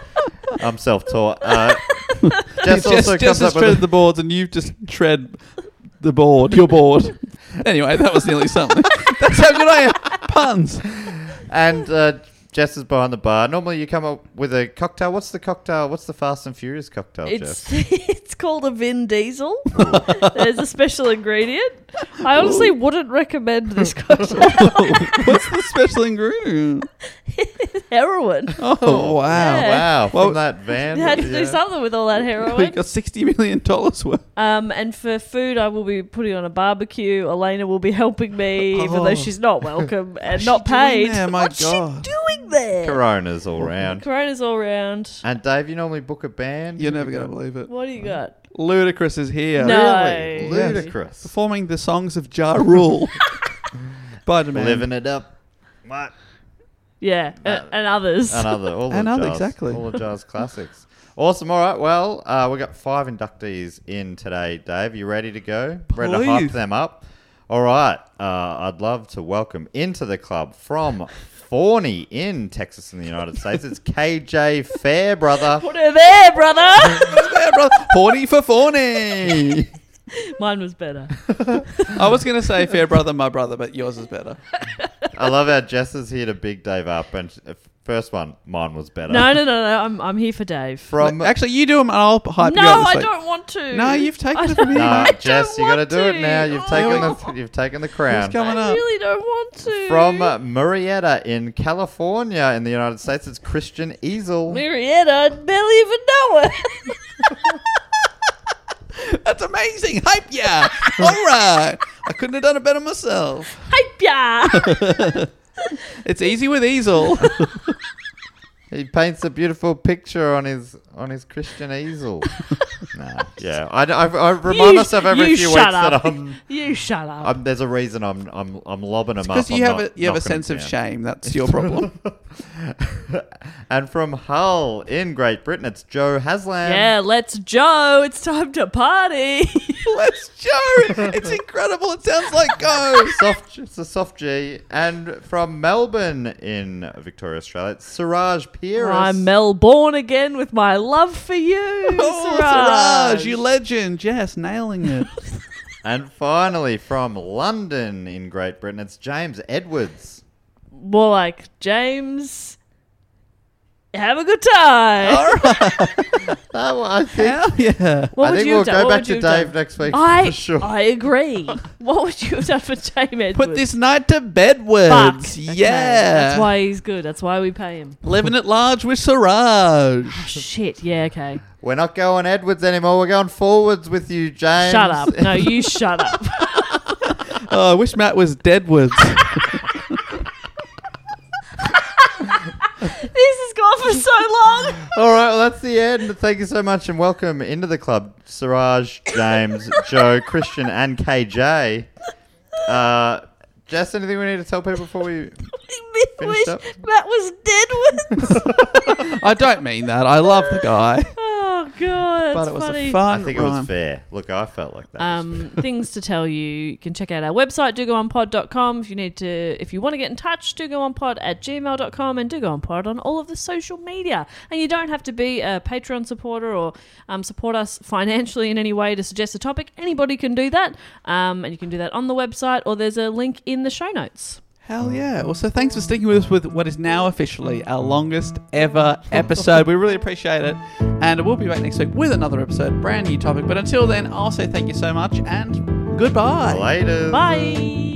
I'm self-taught. Uh, Jess Jess, also Jess, comes has up with treaded the boards and you've just tread the board. You're bored. anyway, that was nearly something. That's how good I am. Puns. and uh, Jess is behind the bar. Normally, you come up with a cocktail. What's the cocktail? What's the Fast and Furious cocktail, Jess? It's it's called a Vin Diesel. There's a special ingredient. I honestly wouldn't recommend this cocktail. What's the special ingredient? heroin. Oh, wow. Yeah. Wow, Well- from that van. You had to yeah. do something with all that We heroin. got $60 million worth. Um, and for food, I will be putting on a barbecue. Elena will be helping me, even though she's not welcome and not paid. Yeah, my What's God. she doing there? Coronas all round. Corona's all round. And Dave, you normally book a band. You're never going to believe it. What do you got? Ludacris is here. No. Really? Yes. Ludicrous. Performing the songs of Ja Rule. By demand. Living it up. What? Yeah, a- and others. Another. All the Another, jazz, exactly. All the jazz classics. Awesome. All right. Well, uh, we got five inductees in today, Dave. You ready to go? Ready to hype Please. them up? All right. Uh, I'd love to welcome into the club from Forney in Texas in the United States. It's KJ Fair, brother. Put her there, brother. Yeah, bro. Horny for Forney. Mine was better. I was going to say fair brother, my brother, but yours is better. I love how Jess is here to big Dave up. And uh, first one, mine was better. No, no, no, no. I'm I'm here for Dave. From Actually, you do them and I'll hype No, you up I this week. don't want to. No, you've taken it from me. No, mate. Jess, you got to do want it now. to. You've Oh. taken the you've taken the crown. What's coming I up? really don't want to. From uh, Marietta in California in the United States, it's Christian Easel. Marietta, I barely even know her. That's amazing. Hype yeah. All right. I couldn't have done it better myself. Hype ya! It's easy with easel. He paints a beautiful picture on his on his Christian Easel. nah, yeah, I, I, I remind You- myself every you few weeks shut that um, up. I'm, You shut up. I'm there's a reason I'm I'm I'm lobbing him up. Because you I'm have a not you have a knocking 'em sense of down. shame. That's your problem. and from Hull in Great Britain, it's Joe Haslam. yeah, let's Joe. It's time to party. Let's Joe. It's incredible. It sounds like go. soft, it's a soft G. And from Melbourne in Victoria, Australia, it's Siraj Pierce. I'm Mel Born again with my love for you. Oh, Siraj. Siraj, you legend. Yes, nailing it. and finally, from London in Great Britain, it's James Edwards. More like James. Have a good time. That one, Oh, I think, yeah. What I would think you we'll have done? go What back would to you have Dave done? next week I for sure. I agree. what would you have done for James Edwards? Put this night to Fuck. bedwards. Okay, Yeah. That's why he's good. That's why we pay him. Living at large with Siraj. Shit. Yeah. Okay. We're not going Edwards anymore. We're going forwards with you, James. Shut up. No, you shut up. Oh, I wish Matt was Deadwoods. this has gone for so long. All right, well, that's the end. Thank you so much and welcome into the club, Siraj, James, Joe, Christian, and KJ. Uh, Jess, anything we need to tell people before we. I Finished wish up? Matt was dead with. I don't mean that. I love the guy. Oh god, that's But it was funny. a fun I think it was rhyme. fair. Look, I felt like that. was um, things to tell you. You can check out our website, dogoonpod.com. If you need to, if you want to get in touch, dogoonpod at gmail.com and dogoonpod on all of the social media. And you don't have to be a Patreon supporter or um, support us financially in any way to suggest a topic. Anybody can do that. Um, and you can do that on the website or there's a link in the show notes. Hell yeah. Well, so thanks for sticking with us with what is now officially our longest ever episode. we really appreciate it. And we'll be back next week with another episode, Um, brand new topic. But until then, I'll say thank you so much and goodbye. Later. Bye.